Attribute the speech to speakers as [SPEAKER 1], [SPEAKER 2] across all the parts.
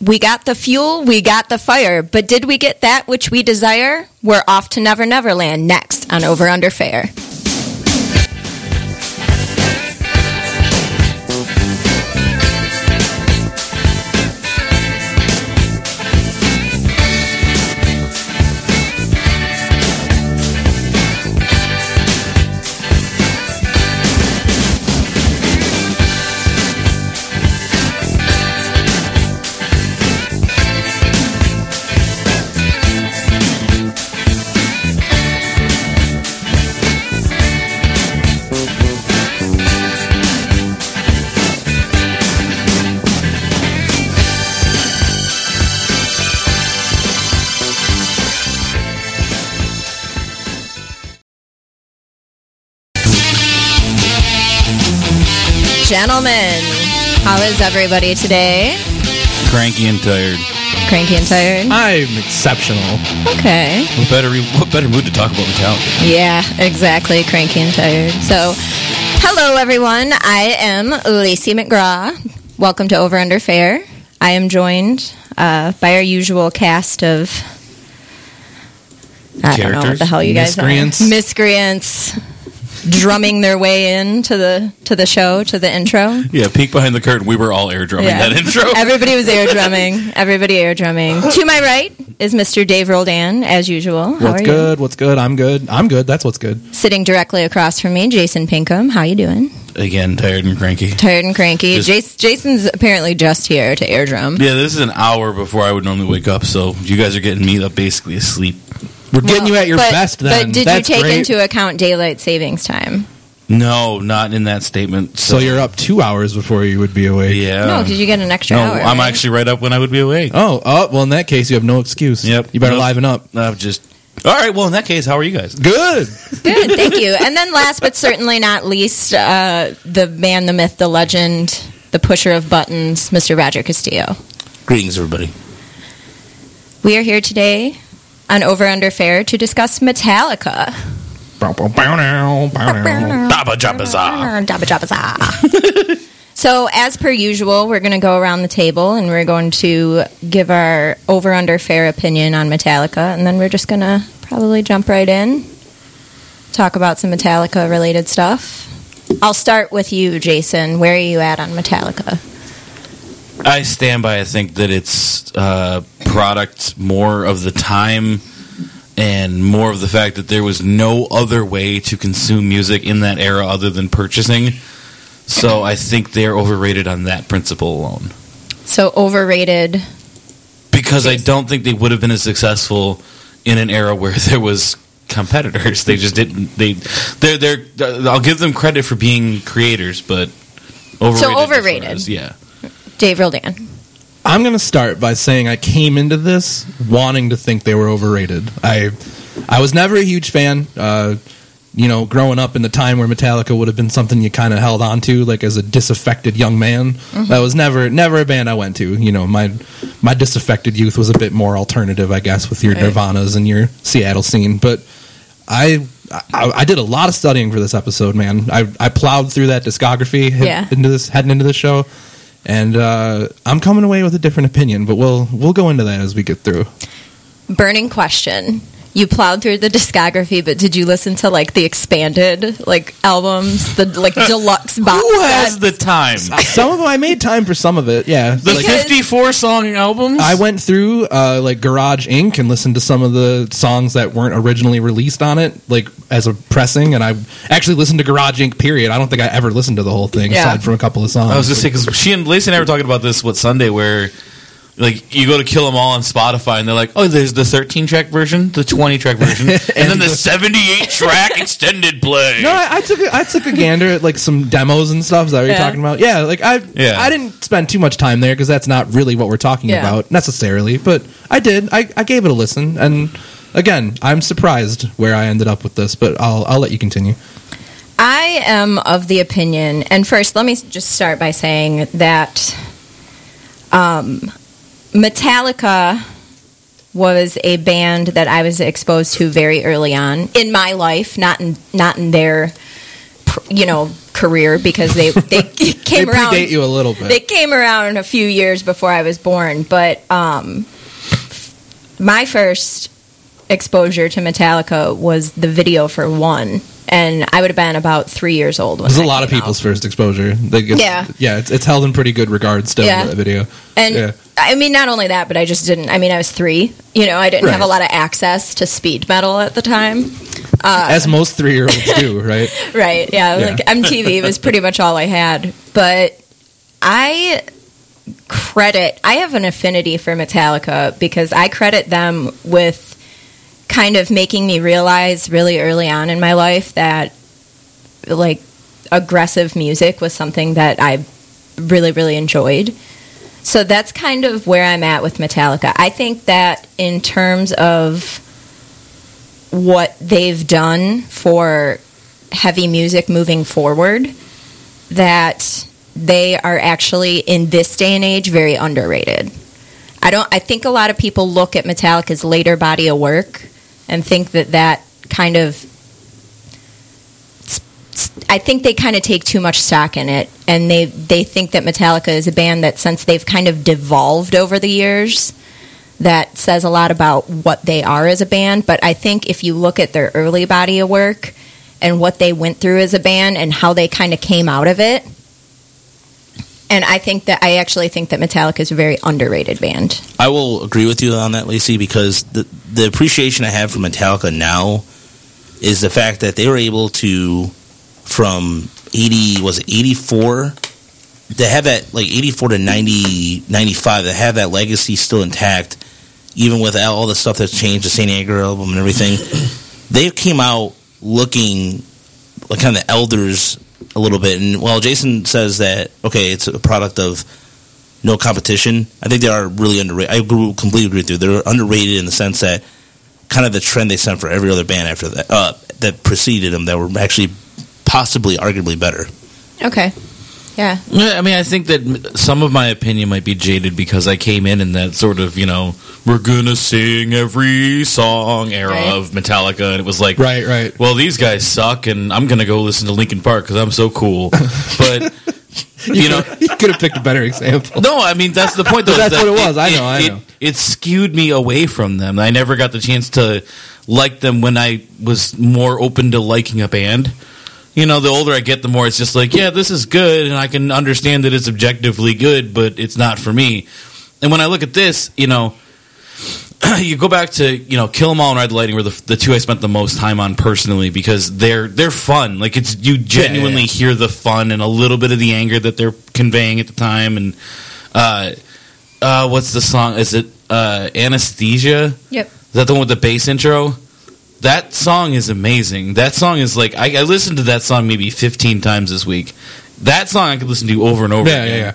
[SPEAKER 1] we got the fuel, we got the fire, but did we get that which we desire? We're off to Never Never Land next on Over Under Fair. Gentlemen, how is everybody today?
[SPEAKER 2] Cranky and tired.
[SPEAKER 1] Cranky and tired?
[SPEAKER 3] I'm exceptional.
[SPEAKER 1] Okay.
[SPEAKER 2] What better? What better mood to talk about Metallica?
[SPEAKER 1] Yeah, exactly. Cranky and tired. So, hello everyone. I am Lacey McGraw. Welcome to Over Under Fair. I am joined uh, by our usual cast of I don't know what
[SPEAKER 2] Characters?
[SPEAKER 1] the hell you guys
[SPEAKER 3] Miscreants?
[SPEAKER 1] are. Miscreants drumming their way in to the to the show to the intro.
[SPEAKER 2] Yeah, peek behind the curtain. We were all air drumming
[SPEAKER 1] Yeah.
[SPEAKER 2] that intro.
[SPEAKER 3] Oh.
[SPEAKER 1] Everybody was air drumming. Everybody air drumming. To my right is Mr. Dave Roldan, as usual. How
[SPEAKER 3] What's
[SPEAKER 1] are
[SPEAKER 3] good? What's good? I'm good. I'm good. That's what's good.
[SPEAKER 1] you? Sitting directly across from me, Jason Pinkham. How you doing?
[SPEAKER 2] Again, tired and cranky.
[SPEAKER 1] Tired and cranky.
[SPEAKER 2] Just-
[SPEAKER 1] Jas- Jason's apparently just here to air drum.
[SPEAKER 2] Yeah, this is an hour before I would normally wake up, so you guys are getting me up basically asleep.
[SPEAKER 3] We're getting you at your
[SPEAKER 1] but,
[SPEAKER 3] best. Then
[SPEAKER 1] But did
[SPEAKER 3] That's
[SPEAKER 1] you take
[SPEAKER 3] great.
[SPEAKER 1] into account daylight savings time?
[SPEAKER 2] No, not in that statement.
[SPEAKER 3] So you're up two hours before you would be awake.
[SPEAKER 2] yeah.
[SPEAKER 1] No, because you get an extra
[SPEAKER 2] No,
[SPEAKER 1] hour.
[SPEAKER 2] I'm
[SPEAKER 1] right?
[SPEAKER 2] actually right up when I would be awake.
[SPEAKER 3] Oh, oh, well, in that case, you have no excuse.
[SPEAKER 2] Yep.
[SPEAKER 3] You better
[SPEAKER 2] Nope.
[SPEAKER 3] liven up.
[SPEAKER 2] Oh, I've just. All right. Well, in that case, how are you guys?
[SPEAKER 3] Good.
[SPEAKER 1] Good, thank you. And then last but certainly not least, uh, the man, the myth, the legend, the pusher of buttons, Mr. Roger Castillo.
[SPEAKER 2] Greetings, everybody.
[SPEAKER 1] We are here today on Over Under Fair to discuss Metallica.
[SPEAKER 3] Bow, bow, bow, now, bow, now.
[SPEAKER 2] Baba Jabaza.
[SPEAKER 1] Dabba jabba za. So, as per usual, we're going to go around the table and we're going to give our over under fair opinion on Metallica, and then we're just going to probably jump right in, talk about some Metallica related stuff. I'll start with you, Jason. Where are you at on Metallica?
[SPEAKER 2] I stand by. I think that it's uh, product more of the time and more of the fact that there was no other way to consume music in that era other than purchasing. So I think they're overrated on that principle alone.
[SPEAKER 1] So, overrated.
[SPEAKER 2] Because I don't think they would have been as successful in an era where there was competitors. They just didn't. They they're they're. uh, I'll give them credit for being creators, but overrated. as far
[SPEAKER 1] overrated.
[SPEAKER 2] as- yeah.
[SPEAKER 1] Dave Roldan.
[SPEAKER 3] I'm going to start by saying I came into this wanting to think they were overrated. I I was never a huge fan. Uh, you know, growing up in the time where Metallica would have been something you kind of held on to, like as a disaffected young man. That was never never a band I went to. You know, my my disaffected youth was a bit more alternative, I guess, with your
[SPEAKER 1] Right.
[SPEAKER 3] Nirvanas and your Seattle scene. But I, I I did a lot of studying for this episode, man. I I plowed through that discography head-
[SPEAKER 1] Yeah.
[SPEAKER 3] into this heading into this show, and uh, I'm coming away with a different opinion. But we'll we'll go into that as we get through.
[SPEAKER 1] Burning question. You plowed through the discography, but did you listen to like the expanded like albums, the like deluxe box?
[SPEAKER 2] Who
[SPEAKER 1] set?
[SPEAKER 2] has the time?
[SPEAKER 3] some of them I made time for. Some of it, yeah.
[SPEAKER 2] The
[SPEAKER 1] Because-
[SPEAKER 2] 54 song albums?
[SPEAKER 3] I went through uh, like Garage Inc. and listened to some of the songs that weren't originally released on it, like as a pressing. And I actually listened to Garage Inc. Period. I don't think I ever listened to the whole thing
[SPEAKER 1] Yeah.
[SPEAKER 3] aside from a couple of songs.
[SPEAKER 2] I was just saying, because she and Lacey and I were talking about this, what, Sunday, where like you go to kill 'em all on Spotify and they're like, oh, there's the 13 track version, the 20 track version, and, then the 78 track extended play.
[SPEAKER 3] No, I, I took a, I took a gander at like some demos and stuff. Is that what you're
[SPEAKER 1] Yeah.
[SPEAKER 3] talking about? Yeah, like I
[SPEAKER 2] Yeah.
[SPEAKER 3] I didn't spend too much time there because that's not really what we're talking
[SPEAKER 1] Yeah.
[SPEAKER 3] about necessarily. But I did. I, I gave it a listen, and again, I'm surprised where I ended up with this. But I'll I'll let you continue.
[SPEAKER 1] I am of the opinion, and first, let me just start by saying that um, Metallica was a band that I was exposed to very early on in my life, not in not in their, pr- you know, career because they they came
[SPEAKER 3] they predate
[SPEAKER 1] around
[SPEAKER 3] you a little bit.
[SPEAKER 1] they came around a few years before I was born, but um, my first exposure to Metallica was the video for one, and I would have been about three years old. When
[SPEAKER 3] There's a
[SPEAKER 1] that
[SPEAKER 3] lot of
[SPEAKER 1] came out.
[SPEAKER 3] people's first exposure. They get-
[SPEAKER 1] Yeah.
[SPEAKER 3] yeah, it's, it's held in pretty good regard still.
[SPEAKER 1] Yeah.
[SPEAKER 3] That video.
[SPEAKER 1] And
[SPEAKER 3] Yeah.
[SPEAKER 1] I mean, not only that, but I just didn't. I mean, I was three. You know, I didn't have a
[SPEAKER 3] Right.
[SPEAKER 1] lot of access to speed metal at the time. Uh.
[SPEAKER 3] as most three year olds do, right?
[SPEAKER 1] right yeah,
[SPEAKER 3] Yeah.
[SPEAKER 1] like mtv was pretty much all i had but i credit i have an affinity for metallica because i credit them with kind of making me realize really early on in my life that like aggressive music was something that i really really enjoyed so that's kind of where i'm at with metallica i think that in terms of what they've done for heavy music moving forward that they are actually in this day and age very underrated. I don't I think a lot of people look at Metallica's later body of work and think that that kind of I think they kind of take too much stock in it and they they think that Metallica is a band that since they've kind of devolved over the years that says a lot about what they are as a band. But I think if you look at their early body of work and what they went through as a band and how they kind of came out of it, and I think that I actually think that Metallica is a very underrated band.
[SPEAKER 4] I will agree with you on that, Lacey, because the, the appreciation I have for Metallica now is the fact that they were able to, from 80, was it 84? To have that, like 84 to 90, 95, to have that legacy still intact, even with all the stuff that's changed, the San Diego album and everything, they came out looking like kind of the elders a little bit. And while Jason says that, okay, it's a product of no competition. I think they are really underrated. I agree- completely agree with you. They're underrated in the sense that kind of the trend they sent for every other band after that uh, that preceded them that were actually possibly arguably better.
[SPEAKER 1] Okay. Yeah.
[SPEAKER 2] Yeah, I mean, I think that m- some of my opinion might be jaded because I came in in that sort of, you know, we're gonna sing every song era
[SPEAKER 1] Right.
[SPEAKER 2] of Metallica, and it was like,
[SPEAKER 3] Right, right.
[SPEAKER 2] well, these guys suck, and I'm gonna go listen to Linkin Park because I'm so cool. But you know,
[SPEAKER 3] you could have picked a better example.
[SPEAKER 2] no, I mean that's the point. Though, is
[SPEAKER 3] That's
[SPEAKER 2] that
[SPEAKER 3] what it was. I know, I
[SPEAKER 2] It,
[SPEAKER 3] know.
[SPEAKER 2] It, it skewed me away from them. I never got the chance to like them when I was more open to liking a band. You know, the older I get, the more it's just like, yeah, this is good, and I can understand that it's objectively good, but it's not for me. And when I look at this, you know, you go back to you know Kill 'Em All and Red Lighting were the, the two I spent the most time on personally because they're they're fun. Like it's you genuinely
[SPEAKER 3] yeah.
[SPEAKER 2] hear the fun and a little bit of the anger that they're conveying at the time. And uh, uh, what's the song? Is it uh, Anesthesia?
[SPEAKER 1] Yep.
[SPEAKER 2] Is that the one with the bass intro? That song is amazing. That song is like I, I listened to that song maybe fifteen times this week. That song I could listen to over and over.
[SPEAKER 3] Yeah,
[SPEAKER 2] again.
[SPEAKER 3] yeah, yeah.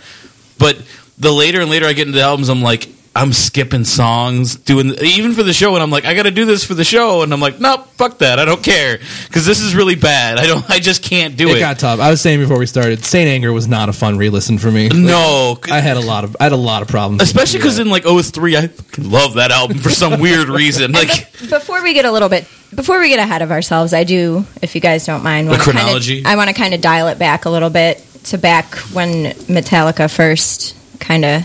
[SPEAKER 2] But the later and later I get into the albums, I'm like, I'm skipping songs, doing even for the show, and I'm like, I got to do this for the show, and I'm like, nope, fuck that, I don't care because this is really bad. I don't, I just can't do it.
[SPEAKER 3] It got tough. I was saying before we started, Saint Anger was not a fun re-listen for me.
[SPEAKER 2] no,
[SPEAKER 3] I had a lot of I had a lot of problems,
[SPEAKER 2] especially because in like 03, I fucking love that album for some weird reason. Like,
[SPEAKER 1] Be- before we get a little bit before we get ahead of ourselves i do if you guys don't mind
[SPEAKER 2] The
[SPEAKER 1] wanna kinda-
[SPEAKER 2] chronology?
[SPEAKER 1] i want to kind of dial it back a little bit to back when metallica first kind of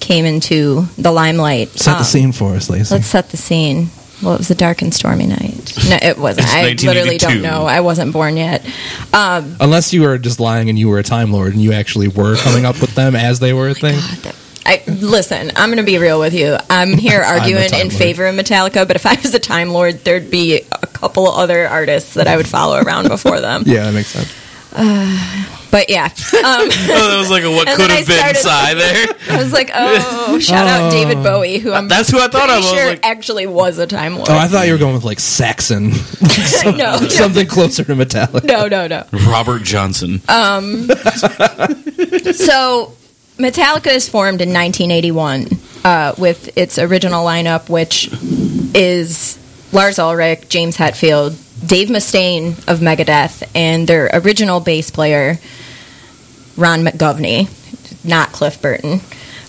[SPEAKER 1] came into the limelight
[SPEAKER 3] set the
[SPEAKER 1] Um,
[SPEAKER 3] scene for us, Lacey.
[SPEAKER 1] let's set the scene well it was a dark and stormy night no it wasn't
[SPEAKER 2] It's
[SPEAKER 1] i literally
[SPEAKER 2] 1982.
[SPEAKER 1] don't know i wasn't born yet um,
[SPEAKER 3] Unless you were just lying and you were a time lord and you actually were coming up with them as they were
[SPEAKER 1] Oh
[SPEAKER 3] a thing.
[SPEAKER 1] I, listen, I'm going to be real with you. I'm here
[SPEAKER 3] I'm a
[SPEAKER 1] arguing
[SPEAKER 3] Time
[SPEAKER 1] in
[SPEAKER 3] Lord.
[SPEAKER 1] favor of Metallica, but if I was a Time Lord, there'd be a couple other artists that I would follow around before them.
[SPEAKER 3] Yeah, that makes sense.
[SPEAKER 1] But yeah, um,
[SPEAKER 2] oh, that was like a what
[SPEAKER 1] And
[SPEAKER 2] could
[SPEAKER 1] then
[SPEAKER 2] have
[SPEAKER 1] I
[SPEAKER 2] been
[SPEAKER 1] started-
[SPEAKER 2] sigh there.
[SPEAKER 1] I was like, oh, shout out David Bowie, who I'm
[SPEAKER 2] Uh, That's who I thought
[SPEAKER 1] pretty
[SPEAKER 2] of. I was
[SPEAKER 1] sure
[SPEAKER 2] like-
[SPEAKER 1] actually was a Time Lord.
[SPEAKER 3] Oh, I thought you were going with like Saxon,
[SPEAKER 1] no, no,
[SPEAKER 3] something closer to Metallica.
[SPEAKER 1] no, no, no.
[SPEAKER 2] Robert Johnson.
[SPEAKER 1] Uh, so Metallica is formed in 1981 uh, with its original lineup, which is Lars Ulrich, James Hetfield, Dave Mustaine of Megadeth, and their original bass player Ron McGovney, not Cliff Burton.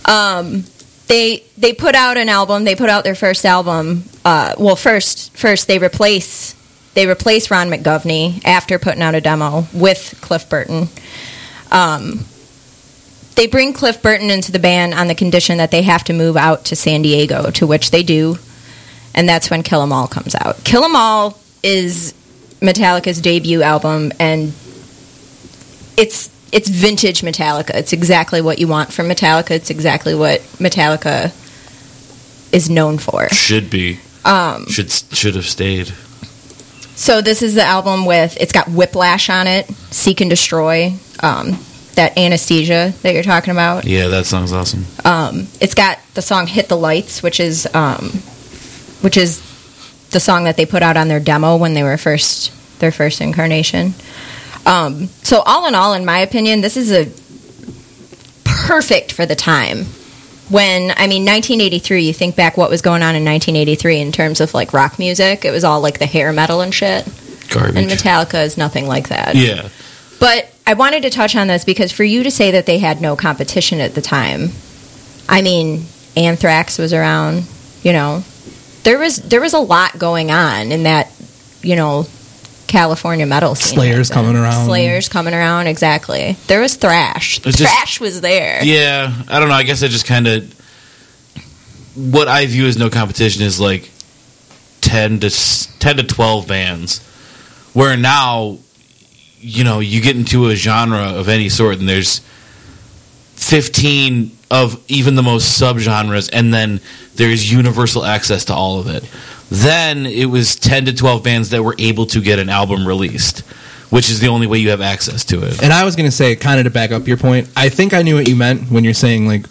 [SPEAKER 1] Um, they they put out an album. They put out their first album. Uh, well, first first they replace They replaced Ron McGovney after putting out a demo with Cliff Burton. Um, they bring Cliff Burton into the band on the condition that they have to move out to San Diego, to which they do, and that's when Kill 'Em All comes out. Kill 'Em All is Metallica's debut album, and it's it's vintage Metallica. It's exactly what you want from Metallica. It's exactly what Metallica is known for.
[SPEAKER 2] Should be.
[SPEAKER 1] Um,
[SPEAKER 2] Should should have stayed.
[SPEAKER 1] so this is the album with it's got Whiplash on it, Seek and Destroy, um, that Anesthesia that you're talking about.
[SPEAKER 2] Yeah, that song's awesome.
[SPEAKER 1] Um, it's got the song "Hit the Lights," which is um, which is the song that they put out on their demo when they were first their first incarnation. Um, so all in all, in my opinion, this is a perfect for the time. When I mean 1983, you think back what was going on in 1983 in terms of like rock music. It was all like the hair metal and shit,
[SPEAKER 2] Garbage.
[SPEAKER 1] and Metallica is nothing like that.
[SPEAKER 2] yeah.
[SPEAKER 1] But I wanted to touch on this because for you to say that they had no competition at the time, I mean, Anthrax was around, you know. There was there was a lot going on in that, you know, California metal scene.
[SPEAKER 3] Slayer's
[SPEAKER 1] back then.
[SPEAKER 3] coming around.
[SPEAKER 1] Slayers coming around, exactly. There was thrash.
[SPEAKER 2] It's just-
[SPEAKER 1] thrash was there.
[SPEAKER 2] Yeah, I don't know. I guess I just kind of what I view as no competition is like ten to s- ten to twelve bands. Where now, you know, you get into a genre of any sort, and there's fifteen of even the most subgenres, and then there's universal access to all of it. Then it was ten to twelve bands that were able to get an album released, which is the only way you have access to it.
[SPEAKER 3] And I was going to say, kind of to back up your point, I think I knew what you meant when you're saying like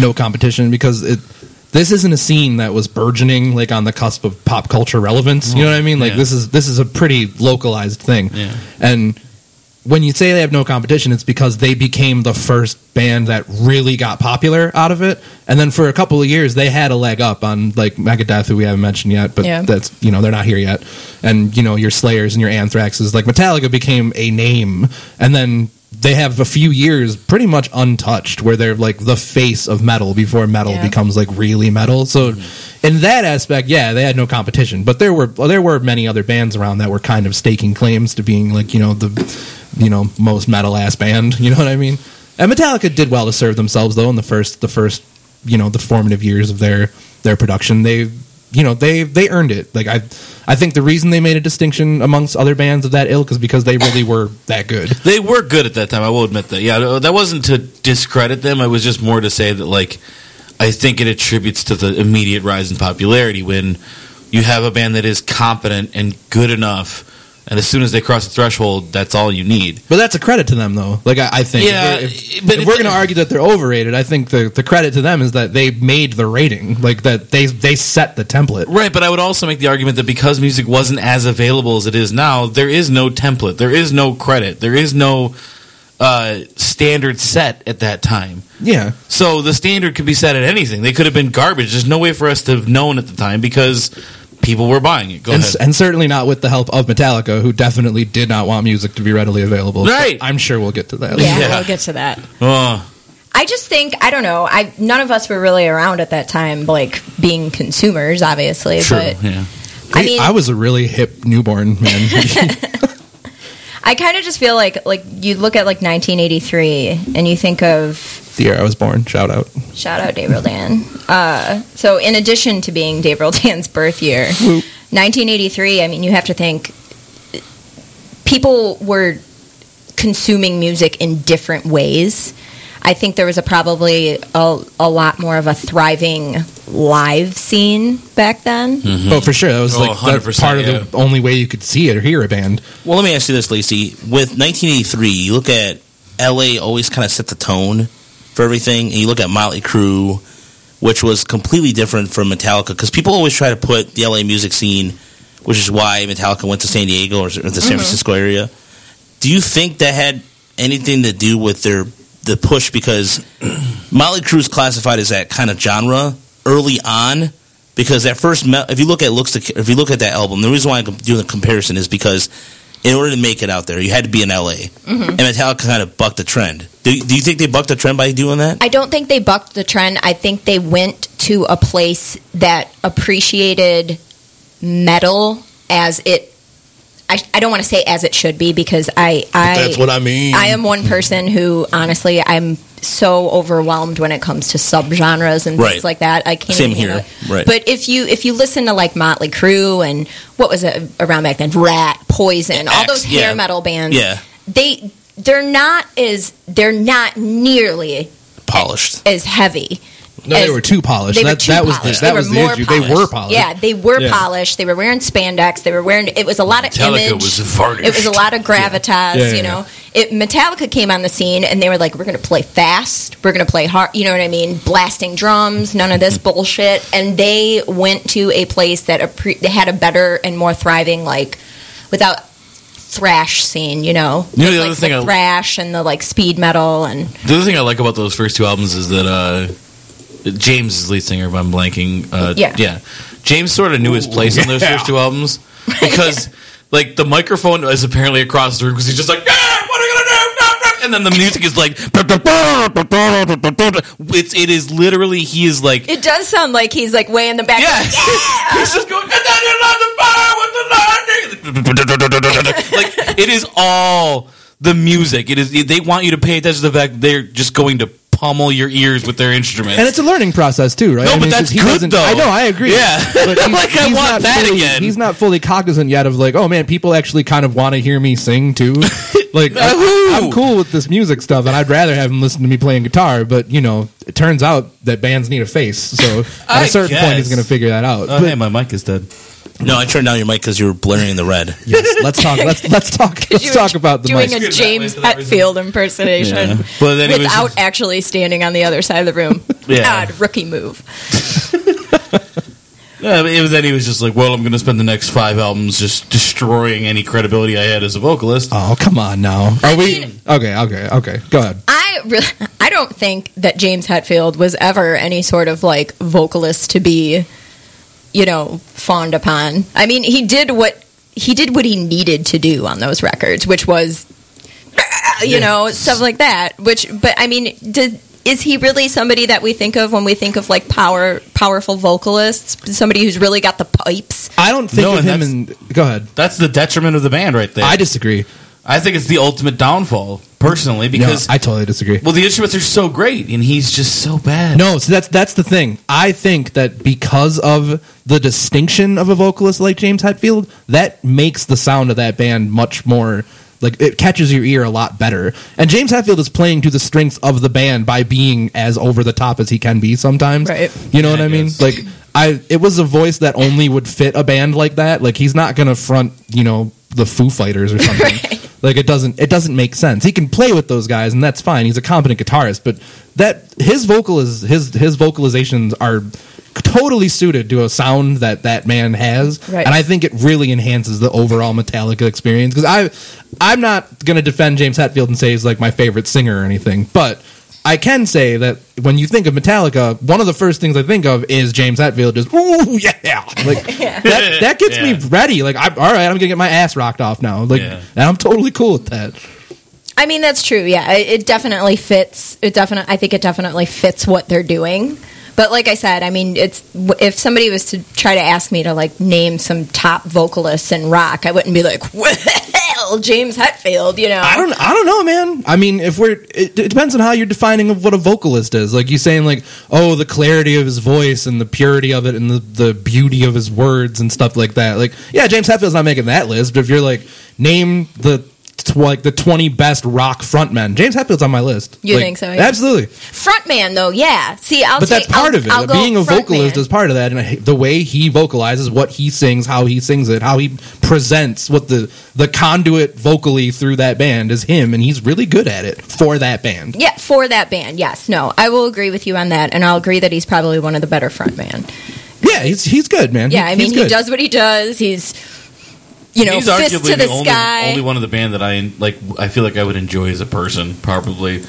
[SPEAKER 3] no competition because it this isn't a scene that was burgeoning like on the cusp of pop culture relevance. You know what I mean? Like
[SPEAKER 2] Yeah.
[SPEAKER 3] this is this is a pretty localized thing.
[SPEAKER 2] Yeah.
[SPEAKER 3] And when you say they have no competition, it's because they became the first band that really got popular out of it. And then for a couple of years, they had a leg up on like Megadeth, who we haven't mentioned yet, but
[SPEAKER 1] Yeah.
[SPEAKER 3] that's you know they're not here yet. And you know your Slayers and your Anthraxes, like Metallica became a name, and then they have a few years pretty much untouched where they're like the face of metal before metal
[SPEAKER 1] Yeah.
[SPEAKER 3] becomes like really metal. So in that aspect, yeah, they had no competition, but there were well, there were many other bands around that were kind of staking claims to being like, you know, the you know, most metal ass band, you know what I mean? And Metallica did well to serve themselves though in the first the first, you know, the formative years of their their production. They you know, they they earned it. Like I I think the reason they made a distinction amongst other bands of that ilk is because they really were that good.
[SPEAKER 2] They were good at that time. I will admit that. Yeah, that wasn't to discredit them. It was just more to say that, like, I think it attributes to the immediate rise in popularity when you have a band that is competent and good enough, and as soon as they cross the threshold, that's all you need.
[SPEAKER 3] But that's a credit to them, though. Like I, I think,
[SPEAKER 2] Yeah,
[SPEAKER 3] If, if-
[SPEAKER 2] but
[SPEAKER 3] if
[SPEAKER 2] it-
[SPEAKER 3] we're going to argue that they're overrated, I think the, the credit to them is that they made the rating. Like that they they set the template.
[SPEAKER 2] Right, but I would also make the argument that because music wasn't as available as it is now, there is no template, there is no credit, there is no uh, standard set at that time.
[SPEAKER 3] Yeah,
[SPEAKER 2] So the standard could be set at anything. They could have been garbage. There's no way for us to have known at the time because people were buying it. Go
[SPEAKER 3] and,
[SPEAKER 2] ahead.
[SPEAKER 3] and certainly not with the help of Metallica, who definitely did not want music to be readily available.
[SPEAKER 2] Right.
[SPEAKER 3] I'm sure we'll get to that.
[SPEAKER 1] Yeah,
[SPEAKER 2] Yeah.
[SPEAKER 1] we'll get to that.
[SPEAKER 2] Oh,
[SPEAKER 1] I just think I don't know. I none of us were really around at that time, like being consumers, obviously.
[SPEAKER 2] true.
[SPEAKER 1] But
[SPEAKER 2] yeah.
[SPEAKER 1] I mean,
[SPEAKER 3] I was a really hip newborn man.
[SPEAKER 1] I kind of just feel like like you look at like 1983 and you think of
[SPEAKER 3] the year I was born. Shout out.
[SPEAKER 1] shout out Dave Dan. Uh, so in addition to being Dave Dan's birth year, 1983. I mean, you have to think people were consuming music in different ways. I think there was a probably a, a lot more of a thriving live scene back then.
[SPEAKER 3] Oh, for sure. That was
[SPEAKER 2] Oh,
[SPEAKER 3] like that's
[SPEAKER 2] 100%,
[SPEAKER 3] part of
[SPEAKER 2] yeah.
[SPEAKER 3] the only way you could see it or hear a band.
[SPEAKER 4] Well, let me ask you this, Lacey. With 1983, you look at LA always kind of set the tone for everything, and you look at Motley Crue, which was completely different from Metallica, because people always try to put the LA music scene, which is why Metallica went to San Diego or, the San Francisco area. Do you think that had anything to do with their the push? Because Motley Crue's classified as that kind of genre early on. Because that first, me- if you look at looks, to, Ki- if you look at that album, the reason why I'm doing the comparison is because in order to make it out there, you had to be in LA.
[SPEAKER 2] Mm-hmm.
[SPEAKER 4] And Metallica kind of bucked the trend. Do, do you think they bucked the trend by doing that?
[SPEAKER 1] I don't think they bucked the trend. I think they went to a place that appreciated metal as it I, I don't want to say as it should be because I I
[SPEAKER 3] That's what I mean.
[SPEAKER 1] I am one person who honestly I'm so overwhelmed when it comes to subgenres and
[SPEAKER 4] Right.
[SPEAKER 1] things like that. I can't
[SPEAKER 4] Same
[SPEAKER 1] even handle
[SPEAKER 4] here.
[SPEAKER 1] it.
[SPEAKER 4] Right.
[SPEAKER 1] But if you if you listen to like Motley Crue and what was it around back then, Rat, Poison, all
[SPEAKER 4] Axe,
[SPEAKER 1] those hair
[SPEAKER 4] yeah.
[SPEAKER 1] metal bands,
[SPEAKER 4] Yeah,
[SPEAKER 1] they they're not as they're not nearly
[SPEAKER 4] polished.
[SPEAKER 1] as heavy.
[SPEAKER 3] No, they
[SPEAKER 1] as-
[SPEAKER 3] were too polished.
[SPEAKER 1] they were
[SPEAKER 3] Oh, that
[SPEAKER 1] too
[SPEAKER 3] that was
[SPEAKER 1] polished.
[SPEAKER 3] the, that
[SPEAKER 1] They
[SPEAKER 3] was
[SPEAKER 1] were
[SPEAKER 3] the
[SPEAKER 1] more
[SPEAKER 3] issue. They were polished.
[SPEAKER 1] Yeah, they were
[SPEAKER 3] Yeah.
[SPEAKER 1] polished. They were wearing spandex. They were wearing. It was a lot of
[SPEAKER 2] Metallica
[SPEAKER 1] image.
[SPEAKER 2] was varnished.
[SPEAKER 1] It was a lot of gravitas,
[SPEAKER 3] Yeah, yeah,
[SPEAKER 1] you know. It Metallica came on the scene and they were like, "We're going to play fast. We're going to play hard." You know what I mean? Blasting drums, none of this
[SPEAKER 2] Mm-hmm.
[SPEAKER 1] bullshit. And they went to a place that appre- they had a better and more thriving, like, without thrash scene. You know,
[SPEAKER 2] You know, the
[SPEAKER 1] Like,
[SPEAKER 2] other thing I-
[SPEAKER 1] thrash and the like speed metal and
[SPEAKER 2] The other thing I like about those first two albums is that uh, James is lead singer. If I'm blanking, uh,
[SPEAKER 1] Yeah.
[SPEAKER 2] James sort of knew his place on those
[SPEAKER 3] yeah.
[SPEAKER 2] first two albums because, like, the microphone is apparently across the room because he's just like, "Ah, "What are you gonna do?" And then the music is like, it's it is literally he is like,
[SPEAKER 1] it does sound like he's like way in the back.
[SPEAKER 2] yeah, he's just going, "And then you love the fire with the lightning." like it is all the music. It is they want you to pay attention to the fact they're just going to pummel your ears with their instruments.
[SPEAKER 3] and it's a learning process too, right?
[SPEAKER 2] No, but
[SPEAKER 3] it's
[SPEAKER 2] that's
[SPEAKER 3] just- he
[SPEAKER 2] good,
[SPEAKER 3] doesn't-
[SPEAKER 2] though.
[SPEAKER 3] I know, I agree.
[SPEAKER 2] Yeah.
[SPEAKER 3] but he's-
[SPEAKER 2] Like, I
[SPEAKER 3] he's
[SPEAKER 2] want
[SPEAKER 3] not
[SPEAKER 2] that
[SPEAKER 3] fully-
[SPEAKER 2] again.
[SPEAKER 3] He's not fully cognizant yet of like, oh man, people actually kind of want to hear me sing too. Like,
[SPEAKER 2] No.
[SPEAKER 3] I, am cool with this music stuff, and I'd rather have them listen to me playing guitar. But you know, it turns out that bands need a face, so at
[SPEAKER 2] I
[SPEAKER 3] a certain point, he's
[SPEAKER 2] guess.
[SPEAKER 3] going to figure that out.
[SPEAKER 2] Oh,
[SPEAKER 3] but
[SPEAKER 2] hey, my mic is dead.
[SPEAKER 4] No, I turned down your mic because you were blaring the red.
[SPEAKER 3] yes, let's talk. Let's let's talk.
[SPEAKER 1] you
[SPEAKER 3] Let's
[SPEAKER 1] were
[SPEAKER 3] talk about the
[SPEAKER 1] doing
[SPEAKER 3] mic.
[SPEAKER 1] a
[SPEAKER 2] Good
[SPEAKER 1] James
[SPEAKER 2] that way, for that reason.
[SPEAKER 1] Hetfield impersonation
[SPEAKER 2] Well, then he was
[SPEAKER 1] without
[SPEAKER 2] just-
[SPEAKER 1] actually standing on the other side of the room.
[SPEAKER 2] Yeah.
[SPEAKER 1] Odd rookie move.
[SPEAKER 2] Yeah, but it was- then he was just like, "Well, I'm going to spend the next five albums just destroying any credibility I had as a vocalist."
[SPEAKER 3] Oh come on now. Are we okay? Okay. Okay. Go ahead.
[SPEAKER 1] I really, I don't think that James Hetfield was ever any sort of like vocalist to be, you know, fawned upon. I mean, he did what he did what he needed to do on those records, which was, you know, stuff like that. Which, but I mean, did. Is he really somebody that we think of when we think of like power, powerful vocalists? Somebody who's really got the pipes?
[SPEAKER 3] I don't think
[SPEAKER 2] No,
[SPEAKER 3] of
[SPEAKER 2] and
[SPEAKER 3] him. In, go ahead.
[SPEAKER 2] That's the detriment of the band, right there.
[SPEAKER 3] I
[SPEAKER 2] I,
[SPEAKER 3] disagree.
[SPEAKER 2] think it's the ultimate downfall, personally, because
[SPEAKER 3] no, I totally disagree.
[SPEAKER 2] well, the instruments are so great, and he's just so bad.
[SPEAKER 3] No, so that's that's the thing. I think that because of the distinction of a vocalist like James Hetfield, that makes the sound of that band much more like it catches your ear a lot better. And James Hetfield is playing to the strength of the band by being as over the top as he can be sometimes.
[SPEAKER 1] Right.
[SPEAKER 3] You know
[SPEAKER 2] Yeah,
[SPEAKER 3] what
[SPEAKER 2] I
[SPEAKER 3] I mean?
[SPEAKER 2] guess.
[SPEAKER 3] Like I it was a voice that only would fit a band like that. Like he's not going to front, you know, the Foo Fighters or something.
[SPEAKER 1] Right.
[SPEAKER 3] Like it doesn't it doesn't make sense. He can play with those guys and that's fine. He's a competent guitarist, but that his vocal is his his vocalizations are totally suited to a sound that that man has
[SPEAKER 1] Right.
[SPEAKER 3] and I think it really enhances the overall Metallica experience cuz I I'm not going to defend James Hetfield and say he's like my favorite singer or anything, but I can say that when you think of Metallica, one of the first things I think of is James Hetfield just ooh yeah. Like that that gets me
[SPEAKER 2] Yeah.
[SPEAKER 3] ready. Like I'm all right, I'm going to get my ass rocked off now. Like
[SPEAKER 2] Yeah.
[SPEAKER 3] and I'm totally cool with that.
[SPEAKER 1] I mean, that's true. Yeah, it, it definitely fits. It definitely, I think it definitely fits what they're doing. But like I said, I mean, it's w- if somebody was to try to ask me to like name some top vocalists in rock, I wouldn't be like, well, James Hetfield, you know.
[SPEAKER 3] I don't. I don't know, man. I mean, if we're, it, it depends on how you're defining of what a vocalist is. Like you saying, like, oh, the clarity of his voice and the purity of it and the, the beauty of his words and stuff like that. Like, yeah, James Hetfield's not making that list. But if you're like, name the tw- like the 20 best rock frontmen, James Hetfield's on my list.
[SPEAKER 1] You
[SPEAKER 3] Like,
[SPEAKER 1] think so, yeah.
[SPEAKER 3] Absolutely.
[SPEAKER 1] Frontman though, yeah. See, I'll
[SPEAKER 3] but that's
[SPEAKER 1] take-
[SPEAKER 3] part
[SPEAKER 1] I'll-
[SPEAKER 3] of it.
[SPEAKER 1] I'll go
[SPEAKER 3] Being a vocalist
[SPEAKER 1] frontman.
[SPEAKER 3] is part of that, and I- the way he vocalizes, what he sings, how he sings it, how he presents, what the the conduit vocally through that band is him, and he's really good at it for that band.
[SPEAKER 1] Yeah, for that band, yes. No, I will agree with you on that, and I'll agree that he's probably one of the better frontman.
[SPEAKER 3] Yeah, he's he's good, man.
[SPEAKER 1] Yeah, I
[SPEAKER 3] Mm-hmm. he's
[SPEAKER 1] mean, he
[SPEAKER 3] good.
[SPEAKER 1] does what he does. He's, you know,
[SPEAKER 2] he's
[SPEAKER 1] fist to
[SPEAKER 2] arguably
[SPEAKER 1] the,
[SPEAKER 2] the only,
[SPEAKER 1] sky.
[SPEAKER 2] only one of the band that I like. I feel like I would enjoy as a person, probably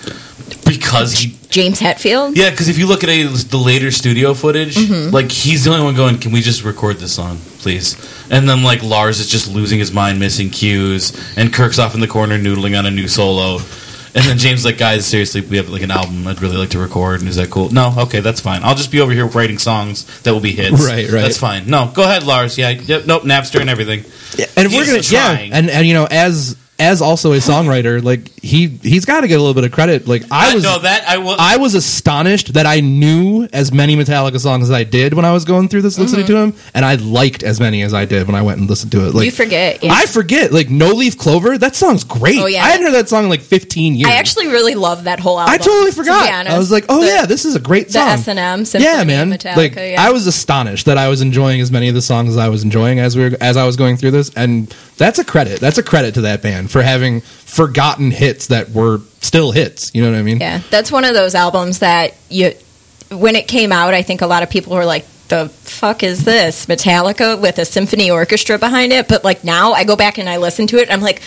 [SPEAKER 2] because he.
[SPEAKER 1] James Hetfield.
[SPEAKER 2] Yeah, because if you look at any of the later studio footage, like he's the only one going, "Can we just record this song, please?" And then like Lars is just losing his mind, missing cues, and Kirk's off in the corner noodling on a new solo. And then James like, guys, seriously, we have like an album I'd really like to record. And he's like, cool. No, okay, that's fine. I'll just be over here writing songs that will be hits.
[SPEAKER 3] Right, right.
[SPEAKER 2] That's fine. No, go ahead, Lars. Yeah, yep, nope, Napster and everything.
[SPEAKER 3] and if
[SPEAKER 2] He's
[SPEAKER 3] we're gonna
[SPEAKER 2] trying.
[SPEAKER 3] yeah, and and you know as as also a songwriter, like he he's got to get a little bit of credit. Like I was
[SPEAKER 2] no that I will.
[SPEAKER 3] I was astonished that I knew as many Metallica songs as I did when I was going through this listening to him, and I liked as many as I did when I went and listened to it. Like
[SPEAKER 1] Mm-hmm. you forget. Uh, Yeah.
[SPEAKER 3] I forget, like No Leaf Clover. That song's great.
[SPEAKER 1] Oh, yeah.
[SPEAKER 3] I hadn't heard that song in like 15 years.
[SPEAKER 1] I actually really love that whole album.
[SPEAKER 3] I
[SPEAKER 1] to
[SPEAKER 3] totally
[SPEAKER 1] be
[SPEAKER 3] forgot. I
[SPEAKER 1] honest.
[SPEAKER 3] was like, oh
[SPEAKER 1] The-
[SPEAKER 3] yeah, this is a great
[SPEAKER 1] the
[SPEAKER 3] song.
[SPEAKER 1] S&M Symphony
[SPEAKER 3] yeah, man.
[SPEAKER 1] Metallica,
[SPEAKER 3] like
[SPEAKER 1] yeah.
[SPEAKER 3] I was astonished that I was enjoying as many of the songs as I was enjoying as we were as I was going through this, and that's a credit. That's a credit to that band for having forgotten hits that were still hits. You know what I mean?
[SPEAKER 1] Yeah, that's one of those albums that you, when it came out, I think a lot of people were like, "The fuck is this Metallica with a symphony orchestra behind it?" But like now, I go back and I listen to it, and I'm like.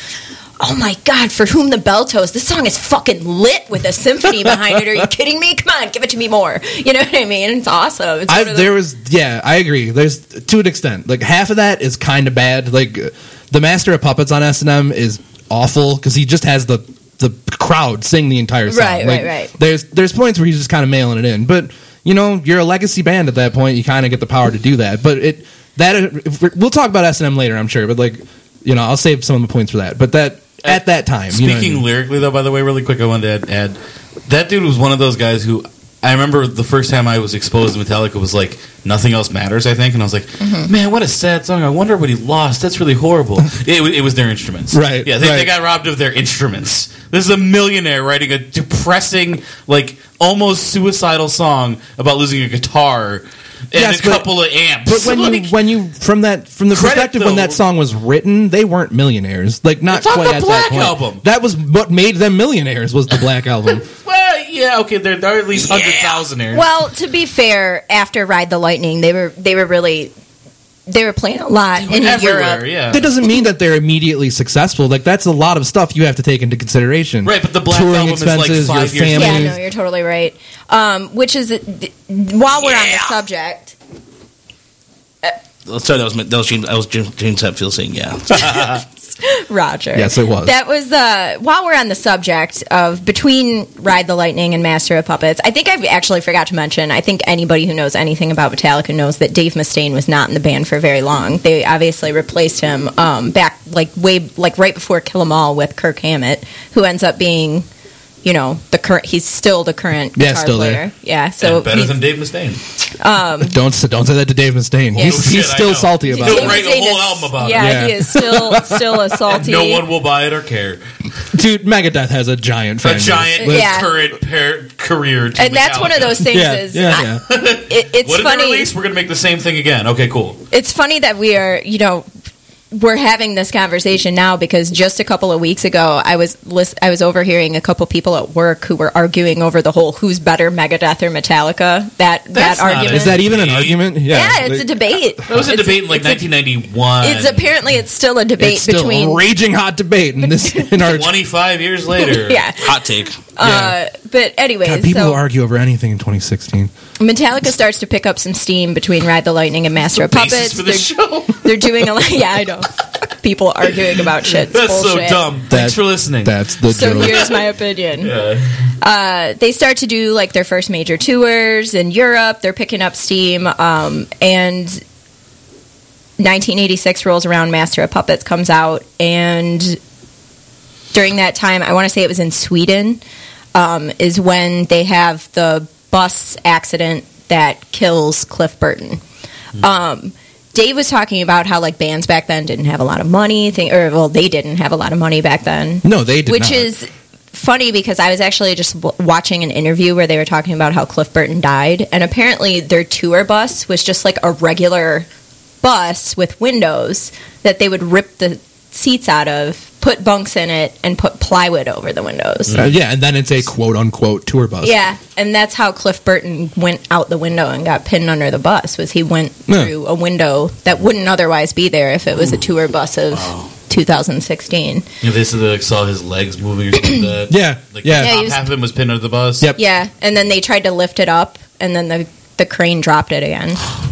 [SPEAKER 1] Oh my God! For whom the bell tolls, this song is fucking lit with a symphony behind it. Are you kidding me? Come on, give it to me more. You know what I mean? It's awesome. It's
[SPEAKER 3] I,
[SPEAKER 1] one of those-
[SPEAKER 3] there was yeah, I agree. There's to an extent, like half of that is kind of bad. Like uh, the master of puppets on S and M is awful because he just has the the crowd sing the entire song.
[SPEAKER 1] Right,
[SPEAKER 3] Like,
[SPEAKER 1] right, right.
[SPEAKER 3] There's there's points where he's just kind of mailing it in, but you know you're a legacy band at that point. You kind of get the power to do that, but it that if we're- we'll talk about S and M later, I'm sure. But like you know, I'll save some of the points for that. But that at that time, you know
[SPEAKER 2] Speaking
[SPEAKER 3] what I mean?
[SPEAKER 2] lyrically, though, by the way, really quick, I wanted to add, add that dude was one of those guys who I remember the first time I was exposed to Metallica was like nothing else matters, I think, and I was like,
[SPEAKER 3] Mm-hmm.
[SPEAKER 2] man, what a sad song. I wonder what he lost. That's really horrible. it, wa- it was their instruments,
[SPEAKER 3] Right,
[SPEAKER 2] Yeah, they, they
[SPEAKER 3] right.
[SPEAKER 2] got robbed of their instruments. This is a millionaire writing a depressing, like almost suicidal song about losing a guitar and
[SPEAKER 3] Yes,
[SPEAKER 2] a
[SPEAKER 3] but-
[SPEAKER 2] couple of amps.
[SPEAKER 3] But when
[SPEAKER 2] Like,
[SPEAKER 3] you when you from that from the
[SPEAKER 2] Credit,
[SPEAKER 3] perspective when that
[SPEAKER 2] though-
[SPEAKER 3] song was written, they weren't millionaires. Like not
[SPEAKER 2] It's on
[SPEAKER 3] quite
[SPEAKER 2] the
[SPEAKER 3] at
[SPEAKER 2] Black
[SPEAKER 3] that point.
[SPEAKER 2] Album.
[SPEAKER 3] That was what made them millionaires was the Black Album.
[SPEAKER 2] well, yeah, okay, there there are at least hundred thousand here.
[SPEAKER 1] Well, to be fair, after Ride the Lightning, they were they were really they were playing a lot in
[SPEAKER 2] everywhere,
[SPEAKER 1] Europe.
[SPEAKER 2] yeah.
[SPEAKER 3] that doesn't mean that they're immediately successful. Like that's a lot of stuff you have to take into consideration.
[SPEAKER 2] Right, but the Black
[SPEAKER 3] Touring
[SPEAKER 2] Album is, like,
[SPEAKER 3] expenses,
[SPEAKER 2] five
[SPEAKER 3] your
[SPEAKER 2] years-
[SPEAKER 3] family.
[SPEAKER 1] Yeah, no, you're totally right. Um, which is th- while we're on the subject,
[SPEAKER 4] Oh, Sorry, that was my- that was James. That was James, James Hetfield saying, "Yeah,
[SPEAKER 1] Roger.
[SPEAKER 3] Yes, it was.
[SPEAKER 1] That was uh, while we're on the subject of between Ride the Lightning and Master of Puppets. I think I've actually forgot to mention. I think anybody who knows anything about Metallica knows that Dave Mustaine was not in the band for very long. They obviously replaced him um, back like way like right before Kill 'Em All with Kirk Hammett, who ends up being. You know the current. He's still the current
[SPEAKER 3] Yeah,
[SPEAKER 1] guitar
[SPEAKER 3] still there.
[SPEAKER 1] player. Yeah, so
[SPEAKER 2] And better
[SPEAKER 1] he-
[SPEAKER 2] than Dave Mustaine.
[SPEAKER 3] Don't say- don't say that to Dave Mustaine.
[SPEAKER 1] Yeah.
[SPEAKER 3] He's,
[SPEAKER 2] Oh, shit,
[SPEAKER 3] he's
[SPEAKER 2] I
[SPEAKER 3] still
[SPEAKER 2] know.
[SPEAKER 3] salty about
[SPEAKER 2] He'll
[SPEAKER 3] it.
[SPEAKER 1] Dave
[SPEAKER 2] write a
[SPEAKER 1] Mustaine
[SPEAKER 2] whole
[SPEAKER 1] is-
[SPEAKER 2] album about it.
[SPEAKER 1] yeah,
[SPEAKER 3] Yeah.
[SPEAKER 1] he is still still a salty.
[SPEAKER 2] No one will buy it or care.
[SPEAKER 3] Dude, Megadeth has a giant fan
[SPEAKER 2] A
[SPEAKER 3] base.
[SPEAKER 2] giant
[SPEAKER 3] Like,
[SPEAKER 1] Yeah.
[SPEAKER 2] current pair, career. To
[SPEAKER 1] and that's one of
[SPEAKER 2] Metallica.
[SPEAKER 1] those things.
[SPEAKER 3] Yeah,
[SPEAKER 1] is I-
[SPEAKER 3] yeah, yeah.
[SPEAKER 1] it, it's
[SPEAKER 2] What did
[SPEAKER 1] funny.
[SPEAKER 2] they release? We're going to make the same thing again. Okay, cool.
[SPEAKER 1] It's funny that we are, you know, we're having this conversation now because just a couple of weeks ago, I was lis- I was overhearing a couple people at work who were arguing over the whole who's better, Megadeth or Metallica. That
[SPEAKER 2] That's
[SPEAKER 1] that
[SPEAKER 2] not
[SPEAKER 1] argument.
[SPEAKER 2] it.
[SPEAKER 3] Is that even an
[SPEAKER 2] Yeah.
[SPEAKER 3] argument? Yeah,
[SPEAKER 1] yeah, it's a
[SPEAKER 3] like,
[SPEAKER 1] debate.
[SPEAKER 2] That was a
[SPEAKER 1] It's-
[SPEAKER 2] debate in like 1991.
[SPEAKER 1] It's apparently it's still a debate
[SPEAKER 3] it's still
[SPEAKER 1] between
[SPEAKER 3] a raging hot debate in this in our
[SPEAKER 2] 25 years later.
[SPEAKER 1] yeah.
[SPEAKER 4] hot take."
[SPEAKER 1] Uh, but anyways,
[SPEAKER 3] God, people
[SPEAKER 1] so
[SPEAKER 3] argue over anything in 2016.
[SPEAKER 1] Metallica starts to pick up some steam between Ride the Lightning and Master of
[SPEAKER 2] Basis
[SPEAKER 1] Puppets.
[SPEAKER 2] for the
[SPEAKER 1] They're,
[SPEAKER 2] show.
[SPEAKER 1] they're doing a lot. Yeah, I know. People arguing about shit. It's
[SPEAKER 2] That's
[SPEAKER 1] bullshit.
[SPEAKER 2] so dumb. Thanks for listening.
[SPEAKER 3] That's the
[SPEAKER 1] So
[SPEAKER 3] joke.
[SPEAKER 1] here's my opinion.
[SPEAKER 2] Yeah.
[SPEAKER 1] Uh, they start to do like their first major tours in Europe. They're picking up steam, um, and 1986 rolls around. Master of Puppets comes out, and during that time, I want to say it was in Sweden, um, is when they have the bus accident that kills Cliff Burton. Um, Dave was talking about how like bands back then didn't have a lot of money, thing, or well, they didn't have a lot of money back then
[SPEAKER 3] No, they did
[SPEAKER 1] which
[SPEAKER 3] not.
[SPEAKER 1] is funny because I was actually just w- watching an interview where they were talking about how Cliff Burton died, and apparently their tour bus was just like a regular bus with windows that they would rip the seats out of, put bunks in it, and put plywood over the windows.
[SPEAKER 3] Uh, yeah, and then it's a quote unquote tour bus.
[SPEAKER 1] Yeah, and that's how Cliff Burton went out the window and got pinned under the bus. Was he went
[SPEAKER 3] Yeah. Mm.
[SPEAKER 1] through a window that wouldn't otherwise be there if it was a tour bus of 2016?
[SPEAKER 2] Yeah, they said they like, saw his legs moving or something like that.
[SPEAKER 3] Yeah,
[SPEAKER 2] Like,
[SPEAKER 3] yeah.
[SPEAKER 1] Yeah, he
[SPEAKER 2] Top
[SPEAKER 1] was-
[SPEAKER 2] half of him was pinned under the bus.
[SPEAKER 3] Yep.
[SPEAKER 1] Yeah, and then they tried to lift it up, and then the the crane dropped it again.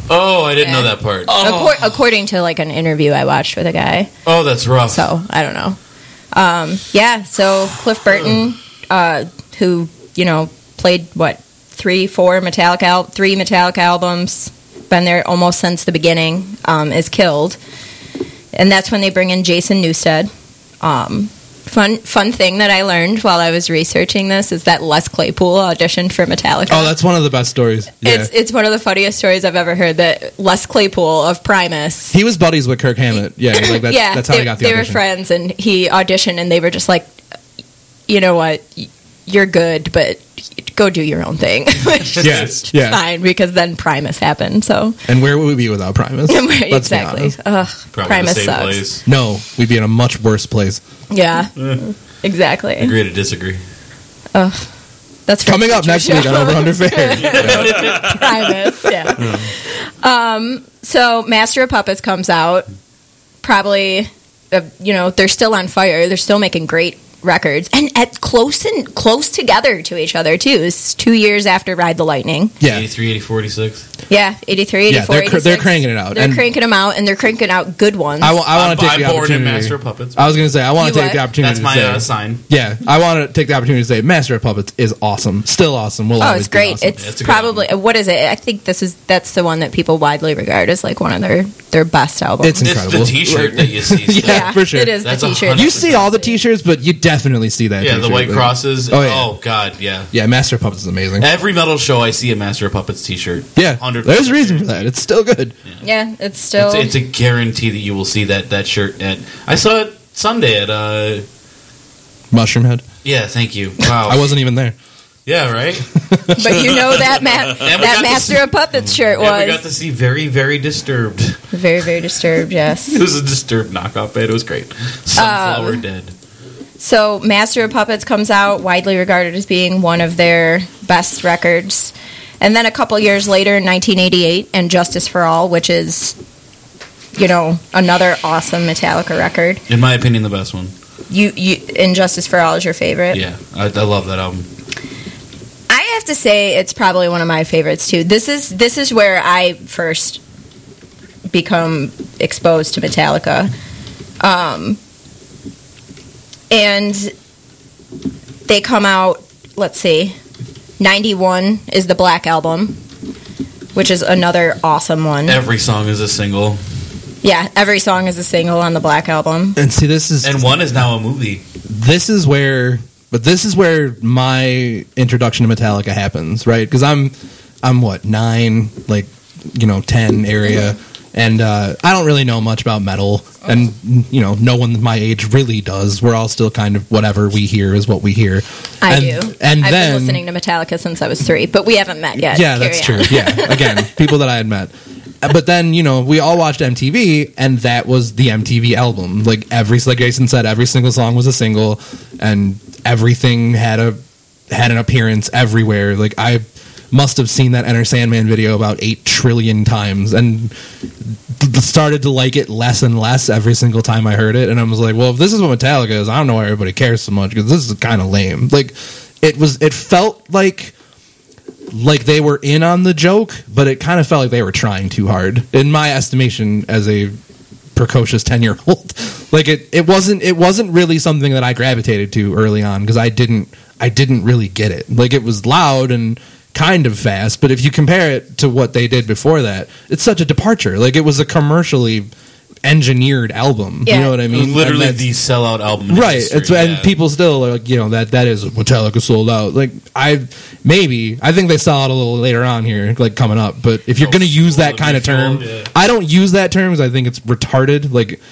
[SPEAKER 2] Oh, I didn't
[SPEAKER 1] Yeah.
[SPEAKER 2] know that part.
[SPEAKER 3] Oh.
[SPEAKER 1] Accor- according to like an interview I watched with a guy.
[SPEAKER 2] Oh, that's rough.
[SPEAKER 1] So I don't know. Um, yeah, so Cliff Burton uh, who you know played what three, four Metallica, al- three Metallica albums, been there almost since the beginning, um, is killed, and that's when they bring in Jason Newsted. Um, fun fun thing that I learned while I was researching this is that Les Claypool auditioned for Metallica.
[SPEAKER 3] Oh, that's one of the best stories. Yeah.
[SPEAKER 1] It's it's one of the funniest stories I've ever heard. That Les Claypool of Primus.
[SPEAKER 3] he was buddies with Kirk Hammett. Yeah, like that's,
[SPEAKER 1] yeah,
[SPEAKER 3] that's how
[SPEAKER 1] they,
[SPEAKER 3] he got the
[SPEAKER 1] they were
[SPEAKER 3] audition.
[SPEAKER 1] friends, and he auditioned, and they were just like, you know what, Y- you're good, but go do your own thing. Which is
[SPEAKER 3] Yeah, yeah.
[SPEAKER 1] fine because then Primus happened. So
[SPEAKER 3] And where would we be without Primus? Let's be
[SPEAKER 1] exactly.
[SPEAKER 3] honest.
[SPEAKER 1] Ugh,
[SPEAKER 2] Probably
[SPEAKER 1] Primus
[SPEAKER 2] the same
[SPEAKER 1] sucks.
[SPEAKER 2] place.
[SPEAKER 3] No, we'd be in a much worse place.
[SPEAKER 1] Yeah, exactly.
[SPEAKER 2] Agree to disagree.
[SPEAKER 1] That's for
[SPEAKER 3] Coming up
[SPEAKER 1] future
[SPEAKER 3] next week
[SPEAKER 1] shows.
[SPEAKER 3] on Over Under Fair.
[SPEAKER 1] Primus, yeah. Um, so Master of Puppets comes out. Probably, uh, you know, they're still on fire. They're still making great records, and at close and close together to each other too. It's two years after Ride the Lightning.
[SPEAKER 3] Yeah,
[SPEAKER 2] 83, 84, 86.
[SPEAKER 1] Yeah, 83,
[SPEAKER 3] Yeah,
[SPEAKER 1] 84,
[SPEAKER 3] they're cr- they're
[SPEAKER 1] 86.
[SPEAKER 3] cranking it out.
[SPEAKER 1] They're
[SPEAKER 3] And-
[SPEAKER 1] cranking them out, and they're cranking out good ones.
[SPEAKER 3] I, want to take
[SPEAKER 2] I'm
[SPEAKER 3] the
[SPEAKER 2] bored in
[SPEAKER 3] opportunity.
[SPEAKER 2] Master of Puppets.
[SPEAKER 3] I was going to say I want
[SPEAKER 1] You
[SPEAKER 3] to take
[SPEAKER 1] what?
[SPEAKER 3] the opportunity.
[SPEAKER 2] That's my
[SPEAKER 3] to say,
[SPEAKER 2] uh, sign.
[SPEAKER 3] yeah, I want to take the opportunity to say Master of Puppets is awesome. Still awesome. Will
[SPEAKER 1] Oh,
[SPEAKER 3] always
[SPEAKER 1] it's
[SPEAKER 3] be
[SPEAKER 1] great!
[SPEAKER 3] awesome.
[SPEAKER 1] It's,
[SPEAKER 2] Yeah, it's a good
[SPEAKER 1] probably what is it? I think this is that's the one that people widely regard as like one of their their best albums.
[SPEAKER 3] It's
[SPEAKER 2] It's the
[SPEAKER 3] incredible.
[SPEAKER 2] T-shirt that you see. still.
[SPEAKER 3] Yeah. for sure.
[SPEAKER 1] It is
[SPEAKER 2] That's
[SPEAKER 1] the
[SPEAKER 2] a
[SPEAKER 1] T-shirt.
[SPEAKER 2] hundred
[SPEAKER 3] you see all the T-shirts, but you definitely see that.
[SPEAKER 2] Yeah, the
[SPEAKER 3] t-shirt,
[SPEAKER 2] white
[SPEAKER 3] but-
[SPEAKER 2] crosses.
[SPEAKER 3] Oh,
[SPEAKER 2] Oh,
[SPEAKER 3] yeah.
[SPEAKER 2] God, yeah.
[SPEAKER 3] Yeah, Master of Puppets is amazing.
[SPEAKER 2] Every metal show, I see a Master of Puppets T-shirt.
[SPEAKER 3] Yeah,
[SPEAKER 2] 100%.
[SPEAKER 3] there's a reason for that. It's still good.
[SPEAKER 1] Yeah, it's still
[SPEAKER 2] It's, it's a guarantee that you will see that that shirt. At I saw it Sunday at. uh
[SPEAKER 3] Mushroom Head.
[SPEAKER 2] Yeah, thank you. Wow.
[SPEAKER 3] I wasn't even there.
[SPEAKER 2] yeah, right.
[SPEAKER 1] But you know that ma-
[SPEAKER 2] And we
[SPEAKER 1] that
[SPEAKER 2] got to
[SPEAKER 1] Master
[SPEAKER 2] see-
[SPEAKER 1] of Puppets shirt
[SPEAKER 2] And we got
[SPEAKER 1] was
[SPEAKER 2] to see very, very disturbed.
[SPEAKER 1] very very disturbed. Yes.
[SPEAKER 2] It was a disturbed knockoff band. It was great. Sunflower Dead.
[SPEAKER 1] So Master of Puppets comes out widely regarded as being one of their best records, and then a couple years later in 1988, and Justice for All, which is you know another awesome Metallica record.
[SPEAKER 2] In my opinion, the best one.
[SPEAKER 1] You you Injustice for All is your favorite.
[SPEAKER 2] Yeah, I, I love that album.
[SPEAKER 1] I have to say it's probably one of my favorites too. This is this is where I first become exposed to Metallica. Um, and they come out, let's see. 91 is the Black Album, which is another awesome one.
[SPEAKER 2] Every song is a single,
[SPEAKER 1] yeah, every song is a single on the Black Album.
[SPEAKER 3] And see, this is
[SPEAKER 2] and one is now a movie.
[SPEAKER 3] this is where, but this is where my introduction to Metallica happens, right? Because I'm, I'm what nine, like you know, ten area, and uh, I don't really know much about metal, and you know, no one my age really does. We're all still kind of whatever we hear is what we hear.
[SPEAKER 1] I
[SPEAKER 3] and,
[SPEAKER 1] do.
[SPEAKER 3] and
[SPEAKER 1] I've
[SPEAKER 3] then
[SPEAKER 1] been listening to Metallica since I was 3, but we haven't met yet.
[SPEAKER 3] yeah,
[SPEAKER 1] Carry
[SPEAKER 3] that's
[SPEAKER 1] on.
[SPEAKER 3] true. Yeah, again, people that I had met. Uh, But then you know we all watched MTV, and that was the MTV album. Like every, like Jason said, every single song was a single, and everything had a had an appearance everywhere. Like I must have seen that Enter Sandman video about eight trillion times, and th- started to like it less and less every single time I heard it. And I was like, well, if this is what Metallica is, I don't know why everybody cares so much because this is kind of lame. Like it was, it felt like like they were in on the joke, but it kind of felt like they were trying too hard, in my estimation, as a precocious ten year old. Like it, it wasn't it wasn't really something that I gravitated to early on because I didn't I didn't really get it. Like it was loud and kind of fast, but if you compare it to what they did before that, it's such a departure. Like it was a commercially engineered album.
[SPEAKER 1] Yeah.
[SPEAKER 3] You know what I
[SPEAKER 2] It was
[SPEAKER 3] mean?
[SPEAKER 2] literally
[SPEAKER 3] And that's-
[SPEAKER 2] the sellout album, in
[SPEAKER 3] right
[SPEAKER 2] history,
[SPEAKER 3] it's, and
[SPEAKER 2] yeah.
[SPEAKER 3] people still are like you know that that is metallica sold out like i maybe i think they sell out a little later on here like coming up but if you're
[SPEAKER 2] Oh,
[SPEAKER 3] gonna use that
[SPEAKER 2] sold,
[SPEAKER 3] kind of
[SPEAKER 2] they sold,
[SPEAKER 3] term
[SPEAKER 2] yeah.
[SPEAKER 3] i don't use that term because i think it's retarded like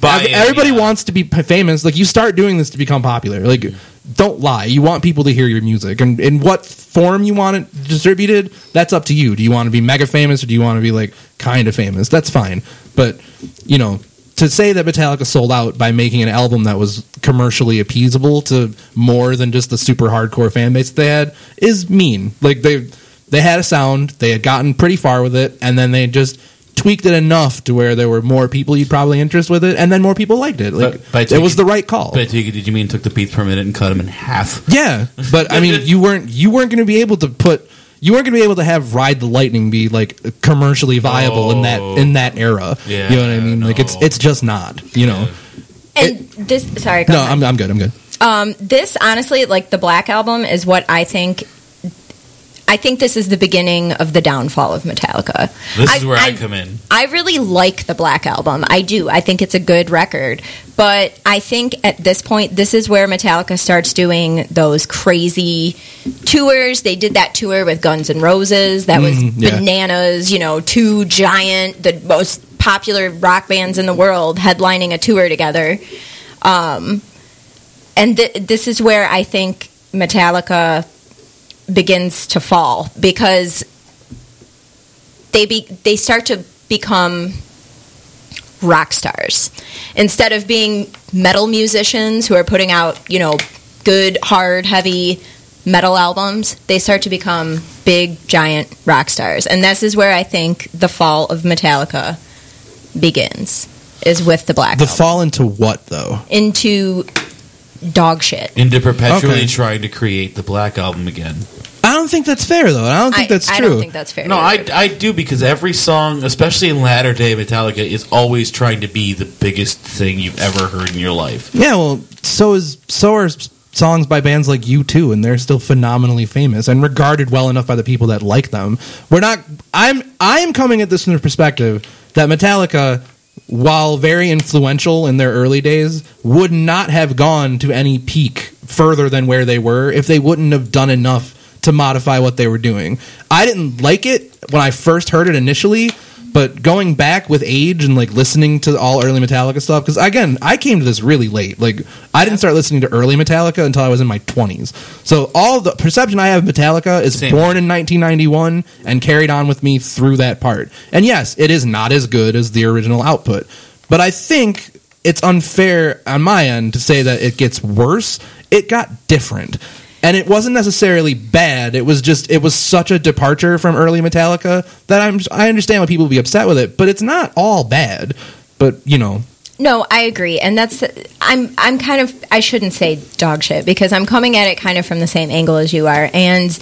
[SPEAKER 2] Buy
[SPEAKER 3] ev-
[SPEAKER 2] it,
[SPEAKER 3] everybody
[SPEAKER 2] yeah.
[SPEAKER 3] wants to be p- famous like you start doing this to become popular like don't lie you want people to hear your music and in what form you want it distributed that's up to you do you want to be mega famous or do you want to be like kind of famous that's fine but you know to say that Metallica sold out by making an album that was commercially appeasable to more than just the super hardcore fan base they had is mean. Like they they had a sound, they had gotten pretty far with it, and then they just tweaked it enough to where there were more people you'd probably interest with it, and then more people liked it. Like
[SPEAKER 2] But by
[SPEAKER 3] it
[SPEAKER 2] tweaking-
[SPEAKER 3] was the right call.
[SPEAKER 2] But did you- did you mean took the beats per minute and cut them in half?
[SPEAKER 3] Yeah, but I mean, you weren't you weren't going to be able to put you weren't going to be able to have Ride the Lightning be like commercially viable in that in that
[SPEAKER 2] Oh.
[SPEAKER 3] era.
[SPEAKER 2] Yeah,
[SPEAKER 3] you know what I mean? Like it's
[SPEAKER 2] no.
[SPEAKER 3] it's just not. You know?
[SPEAKER 1] And this sorry, go
[SPEAKER 3] No,
[SPEAKER 1] ahead.
[SPEAKER 3] I'm I'm good. I'm good.
[SPEAKER 1] Um, this honestly, like the Black album, is what I think. I think this is the beginning of the downfall of Metallica.
[SPEAKER 2] This is
[SPEAKER 1] I-
[SPEAKER 2] where I,
[SPEAKER 1] I-
[SPEAKER 2] come in.
[SPEAKER 1] I really like the Black Album. I do. I think it's a good record. But I think at this point, this is where Metallica starts doing those crazy tours. They did that tour with Guns N' Roses. That was
[SPEAKER 3] Mhm, yeah.
[SPEAKER 1] bananas, you know, two giant, the most popular rock bands in the world headlining a tour together. Um, and th- this is where I think Metallica begins to fall because they be, they start to become rock stars instead of being metal musicians who are putting out you know good hard heavy metal albums they start to become big giant rock stars and this is where i think the fall of metallica begins is with the black
[SPEAKER 3] The
[SPEAKER 1] Album.
[SPEAKER 3] fall into what though?
[SPEAKER 1] into dog shit
[SPEAKER 2] Into perpetually
[SPEAKER 3] Okay.
[SPEAKER 2] trying to create the Black Album again.
[SPEAKER 3] I don't think that's fair though. I don't think that's true.
[SPEAKER 1] I don't think that's fair
[SPEAKER 2] No, I,
[SPEAKER 1] either.
[SPEAKER 2] I do because every song, especially in latter day Metallica, is always trying to be the biggest thing you've ever heard in your life.
[SPEAKER 3] Yeah, well, so is so are s- songs by bands like U2 and they're still phenomenally famous and regarded well enough by the people that like them. We're not I'm I'm coming at this from the perspective that Metallica while very influential in their early days would not have gone to any peak further than where they were if they wouldn't have done enough to modify what they were doing. I didn't like it when I first heard it initially, but going back with age and like listening to all early Metallica stuff, because again, I came to this really late. Like, I didn't start listening to early Metallica until I was in my 20s. So, all the perception I have of Metallica is
[SPEAKER 2] Same.
[SPEAKER 3] born in 1991 and carried on with me through that part. And yes, it is not as good as the original output, but I think it's unfair on my end to say that it gets worse. It got different. And it wasn't necessarily bad. It was just it was such a departure from early Metallica that I'm I understand why people would be upset with it, but it's not all bad. But you know,
[SPEAKER 1] No, I agree, and that's I'm I'm kind of I shouldn't say dog shit because I'm coming at it kind of from the same angle as you are, and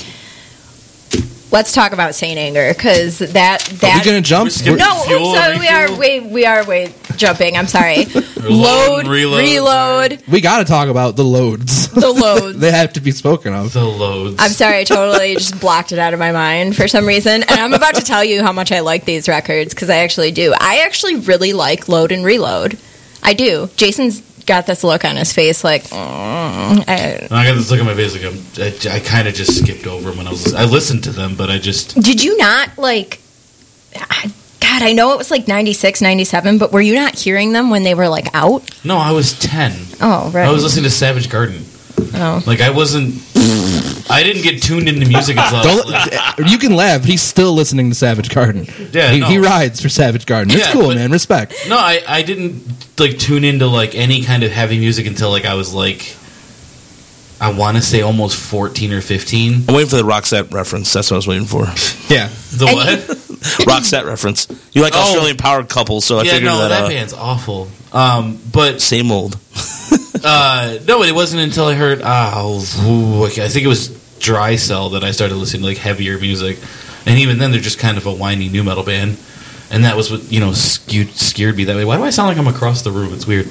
[SPEAKER 1] let's talk about Saint Anger because that
[SPEAKER 3] are
[SPEAKER 1] that
[SPEAKER 3] we gonna jump?
[SPEAKER 2] We're skipping-
[SPEAKER 1] no,
[SPEAKER 2] Fuel,
[SPEAKER 1] I'm sorry, we
[SPEAKER 2] refuel?
[SPEAKER 1] are way we are way jumping. I'm sorry. load,
[SPEAKER 2] reload,
[SPEAKER 1] reload,
[SPEAKER 3] We got to talk about the loads.
[SPEAKER 1] the loads.
[SPEAKER 3] they have to be spoken of.
[SPEAKER 2] The loads.
[SPEAKER 1] I'm sorry, I totally just blocked it out of my mind for some reason. And I'm about to tell you how much I like these records because I actually do. I actually really like Load and Reload. I do. Jason's got this look on his face like, "Mm, I-
[SPEAKER 2] And I got this look on my face like I'm, I, I kind of just skipped over 'em when I was. I listened to them, but I just
[SPEAKER 1] did you not like, I- God, I know it was like 96, 97, but were you not hearing them when they were like out?
[SPEAKER 2] no. I was ten.
[SPEAKER 1] Oh, right.
[SPEAKER 2] I was listening to Savage Garden.
[SPEAKER 1] oh.
[SPEAKER 2] Like I wasn't. I didn't get tuned into music until. I was
[SPEAKER 3] Don't,
[SPEAKER 2] like-
[SPEAKER 3] you can laugh. But he's still listening to Savage Garden.
[SPEAKER 2] Yeah,
[SPEAKER 3] he,
[SPEAKER 2] no.
[SPEAKER 3] he rides for Savage Garden. It's
[SPEAKER 2] Yeah,
[SPEAKER 3] cool,
[SPEAKER 2] but-
[SPEAKER 3] man. Respect.
[SPEAKER 2] no, I, I didn't like tune into like any kind of heavy music until like I was like, I want to say almost fourteen or fifteen.
[SPEAKER 4] I'm waiting for the Roxette reference. That's what I was waiting for.
[SPEAKER 3] Yeah,
[SPEAKER 2] The
[SPEAKER 1] And
[SPEAKER 2] what?
[SPEAKER 4] Roxette reference. You like
[SPEAKER 2] Oh.
[SPEAKER 4] Australian power couple, so I
[SPEAKER 2] yeah,
[SPEAKER 4] figured
[SPEAKER 2] no,
[SPEAKER 4] that,
[SPEAKER 2] that
[SPEAKER 4] out.
[SPEAKER 2] band's awful. Um, but
[SPEAKER 4] Same old.
[SPEAKER 2] uh, no, it wasn't until I heard oh, ooh, okay, I think it was Dry Cell that I started listening to like heavier music, and even then they're just kind of a whiny new metal band, and that was what you know skewed, scared me that way. Why do I sound like I'm across the room? It's weird.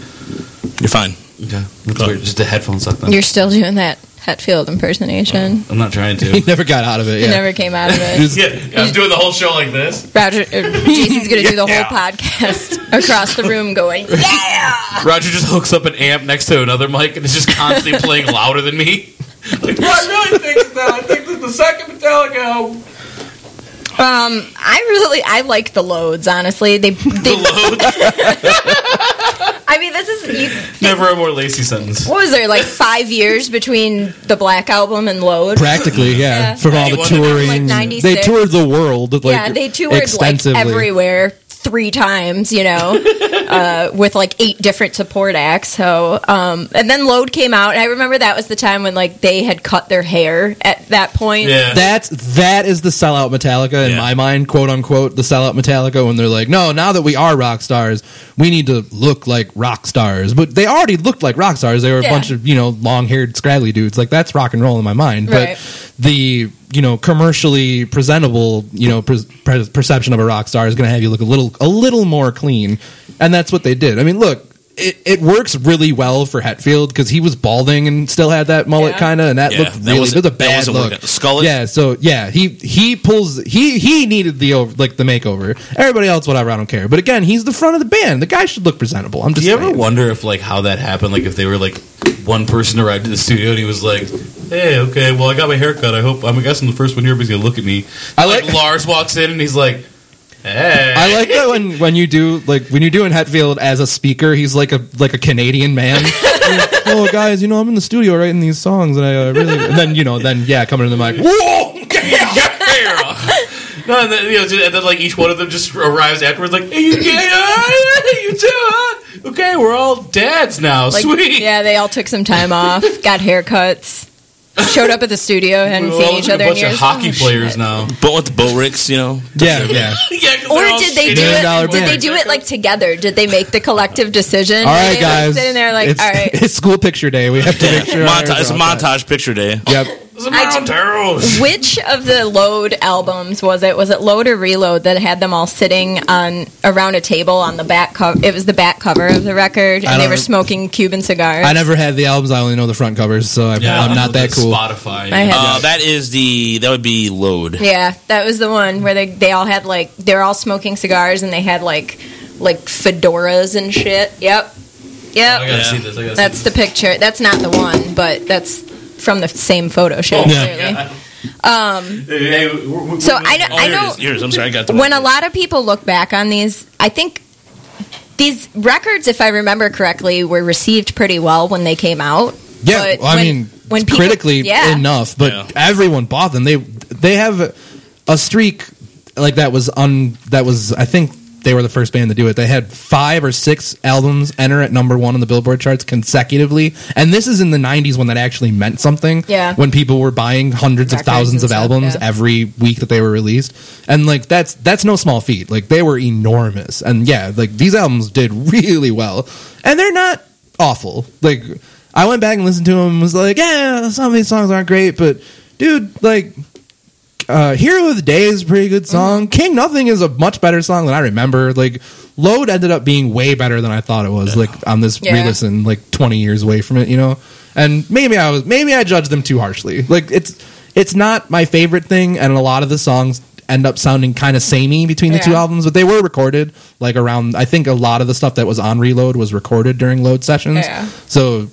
[SPEAKER 4] You're fine.
[SPEAKER 2] Okay, that's weird. Just the headphones suck. Then.
[SPEAKER 1] You're still doing that Hetfield impersonation.
[SPEAKER 2] I'm not trying
[SPEAKER 3] he
[SPEAKER 2] to.
[SPEAKER 3] never got out of it.
[SPEAKER 1] You
[SPEAKER 3] Yeah.
[SPEAKER 1] never came out of
[SPEAKER 3] He
[SPEAKER 1] it.
[SPEAKER 3] was-
[SPEAKER 2] yeah, I'm doing the whole show like this.
[SPEAKER 1] Roger, er, Jason's going to do the
[SPEAKER 2] Yeah.
[SPEAKER 1] whole podcast across the room going, yeah!
[SPEAKER 2] Roger just hooks up an amp next to another mic and is just constantly playing louder than me. Like, well, I really think it's that. I think it's the second Metallica album.
[SPEAKER 1] Um, I really I like the loads. Honestly, they they. I mean, this is you,
[SPEAKER 2] Never a more lacy sentence.
[SPEAKER 1] what was there like five years between the Black album and Load?
[SPEAKER 3] Practically, yeah,
[SPEAKER 1] Yeah.
[SPEAKER 3] from all the
[SPEAKER 2] 91 to
[SPEAKER 1] like
[SPEAKER 3] touring,
[SPEAKER 1] 96.
[SPEAKER 3] they toured the world. Like,
[SPEAKER 1] yeah, they toured like
[SPEAKER 3] extensively.
[SPEAKER 1] everywhere three times. You know, uh, with like eight different support acts. So, um, and then Load came out, and I remember that was the time when like they had cut their hair at that point.
[SPEAKER 2] Yeah.
[SPEAKER 3] That's that is the sellout Metallica in
[SPEAKER 2] Yeah.
[SPEAKER 3] my mind, quote unquote, the sellout Metallica when they're like, no, now that we are rock stars, we need to look like rock stars. But they already looked like rock stars. They were a
[SPEAKER 1] Yeah.
[SPEAKER 3] bunch of you know long haired, scraggly dudes. Like that's rock and roll in my mind.
[SPEAKER 1] Right.
[SPEAKER 3] But the you know commercially presentable you know per- per- perception of a rock star is going to have you look a little a little more clean, and that's what they did. I mean, look. it, it works really well for Hetfield because he was balding and still had that mullet
[SPEAKER 1] Yeah.
[SPEAKER 3] kind of, and that
[SPEAKER 2] Yeah,
[SPEAKER 3] looked
[SPEAKER 2] that
[SPEAKER 3] really.
[SPEAKER 2] was-
[SPEAKER 3] it was a
[SPEAKER 2] that
[SPEAKER 3] bad
[SPEAKER 2] was a
[SPEAKER 3] look.
[SPEAKER 2] workout. Skullet?
[SPEAKER 3] Yeah, so yeah, he he pulls he he needed the over, like the makeover. Everybody else, whatever, I don't care. But again, he's the front of the band. The guy should look presentable. I'm just
[SPEAKER 2] Do you ever
[SPEAKER 3] saying.
[SPEAKER 2] wonder if like how that happened? Like if they were like one person arrived to the studio and he was like, "Hey, okay, well I got my haircut. I hope I'm guessing the first one here, everybody's gonna look at me."
[SPEAKER 3] I
[SPEAKER 2] Like,
[SPEAKER 3] like-
[SPEAKER 2] Lars walks in and he's like, "Hey."
[SPEAKER 3] I like that when, when you do like when you do in Hetfield as a speaker, he's like a like a Canadian man. oh guys, you know I'm in the studio writing these songs, and I uh, really and then you know then yeah coming to the mic.
[SPEAKER 2] Whoa! No, and then, you know, and then like each one of them just arrives afterwards, like, hey, you gay? Ah, yeah, you too? Huh? Okay, we're all dads now.
[SPEAKER 1] Like,
[SPEAKER 2] Sweet.
[SPEAKER 1] Yeah, they all took some time off, got haircuts, showed up at the studio,
[SPEAKER 2] we
[SPEAKER 1] hadn't
[SPEAKER 2] all
[SPEAKER 1] seen
[SPEAKER 2] look
[SPEAKER 1] each
[SPEAKER 2] like
[SPEAKER 1] other
[SPEAKER 2] a bunch
[SPEAKER 1] in years.
[SPEAKER 2] of hockey
[SPEAKER 1] Oh,
[SPEAKER 2] players
[SPEAKER 1] shit.
[SPEAKER 2] now.
[SPEAKER 4] But with the boat ricks, you know,
[SPEAKER 3] Yeah, yeah.
[SPEAKER 2] yeah, 'cause
[SPEAKER 1] Or
[SPEAKER 2] they're all
[SPEAKER 1] did they
[SPEAKER 2] shitty.
[SPEAKER 1] do
[SPEAKER 3] Million dollar
[SPEAKER 1] it? Did they
[SPEAKER 3] band.
[SPEAKER 1] do it like together? Did they make the collective decision?
[SPEAKER 3] All
[SPEAKER 1] Were
[SPEAKER 3] right,
[SPEAKER 1] they, like,
[SPEAKER 3] guys.
[SPEAKER 1] sitting there like,
[SPEAKER 3] it's,
[SPEAKER 1] all right.
[SPEAKER 3] it's school picture day. We have to make sure. our
[SPEAKER 4] montage, it's a
[SPEAKER 3] eyes are outside.
[SPEAKER 4] montage picture day.
[SPEAKER 3] Yep.
[SPEAKER 2] It's a
[SPEAKER 1] I did-
[SPEAKER 2] Monteros.
[SPEAKER 1] Which of the Load albums was it? Was it Load or Reload that had them all sitting on around a table on the back cover? It was the back cover of the record,
[SPEAKER 3] I
[SPEAKER 1] and they
[SPEAKER 3] don't
[SPEAKER 1] were
[SPEAKER 3] rem-
[SPEAKER 1] smoking Cuban cigars.
[SPEAKER 3] I never had the albums. I only know the front covers, so I,
[SPEAKER 2] Yeah,
[SPEAKER 3] I'm not that cool.
[SPEAKER 2] Spotify.
[SPEAKER 1] I had-
[SPEAKER 4] Uh, that is the that would be load.
[SPEAKER 1] Yeah, that was the one where they they all had like they're all smoking cigars and they had like like fedoras and shit. Yep, yep.
[SPEAKER 2] I gotta
[SPEAKER 4] Yeah.
[SPEAKER 2] see this. I gotta
[SPEAKER 1] That's
[SPEAKER 2] see
[SPEAKER 1] the picture. That's not the one, but that's from the same photo shoot.
[SPEAKER 2] Oh,
[SPEAKER 3] yeah.
[SPEAKER 1] clearly. Um,
[SPEAKER 2] this. Hey, we're- we're-
[SPEAKER 1] eh? So
[SPEAKER 2] we're-
[SPEAKER 1] I know,
[SPEAKER 4] Oh,
[SPEAKER 1] I
[SPEAKER 4] here it
[SPEAKER 1] know
[SPEAKER 4] is. Here it is. I'm sorry, I got the
[SPEAKER 1] when a lot of people look back on these, I think these records, if I remember correctly, were received pretty well when they came out.
[SPEAKER 3] Yeah,
[SPEAKER 1] But
[SPEAKER 3] well, I
[SPEAKER 1] when-
[SPEAKER 3] mean,
[SPEAKER 1] when people-
[SPEAKER 3] critically
[SPEAKER 1] yeah.
[SPEAKER 3] enough, but
[SPEAKER 4] Yeah.
[SPEAKER 3] everyone bought them. They they have a streak like that was un that was I think they were the first band to do it. They had five or six albums enter at number one on the Billboard charts consecutively, and this is in the '90s when that actually meant something.
[SPEAKER 1] Yeah.
[SPEAKER 3] when people were buying hundreds of
[SPEAKER 1] Records
[SPEAKER 3] thousands of
[SPEAKER 1] and stuff,
[SPEAKER 3] albums
[SPEAKER 1] yeah.
[SPEAKER 3] every week that they were released, and like that's that's no small feat. Like they were enormous, and yeah, like these albums did really well, and they're not awful. Like I went back and listened to them and was like, yeah, some of these songs aren't great, but dude, like uh, Hero of the Day is a pretty good song. King Nothing is a much better song than I remember. Like Load ended up being way better than I thought it was. Like on this
[SPEAKER 1] Yeah.
[SPEAKER 3] re-listen, like twenty years away from it, you know. And maybe I was maybe I judged them too harshly. Like it's it's not my favorite thing, and a lot of the songs end up sounding kind of samey between the two
[SPEAKER 1] Yeah.
[SPEAKER 3] albums, but they were recorded like around. I think a lot of the stuff that was on Reload was recorded during Load sessions.
[SPEAKER 1] Yeah.
[SPEAKER 3] So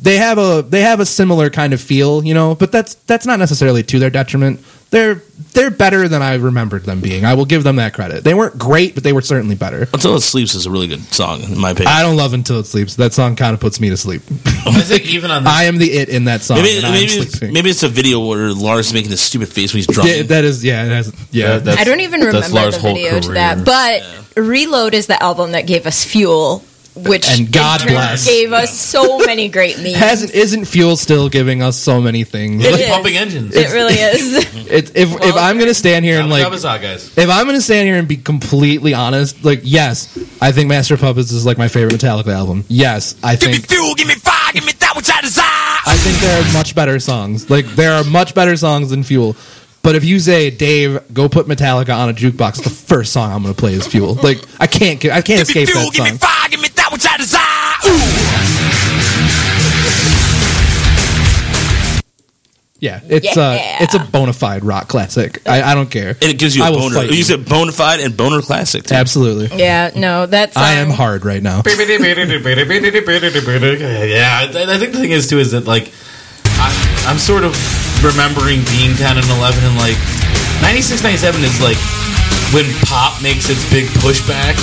[SPEAKER 3] they have a they have a similar kind of feel, you know, but that's that's not necessarily to their detriment. They're they're better than I remembered them being. I will give them that credit. They weren't great, but they were certainly better.
[SPEAKER 4] Until It Sleeps is a really good song, in my opinion.
[SPEAKER 3] I don't love Until It Sleeps. That song kind of puts me to sleep.
[SPEAKER 2] I think even on this,
[SPEAKER 3] I am the it in that song.
[SPEAKER 4] Mm-hmm. maybe
[SPEAKER 3] and I am
[SPEAKER 4] maybe it's,
[SPEAKER 3] sleeping.
[SPEAKER 4] maybe it's a video where Lars is making this stupid face when he's drunk.
[SPEAKER 3] Yeah, that is yeah, it has, yeah.
[SPEAKER 2] That- that's-
[SPEAKER 1] I don't even
[SPEAKER 2] that's
[SPEAKER 1] remember
[SPEAKER 2] Lars'
[SPEAKER 1] the
[SPEAKER 2] whole
[SPEAKER 1] video to
[SPEAKER 2] career.
[SPEAKER 1] that. But Reload is the album that gave us Fuel, which
[SPEAKER 3] And God
[SPEAKER 1] in turn
[SPEAKER 3] bless.
[SPEAKER 1] gave us so many great memes.
[SPEAKER 3] hasn't isn't fuel still giving us so many things?
[SPEAKER 1] It
[SPEAKER 2] it's
[SPEAKER 1] is.
[SPEAKER 2] pumping engines.
[SPEAKER 1] it really is.
[SPEAKER 3] It's, if if I'm gonna stand here and
[SPEAKER 2] Jabba
[SPEAKER 3] like
[SPEAKER 2] Jabba's out, guys.
[SPEAKER 3] If I'm gonna stand here and be completely honest, like yes, I think Master of Puppets is like my favorite Metallica album. Yes, I think
[SPEAKER 4] fuel, give me fire, give me that which I desire.
[SPEAKER 3] I think there are much better songs. Like there are much better songs than Fuel. But if you say, Dave, go put Metallica on a jukebox, the first song I'm gonna play is Fuel. Like I can't, I can't escape that song.
[SPEAKER 4] fire, give me that which I desire.
[SPEAKER 3] Yeah, it's
[SPEAKER 1] Yeah.
[SPEAKER 3] uh, it's a bona fide rock classic. I, I don't care.
[SPEAKER 4] And it gives you a
[SPEAKER 3] I will
[SPEAKER 4] boner.
[SPEAKER 3] fight
[SPEAKER 4] You
[SPEAKER 3] you.
[SPEAKER 4] said bona fide and boner classic. too.
[SPEAKER 3] Absolutely,
[SPEAKER 1] yeah, no, that's um,
[SPEAKER 3] I am hard right now.
[SPEAKER 2] yeah, I I think the thing is too is that like I, I'm sort of remembering being 10 and 11 and like 96, 97 is like when pop makes its big pushback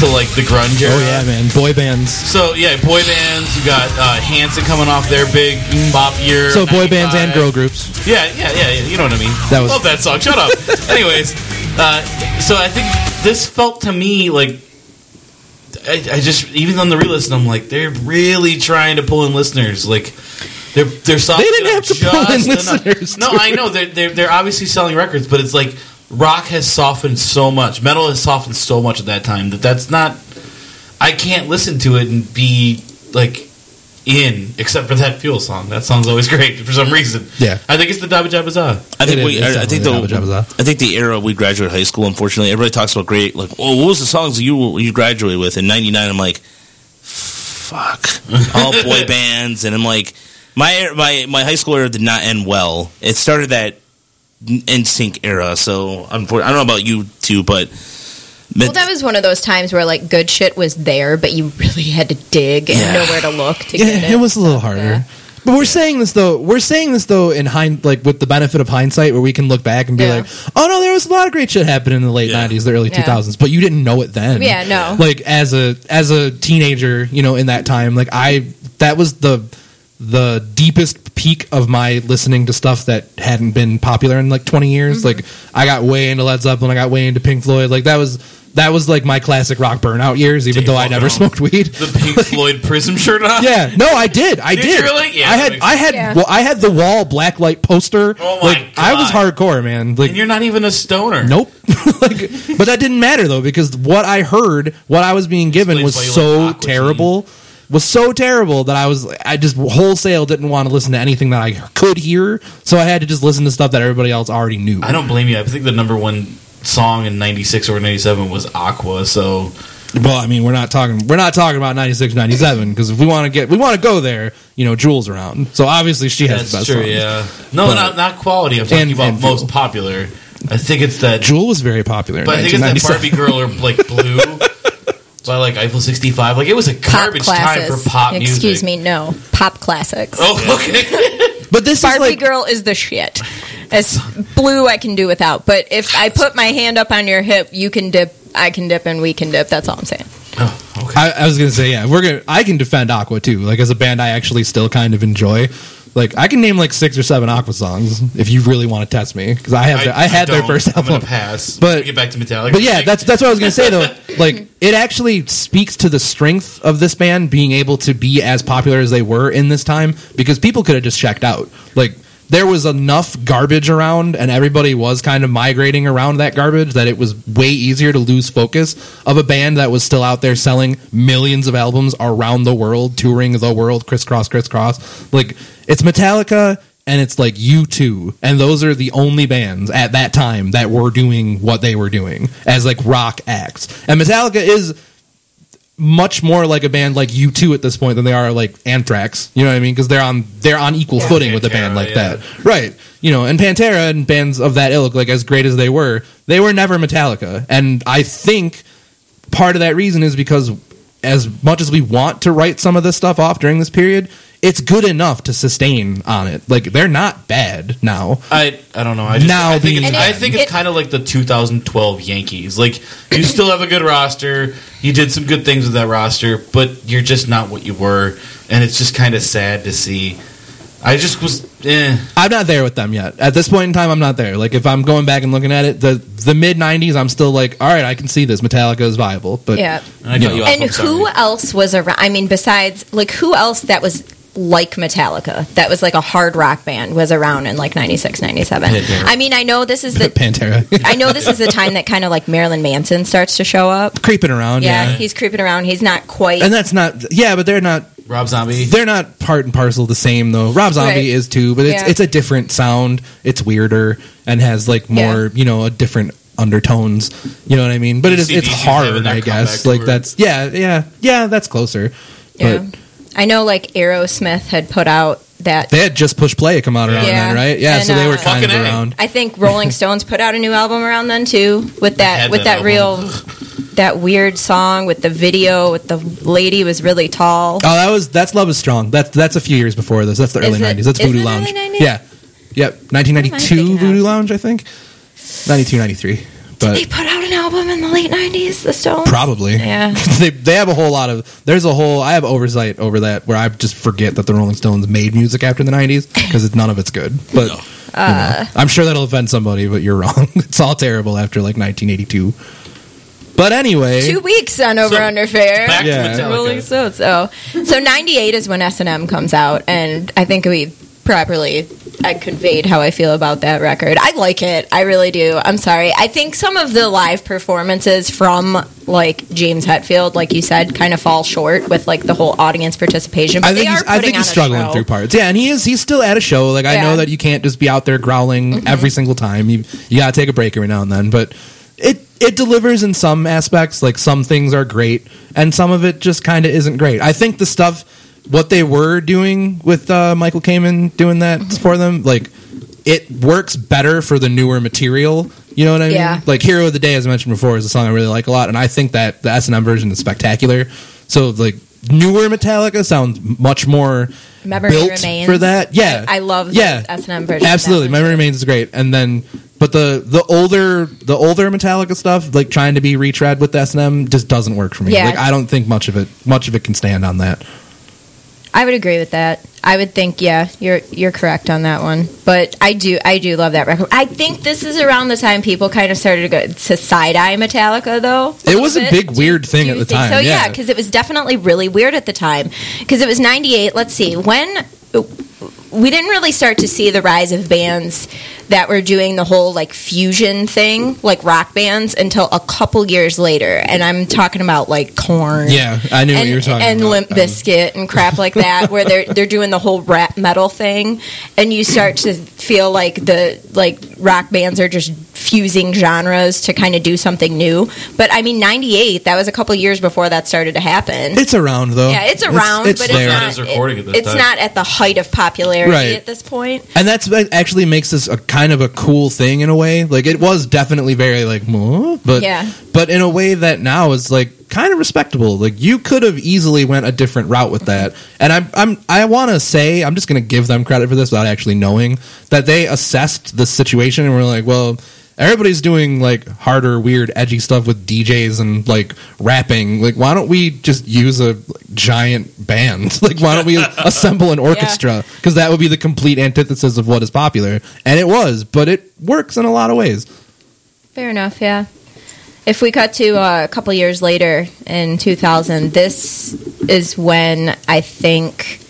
[SPEAKER 2] to like the grunge era.
[SPEAKER 3] Oh yeah, man, boy bands.
[SPEAKER 2] So yeah, boy bands. You got uh, Hanson coming off their big bop year.
[SPEAKER 3] So boy bands and
[SPEAKER 2] 95.
[SPEAKER 3] girl groups.
[SPEAKER 2] Yeah, yeah, yeah, yeah. You know what I mean.
[SPEAKER 3] That was-
[SPEAKER 2] love that song. Shut up. Anyways, uh, so I think this felt to me like I, I just even on the re-listen, I'm like they're really trying to pull in listeners. Like they're they're
[SPEAKER 3] They didn't have to pull in listeners,
[SPEAKER 2] No,
[SPEAKER 3] dude.
[SPEAKER 2] I know they're, they're they're obviously selling records, but it's like rock has softened so much, metal has softened so much at that time that that's not. I can't listen to it and be like in except for that fuel song. That song's always great for some reason.
[SPEAKER 3] Yeah.
[SPEAKER 2] I think it's the Dabba Jabba Za.
[SPEAKER 4] I think
[SPEAKER 3] It
[SPEAKER 4] we,
[SPEAKER 3] is. It's
[SPEAKER 4] I, I think the,
[SPEAKER 3] definitely Jabba Jabba.
[SPEAKER 4] I think the era we graduated high school. Unfortunately, everybody talks about great. Like, oh, what was the songs you you graduated with in '99? I'm like, fuck, all boy bands, and I'm like, my er, my my high school era did not end well. It started that NSYNC era, so unfor- I don't know about you two, but
[SPEAKER 1] Well, that was one of those times where like good shit was there, but you really had to dig and
[SPEAKER 4] Yeah.
[SPEAKER 1] know where to look to
[SPEAKER 3] Yeah,
[SPEAKER 1] get it.
[SPEAKER 3] it was a little harder. But we're saying this though. We're saying this though in hind, like with the benefit of hindsight, where we can look back and be
[SPEAKER 1] Yeah.
[SPEAKER 3] like, "Oh no, there was a lot of great shit happening in the late
[SPEAKER 2] Yeah.
[SPEAKER 3] '90s, the early
[SPEAKER 1] Yeah.
[SPEAKER 3] 2000s," but you didn't know it then.
[SPEAKER 1] Yeah, no.
[SPEAKER 3] Like as a as a teenager, you know, in that time, like I that was the the deepest peak of my listening to stuff that hadn't been popular in like 20 years.
[SPEAKER 1] Mm-hmm.
[SPEAKER 3] Like I got way into Led Zeppelin, I got way into Pink Floyd. Like that was that was like my classic rock burnout years, even
[SPEAKER 2] Dave
[SPEAKER 3] though I never
[SPEAKER 2] Grohl.
[SPEAKER 3] smoked weed.
[SPEAKER 2] The Pink Floyd Prism shirt on?
[SPEAKER 3] Yeah, no, I did. I
[SPEAKER 2] Did
[SPEAKER 3] did.
[SPEAKER 2] you really? Yeah,
[SPEAKER 3] I
[SPEAKER 2] that
[SPEAKER 3] had,
[SPEAKER 2] makes
[SPEAKER 3] I had,
[SPEAKER 1] sense.
[SPEAKER 3] well, I had the wall blacklight poster.
[SPEAKER 2] Oh my
[SPEAKER 3] like, I was
[SPEAKER 2] God.
[SPEAKER 3] hardcore, man. Like,
[SPEAKER 2] And you're not even a stoner.
[SPEAKER 3] nope. like, but that didn't matter though, because what I heard, what I was being given,
[SPEAKER 2] Explains
[SPEAKER 3] was
[SPEAKER 2] why you like
[SPEAKER 3] so
[SPEAKER 2] Aqua Teen.
[SPEAKER 3] terrible. Was so terrible that I was, I just wholesale didn't want to listen to anything that I could hear, so I had to just listen to stuff that everybody else already knew.
[SPEAKER 2] I don't blame you. I think the number one song in 96 or 97 was Aqua, so.
[SPEAKER 3] Well, I mean, we're not talking we're not talking about 96, 97, because if we want to get we want to go there, you know, Jules around, so obviously she has the
[SPEAKER 2] That's
[SPEAKER 3] best.
[SPEAKER 2] true,
[SPEAKER 3] songs.
[SPEAKER 2] yeah. No,
[SPEAKER 3] But-
[SPEAKER 2] not, not quality. I'm talking
[SPEAKER 3] And-
[SPEAKER 2] about
[SPEAKER 3] and
[SPEAKER 2] most
[SPEAKER 3] Fuel.
[SPEAKER 2] popular. I think it's that.
[SPEAKER 3] Jewel was very popular. In
[SPEAKER 2] But I think it's that Barbie
[SPEAKER 3] 1997.
[SPEAKER 2] girl or like blue by like Eiffel 65. Like it was a
[SPEAKER 1] Pop
[SPEAKER 2] garbage time
[SPEAKER 1] classes.
[SPEAKER 2] for pop music.
[SPEAKER 1] Excuse me, no pop classics.
[SPEAKER 2] Oh, okay.
[SPEAKER 3] But this
[SPEAKER 1] Barbie
[SPEAKER 3] is like
[SPEAKER 1] girl is the shit. As blue, I can do without. But if I put my hand up on your hip, you can dip. I can dip, and we can dip. That's all I'm saying.
[SPEAKER 2] oh, okay.
[SPEAKER 3] I, I was gonna say, yeah, we're gonna. I can defend Aqua too. Like as a band, I actually still kind of enjoy. Like I can name like six or seven Aqua songs if you really want to test me because I have their, I had their
[SPEAKER 2] don't.
[SPEAKER 3] 1st
[SPEAKER 2] I'm gonna
[SPEAKER 3] album.
[SPEAKER 2] pass.
[SPEAKER 3] But-
[SPEAKER 2] get back to Metallica.
[SPEAKER 3] But yeah, that's that's what I was gonna say though. Like it actually speaks to the strength of this band being able to be as popular as they were in this time because people could have just checked out. Like there was enough garbage around and everybody was kind of migrating around that garbage that it was way easier to lose focus of a band that was still out there selling millions of albums around the world, touring the world, crisscross, crisscross. Like it's Metallica and it's like you 2 and those are the only bands at that time that were doing what they were doing as like rock acts and metallica is much more like a band like u2 at this point than they are like anthrax you know what i mean because they're on they're on equal footing with a band
[SPEAKER 2] Pantera,
[SPEAKER 3] like
[SPEAKER 2] yeah.
[SPEAKER 3] that right you know and pantera and bands of that ilk like as great as they were they were never metallica and i think part of that reason is because as much as we want to write some of this stuff off during this period, it's good enough to sustain on it. Like they're not bad now.
[SPEAKER 2] I I don't know. I just,
[SPEAKER 3] Now
[SPEAKER 2] I think it's,
[SPEAKER 1] being-
[SPEAKER 2] I think it's
[SPEAKER 1] It-
[SPEAKER 2] kind of like the 2012 Yankees. Like you still have a good roster. You did some good things with that roster, but you're just not what you were, and it's just kind of sad to see. I just was. Eh.
[SPEAKER 3] I'm not there with them yet. At this point in time, I'm not there. Like if I'm going back and looking at it, the the mid '90s, I'm still like, all right, I can see this. Metallica is viable, but
[SPEAKER 1] yeah.
[SPEAKER 2] And I
[SPEAKER 3] Yeah.
[SPEAKER 2] cut you off.
[SPEAKER 1] And
[SPEAKER 2] I'm sorry.
[SPEAKER 1] who else was around? I mean, besides, like, who else that was like Metallica, that was like a hard rock band, was around in like 96, 97?
[SPEAKER 2] Pantera.
[SPEAKER 1] I mean, I know this is the.
[SPEAKER 3] Pantera
[SPEAKER 1] I know this is the time that kind of like Marilyn Manson starts to show up.
[SPEAKER 3] creeping around.
[SPEAKER 1] Yeah,
[SPEAKER 3] Yeah.
[SPEAKER 1] he's creeping around. He's not quite.
[SPEAKER 3] And that's not, yeah, but they're not,
[SPEAKER 2] Rob Zombie.
[SPEAKER 3] they're not part and parcel the same though. Rob Zombie
[SPEAKER 1] Right.
[SPEAKER 3] is too, but it's
[SPEAKER 1] Yeah.
[SPEAKER 3] it's a different sound. It's weirder and has like
[SPEAKER 1] Yeah.
[SPEAKER 3] more, you know, a different undertones. You know what I mean? But it is, it's
[SPEAKER 2] AC/DC having
[SPEAKER 3] hard,
[SPEAKER 2] their
[SPEAKER 3] I guess.
[SPEAKER 2] comeback
[SPEAKER 3] Like
[SPEAKER 2] tour.
[SPEAKER 3] that's yeah, yeah, yeah. That's closer.
[SPEAKER 1] yeah.
[SPEAKER 3] But
[SPEAKER 1] I know like Aerosmith had put out that
[SPEAKER 3] they had just push play come out around
[SPEAKER 1] Yeah.
[SPEAKER 3] then, right? Yeah,
[SPEAKER 1] And,
[SPEAKER 3] so they were
[SPEAKER 1] uh,
[SPEAKER 3] kind of
[SPEAKER 2] Fucking A.
[SPEAKER 3] around.
[SPEAKER 1] I think Rolling Stones put out a new album around then too, with that
[SPEAKER 2] had
[SPEAKER 1] with
[SPEAKER 2] that
[SPEAKER 1] that, real that weird song with the video with the lady was really tall.
[SPEAKER 3] Oh, that was that's Love Is Strong. That's that's a few years before this. That's the
[SPEAKER 1] Is
[SPEAKER 3] early
[SPEAKER 1] it-
[SPEAKER 3] nineties. That's
[SPEAKER 1] is
[SPEAKER 3] Voodoo
[SPEAKER 1] it
[SPEAKER 3] Lounge.
[SPEAKER 1] early 90s?
[SPEAKER 3] Yeah, yep. Nineteen ninety
[SPEAKER 1] thinking
[SPEAKER 3] two
[SPEAKER 1] of?
[SPEAKER 3] Voodoo Lounge, I think. 92, 93.
[SPEAKER 1] They
[SPEAKER 3] But
[SPEAKER 1] put out an album in the late nineties, the Stones.
[SPEAKER 3] probably.
[SPEAKER 1] Yeah.
[SPEAKER 3] they they have a whole lot of there's a whole I have oversight over that where I just forget that the Rolling Stones made music after the 90s because none of it's good. But you know, I'm sure that'll offend somebody, but you're wrong. it's all terrible after like 1982. But anyway,
[SPEAKER 1] Two weeks on Over
[SPEAKER 2] So,
[SPEAKER 1] Under Fair.
[SPEAKER 2] Back
[SPEAKER 3] Yeah.
[SPEAKER 2] to Metallica.
[SPEAKER 1] Rolling Stones. Oh, so ninety eight is when S and M comes out, and I think we properly I conveyed how I feel about that record. I like it. I really do. I'm sorry. I think some of the live performances from like James Hetfield, like you said, kind of fall short with like the whole audience participation. But
[SPEAKER 3] I think
[SPEAKER 1] they are
[SPEAKER 3] he's, I
[SPEAKER 1] putting
[SPEAKER 3] think
[SPEAKER 1] on
[SPEAKER 3] he's
[SPEAKER 1] a
[SPEAKER 3] struggling
[SPEAKER 1] show.
[SPEAKER 3] through parts. Yeah, and he is he's still at a show. Like I
[SPEAKER 1] Yeah. Mm-hmm.
[SPEAKER 3] know that you can't just be out there growling every single time. You you gotta take a break every now and then. But it it delivers in some aspects. Like some things are great, and some of it just kind of isn't great. I think the stuff what they were doing with uh, Michael Kamen doing that
[SPEAKER 1] Mm-hmm.
[SPEAKER 3] for them, like it works better for the newer material. You know what I mean?
[SPEAKER 1] Yeah.
[SPEAKER 3] Like Hero of the Day, as I mentioned before, is a song I really like a lot, and I think that the S and M version is spectacular. So like newer Metallica sounds much more
[SPEAKER 1] Memory
[SPEAKER 3] built
[SPEAKER 1] remains
[SPEAKER 3] for that. Yeah,
[SPEAKER 1] I love
[SPEAKER 3] Yeah.
[SPEAKER 1] the S and M version. of
[SPEAKER 3] absolutely.
[SPEAKER 1] that one.
[SPEAKER 3] Memory remains is great, and then but the the older the older Metallica stuff, like trying to be retread with S and M, just doesn't work for me.
[SPEAKER 1] Yeah.
[SPEAKER 3] Like I don't think much of it much of it can stand on that.
[SPEAKER 1] I would agree with that. I would think, yeah, you're you're correct on that one. But I do I do love that record. I think this is around the time people kind of started to go to side eye Metallica, though.
[SPEAKER 3] It
[SPEAKER 1] little
[SPEAKER 3] was a
[SPEAKER 1] bit.
[SPEAKER 3] big weird thing
[SPEAKER 1] Do
[SPEAKER 3] at
[SPEAKER 1] you
[SPEAKER 3] the
[SPEAKER 1] think
[SPEAKER 3] time.
[SPEAKER 1] So yeah,
[SPEAKER 3] yeah,
[SPEAKER 1] because it was definitely really weird at the time. Because it was '98. Let's see when we didn't really start to see the rise of bands that were doing the whole like fusion thing, like rock bands, until a couple years later. And I'm talking about like Corn,
[SPEAKER 3] yeah. I knew
[SPEAKER 1] and,
[SPEAKER 3] what you were talking
[SPEAKER 1] and
[SPEAKER 3] about.
[SPEAKER 1] Limp
[SPEAKER 3] Um,
[SPEAKER 1] Biscuit and crap like that, where they're they're doing the whole rap metal thing, and you start to feel like the like rock bands are just fusing genres to kind of do something new. But I mean, '98 that was a couple years before that started to happen.
[SPEAKER 3] It's around though.
[SPEAKER 1] yeah, it's around, but it's
[SPEAKER 2] there. Not
[SPEAKER 1] not.
[SPEAKER 2] as recording at this
[SPEAKER 1] it's
[SPEAKER 2] time.
[SPEAKER 1] not at the height of popularity
[SPEAKER 3] Right.
[SPEAKER 1] at this point.
[SPEAKER 3] and that's what actually makes this a kind of a cool thing in a way. Like it was definitely very like, "Huh?" but
[SPEAKER 1] Yeah.
[SPEAKER 3] but in a way that now is like kind of respectable. Like you could have easily went a different route with that. And I'm I'm I want to say I'm just going to give them credit for this without actually knowing that they assessed the situation and were like, well. Everybody's doing like harder, weird, edgy stuff with DJs and like rapping. Like, why don't we just use a like, giant band? Like, why don't we assemble an orchestra? Because that would be the complete antithesis of what is popular. And it was, but it works in a lot of ways.
[SPEAKER 1] Fair enough. Yeah. If we cut to uh, a couple years later in 2000, this is when I think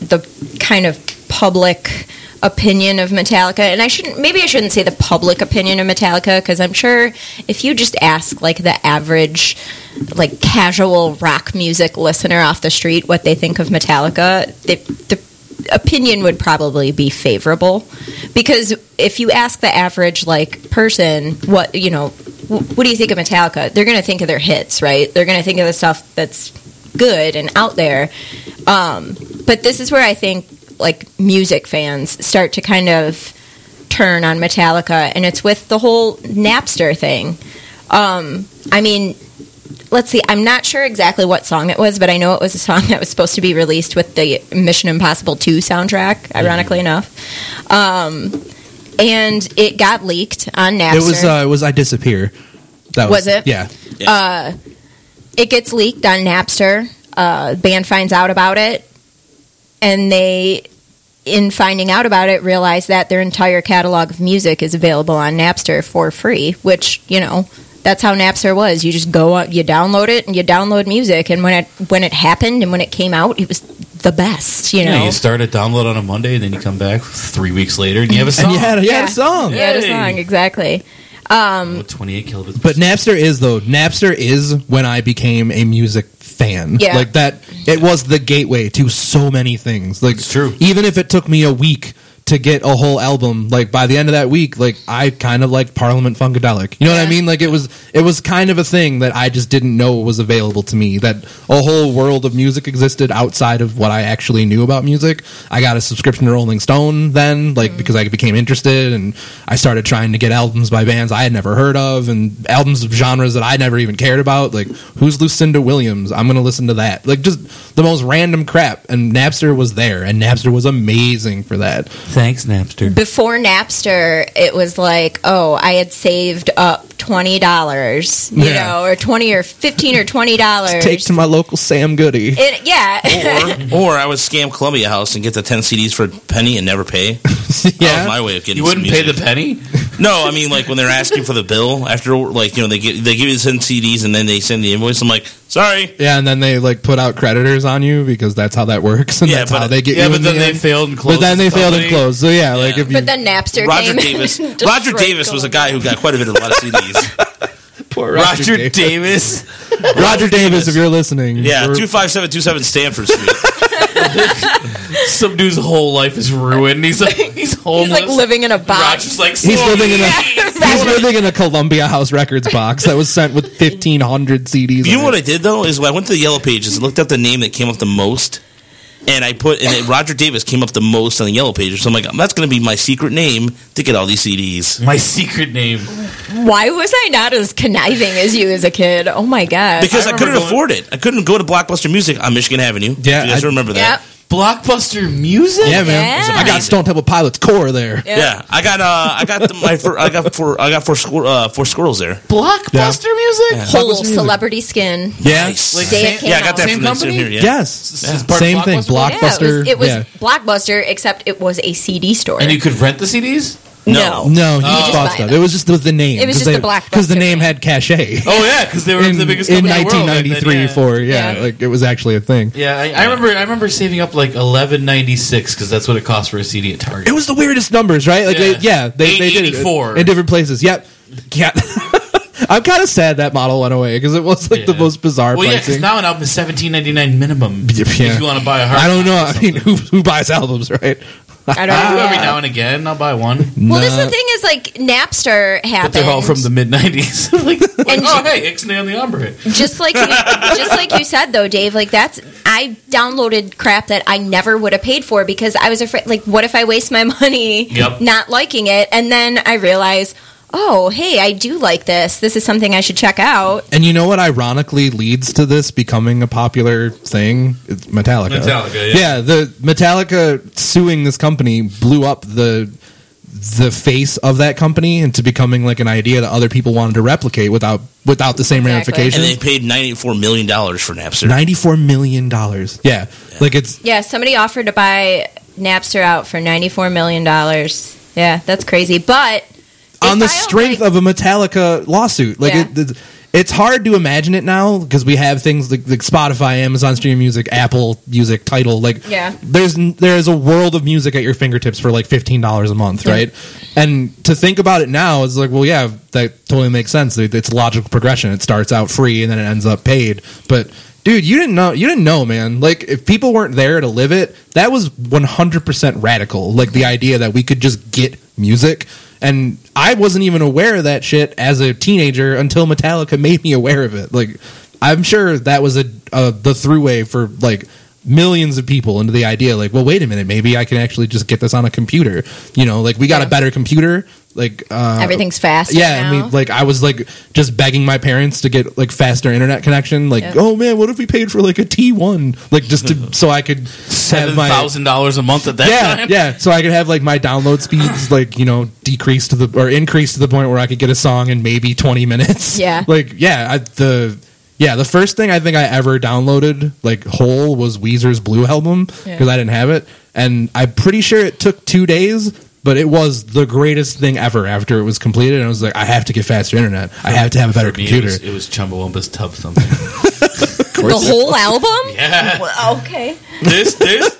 [SPEAKER 1] the kind of public opinion of Metallica, and I shouldn't, maybe I shouldn't say the public opinion of Metallica, because I'm sure if you just ask like the average, like casual rock music listener off the street what they think of Metallica, they, the opinion would probably be favorable because if you ask the average like person what you know wh- what do you think of metallica they're going to think of their hits right they're going to think of the stuff that's good and out there um, but this is where i think like music fans start to kind of turn on metallica and it's with the whole napster thing um, i mean let's see i'm not sure exactly what song it was but i know it was a song that was supposed to be released with the mission impossible 2 soundtrack ironically enough
[SPEAKER 3] Mm-hmm.
[SPEAKER 1] um, and it got leaked on napster
[SPEAKER 3] It was uh, it was I disappear. That
[SPEAKER 1] Was it?
[SPEAKER 3] Yeah.
[SPEAKER 1] it gets leaked on Napster. Uh, band finds out about it, and they, in finding out about it, realize that their entire catalog of music is available on Napster for free. Which you know, that's how Napster was. You just go, out, you download it, and you download music. And when it when it happened and when it came out, it was the best. You
[SPEAKER 2] Yeah,
[SPEAKER 1] know,
[SPEAKER 2] you start a download on a Monday, and then you come back three weeks later, and you have a song.
[SPEAKER 3] And you had, you had
[SPEAKER 1] Yeah.
[SPEAKER 3] a song.
[SPEAKER 1] yeah, the
[SPEAKER 2] Yay.
[SPEAKER 1] song exactly. Um,
[SPEAKER 2] With 28 kilobits.
[SPEAKER 3] But Napster is though. Napster is when I became a music fan.
[SPEAKER 1] Yeah.
[SPEAKER 3] Like that it was the gateway to so many things. Like
[SPEAKER 2] It's true.
[SPEAKER 3] Even if it took me a week to get a whole album, like by the end of that week, like I kind of liked Parliament Funkadelic. You know what I
[SPEAKER 1] Yeah.
[SPEAKER 3] mean? Like it was it was kind of a thing that I just didn't know was available to me. That a whole world of music existed outside of what I actually knew about music. I got a subscription to Rolling Stone then,
[SPEAKER 1] Mm.
[SPEAKER 3] like because I became interested and I started trying to get albums by bands I had never heard of and albums of genres that I never even cared about. Like who's Lucinda Williams? I'm gonna listen to that. Like just the most random crap. And Napster was there, and Napster was amazing for that.
[SPEAKER 2] Thanks, Napster.
[SPEAKER 1] before Napster, it was like, oh, I had saved up twenty dollars, you
[SPEAKER 3] Yeah.
[SPEAKER 1] know, or twenty or fifteen or twenty dollars.
[SPEAKER 3] Take to my local Sam Goody.
[SPEAKER 1] it,
[SPEAKER 5] Oh,
[SPEAKER 1] yeah,
[SPEAKER 4] or, or I would scam Columbia House and get the 10 CDs for a penny and never pay. That was my way of getting
[SPEAKER 2] You wouldn't
[SPEAKER 4] some
[SPEAKER 2] pay
[SPEAKER 4] music.
[SPEAKER 2] the penny?
[SPEAKER 4] No, I mean like when they're asking for the bill after, like you know they get they give you ten CDs and then they send the invoice. I'm like, sorry.
[SPEAKER 3] Yeah, and then they like put out creditors on you because that's how that works, and
[SPEAKER 4] Yeah,
[SPEAKER 3] that's
[SPEAKER 4] but-
[SPEAKER 3] how they get
[SPEAKER 2] Yeah,
[SPEAKER 3] you.
[SPEAKER 2] but
[SPEAKER 3] in
[SPEAKER 2] then
[SPEAKER 3] the
[SPEAKER 2] they
[SPEAKER 3] end.
[SPEAKER 2] failed and closed.
[SPEAKER 3] But then
[SPEAKER 2] the
[SPEAKER 3] they failed and
[SPEAKER 2] company.
[SPEAKER 3] closed. So yeah, like
[SPEAKER 4] Yeah.
[SPEAKER 3] if you
[SPEAKER 1] but then Napster.
[SPEAKER 4] Roger
[SPEAKER 1] came
[SPEAKER 4] Davis.
[SPEAKER 1] and
[SPEAKER 4] Roger
[SPEAKER 1] destroyed
[SPEAKER 4] Davis was a guy who got quite a bit of a lot of CDs.
[SPEAKER 3] poor
[SPEAKER 2] Roger
[SPEAKER 3] Davis.
[SPEAKER 2] Davis.
[SPEAKER 3] Roger Davis, if you're listening,
[SPEAKER 4] Yeah,
[SPEAKER 3] we're-
[SPEAKER 4] two five seven two seven Stanford Street.
[SPEAKER 5] Some dude's whole life is ruined. He's like he's
[SPEAKER 1] He's
[SPEAKER 5] homeless.
[SPEAKER 1] like living in a box.
[SPEAKER 5] Roger's like
[SPEAKER 3] He's living in a-
[SPEAKER 1] Right.
[SPEAKER 3] He's living in a Columbia House Records box that was sent with 1,500 CDs.
[SPEAKER 4] You
[SPEAKER 3] on
[SPEAKER 4] know
[SPEAKER 3] it.
[SPEAKER 4] what I did though is I went to the yellow pages and looked up the name that came up the most, and I put and it, Roger Davis came up the most on the yellow pages. So I'm like, that's going to be my secret name to get all these CDs.
[SPEAKER 5] my secret name.
[SPEAKER 1] Why was I not as conniving as you as a kid? Oh my god!
[SPEAKER 4] Because I,
[SPEAKER 5] remember
[SPEAKER 4] couldn't
[SPEAKER 5] going-
[SPEAKER 4] afford it. I couldn't go to Blockbuster Music on Michigan Avenue.
[SPEAKER 3] Yeah,
[SPEAKER 4] If you guys
[SPEAKER 3] I-
[SPEAKER 4] remember that?
[SPEAKER 1] yep.
[SPEAKER 5] Blockbuster music.
[SPEAKER 3] Yeah, man.
[SPEAKER 1] Yeah.
[SPEAKER 3] I got Stone Temple Pilots core there.
[SPEAKER 1] yep.
[SPEAKER 4] Yeah, I got uh, I got the, my fir- I got four I got four squir- uh, four squirrels there.
[SPEAKER 5] Blockbuster music.
[SPEAKER 1] Whole celebrity skin.
[SPEAKER 3] Yeah.
[SPEAKER 4] Nice.
[SPEAKER 5] Like,
[SPEAKER 1] Day it came
[SPEAKER 4] yeah, I got
[SPEAKER 1] out.
[SPEAKER 4] that
[SPEAKER 5] Same
[SPEAKER 4] from the
[SPEAKER 5] company?
[SPEAKER 4] here. Yeah.
[SPEAKER 3] Yes.
[SPEAKER 5] This is part of
[SPEAKER 3] Same thing.
[SPEAKER 5] Blockbuster?
[SPEAKER 3] Blockbuster.
[SPEAKER 1] Yeah, it was, it
[SPEAKER 3] yeah.
[SPEAKER 1] was Blockbuster, except it was a CD store.
[SPEAKER 5] And you could rent the CDs.
[SPEAKER 1] no.
[SPEAKER 3] No, he
[SPEAKER 1] You
[SPEAKER 3] just
[SPEAKER 1] Oh. just
[SPEAKER 3] bought
[SPEAKER 1] buy
[SPEAKER 3] stuff.
[SPEAKER 1] them.
[SPEAKER 3] It was just the, the name.
[SPEAKER 1] It was just the Blockbuster
[SPEAKER 3] Because the name
[SPEAKER 1] name.
[SPEAKER 3] had cachet.
[SPEAKER 5] Oh yeah, because they were
[SPEAKER 3] in,
[SPEAKER 5] the biggest
[SPEAKER 3] in
[SPEAKER 5] company in the world back then,
[SPEAKER 3] 1993
[SPEAKER 5] yeah.
[SPEAKER 3] 4 yeah,
[SPEAKER 1] Yeah.
[SPEAKER 3] like it was actually a thing
[SPEAKER 5] Yeah, I, I remember. I remember saving up like eleven ninety six because that's what it cost for a CD at Target.
[SPEAKER 3] it was the weirdest numbers right like
[SPEAKER 5] Yeah.
[SPEAKER 3] they, yeah they, they did it
[SPEAKER 5] 884.
[SPEAKER 3] in different places yep yeah i'm kind of sad that model went away because it was like the
[SPEAKER 5] Yeah.
[SPEAKER 3] most bizarre
[SPEAKER 5] well, yeah, because
[SPEAKER 3] pricing
[SPEAKER 5] now an album is seventeen ninety nine minimum
[SPEAKER 3] Yeah.
[SPEAKER 5] if you want to buy a hard.
[SPEAKER 3] i don't know
[SPEAKER 5] copy or
[SPEAKER 3] i mean
[SPEAKER 5] something.
[SPEAKER 3] who, who buys albums right
[SPEAKER 1] I don't
[SPEAKER 5] I do
[SPEAKER 1] know.
[SPEAKER 5] every now and again. I'll buy one.
[SPEAKER 1] Well, this is
[SPEAKER 3] Nah.
[SPEAKER 1] the thing is like Napster happened.
[SPEAKER 5] But they're all from the mid '90s. like, like,
[SPEAKER 1] And-
[SPEAKER 5] oh, hey, Ixnay on the Ombre.
[SPEAKER 1] just like you, just like you said though, Dave. Like that's I downloaded crap that I never would have paid for because I was afraid. Like, what if I waste my money
[SPEAKER 5] Yep.
[SPEAKER 1] not liking it, and then I realize, oh, hey, I do like this. This is something I should check out.
[SPEAKER 3] and you know what ironically leads to this becoming a popular thing it's metallica
[SPEAKER 5] Metallica, yeah.
[SPEAKER 3] yeah the metallica suing this company blew up the the face of that company into becoming like an idea that other people wanted to replicate without without the same
[SPEAKER 1] Exactly.
[SPEAKER 3] ramifications
[SPEAKER 4] And they paid ninety four million dollars for Napster.
[SPEAKER 3] 94 million dollars yeah like it's
[SPEAKER 1] Yeah, somebody offered to buy Napster out for ninety four million dollars. Yeah, that's crazy. But they
[SPEAKER 3] on the
[SPEAKER 1] filed,
[SPEAKER 3] strength
[SPEAKER 1] like-
[SPEAKER 3] of a metallica lawsuit like
[SPEAKER 1] Yeah.
[SPEAKER 3] it, it's- it's hard to imagine it now because we have things like, like spotify amazon stream music apple music title like
[SPEAKER 1] Yeah.
[SPEAKER 3] there's n- there's a world of music at your fingertips for like $15 a month right and to think about it now is like well yeah that totally makes sense It- it's logical progression it starts out free and then it ends up paid but dude you didn't know you didn't know man like if people weren't there to live it that was 100% radical like the idea that we could just get music and i wasn't even aware of that shit as a teenager until metallica made me aware of it like i'm sure that was a, a the throughway for like millions of people into the idea like well wait a minute maybe i can actually just get this on a computer you know like we got a
[SPEAKER 1] Yeah.
[SPEAKER 3] better computer like uh
[SPEAKER 1] everything's fast.
[SPEAKER 3] yeah
[SPEAKER 1] now.
[SPEAKER 3] i mean like i was like just begging my parents to get like faster internet connection like
[SPEAKER 1] Yeah.
[SPEAKER 3] oh man what if we paid for like a t1 like just to so i could have
[SPEAKER 5] Seven
[SPEAKER 3] my
[SPEAKER 5] thousand dollars a month at that
[SPEAKER 3] yeah,
[SPEAKER 5] time.
[SPEAKER 3] yeah. So I could have like my download speeds, like you know, decreased to the or increased to the point where I could get a song in maybe twenty minutes.
[SPEAKER 1] Yeah.
[SPEAKER 3] like yeah, I, the yeah the first thing I think I ever downloaded like whole was Weezer's Blue album because
[SPEAKER 1] Yeah.
[SPEAKER 3] I didn't have it, and I'm pretty sure it took two days. But it was the greatest thing ever after it was completed. And I was like, I have to get faster internet. I have to have a better
[SPEAKER 5] For me, it
[SPEAKER 3] computer.
[SPEAKER 5] was, it was Chumbawamba's Tub Something.
[SPEAKER 1] the whole album.
[SPEAKER 5] Yeah.
[SPEAKER 1] Well, okay.
[SPEAKER 5] this, this.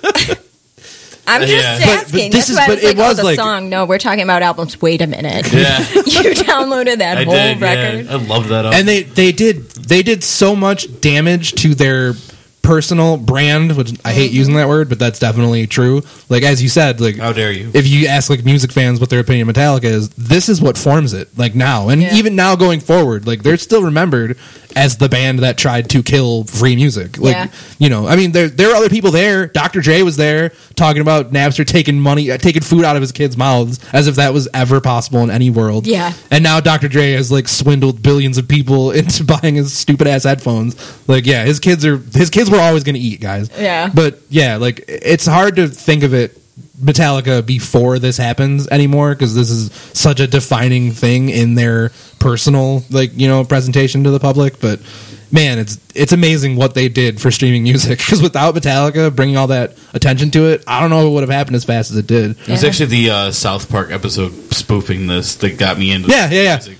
[SPEAKER 1] I'm just
[SPEAKER 5] Yeah.
[SPEAKER 3] But- but
[SPEAKER 1] asking.
[SPEAKER 3] this
[SPEAKER 1] That's
[SPEAKER 3] is-
[SPEAKER 1] why I
[SPEAKER 3] but
[SPEAKER 1] was
[SPEAKER 3] it
[SPEAKER 1] like,
[SPEAKER 3] was
[SPEAKER 1] oh, the
[SPEAKER 3] like-
[SPEAKER 1] song. No, we're talking about albums. Wait a minute.
[SPEAKER 5] Yeah.
[SPEAKER 1] you downloaded that
[SPEAKER 5] I
[SPEAKER 1] whole
[SPEAKER 5] did.
[SPEAKER 1] record.
[SPEAKER 5] Yeah. I love that. uh, album.
[SPEAKER 3] and they they did they did so much damage to their personal brand which i hate using that word but that's definitely true like as you said like
[SPEAKER 5] How dare you?
[SPEAKER 3] if you ask like music fans what their opinion of metallica is this is what forms it like now and
[SPEAKER 1] Yeah.
[SPEAKER 3] even now going forward like they're still remembered as the band that tried to kill free music like
[SPEAKER 1] Yeah.
[SPEAKER 3] you know i mean there there are other people there dr dre was there talking about napster taking money uh, taking food out of his kids mouths as if that was ever possible in any world
[SPEAKER 1] Yeah.
[SPEAKER 3] and now Dr. Dre has like swindled billions of people into buying his stupid ass headphones. Like, yeah, his kids are his kids were always going to eat, guys.
[SPEAKER 1] Yeah.
[SPEAKER 3] But yeah, like it's hard to think of it Metallica before this happens anymore because this is such a defining thing in their personal like, you know, presentation to the public, but man, it's it's amazing what they did for streaming music because without Metallica bringing all that attention to it, I don't know if it would have happened as fast as it did.
[SPEAKER 5] It was
[SPEAKER 1] Yeah.
[SPEAKER 5] actually the uh, South Park episode spoofing this that got me into
[SPEAKER 3] Yeah, yeah, yeah.
[SPEAKER 5] music,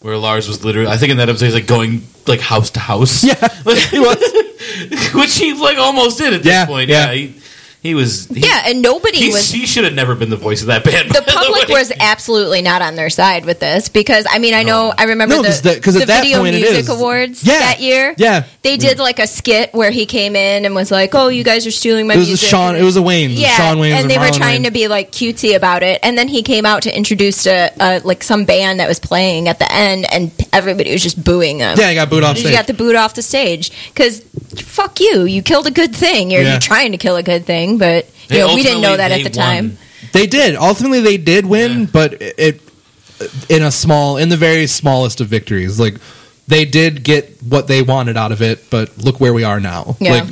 [SPEAKER 5] Where Lars was literally, I think in that episode, he's like going like house to house.
[SPEAKER 3] Yeah.
[SPEAKER 5] Like, which he like almost did at this
[SPEAKER 3] Yeah,
[SPEAKER 5] point.
[SPEAKER 3] yeah.
[SPEAKER 5] Yeah. he-
[SPEAKER 2] He was. He,
[SPEAKER 1] yeah, and nobody
[SPEAKER 2] he,
[SPEAKER 1] was.
[SPEAKER 2] he should have never been the voice of that band. by
[SPEAKER 1] the public
[SPEAKER 2] way.
[SPEAKER 1] was absolutely not on their side with this because I mean I know I remember
[SPEAKER 3] No,
[SPEAKER 1] the,
[SPEAKER 3] 'cause that- 'cause
[SPEAKER 1] the
[SPEAKER 3] at that
[SPEAKER 1] video
[SPEAKER 3] point it
[SPEAKER 1] music
[SPEAKER 3] is.
[SPEAKER 1] awards
[SPEAKER 3] Yeah.
[SPEAKER 1] that year.
[SPEAKER 3] Yeah. Mm-hmm.
[SPEAKER 1] they did like a skit where he came in and was like, "Oh, you guys are stealing my
[SPEAKER 3] It was a
[SPEAKER 1] music."
[SPEAKER 3] Sean. It was a Wayne.
[SPEAKER 1] yeah,
[SPEAKER 3] Sean Wayne.
[SPEAKER 1] and they were trying to be like cutesy about it, and then he came out to introduce a, a like some band that was playing at the end, and everybody was just booing him.
[SPEAKER 3] Yeah, he got booed off
[SPEAKER 1] You
[SPEAKER 3] stage.
[SPEAKER 1] got the boot off the stage because fuck you. You killed a good thing. You're,
[SPEAKER 3] Yeah.
[SPEAKER 1] you're trying to kill a good thing, but you
[SPEAKER 2] They
[SPEAKER 1] know, we didn't
[SPEAKER 2] ultimately-
[SPEAKER 1] know that at
[SPEAKER 2] they
[SPEAKER 1] the time.
[SPEAKER 2] won.
[SPEAKER 3] They did. Ultimately, they did win, but it in a small, in the very smallest of victories. Like they did get what they wanted out of it, but look where we are now.
[SPEAKER 1] Yeah.
[SPEAKER 3] Like,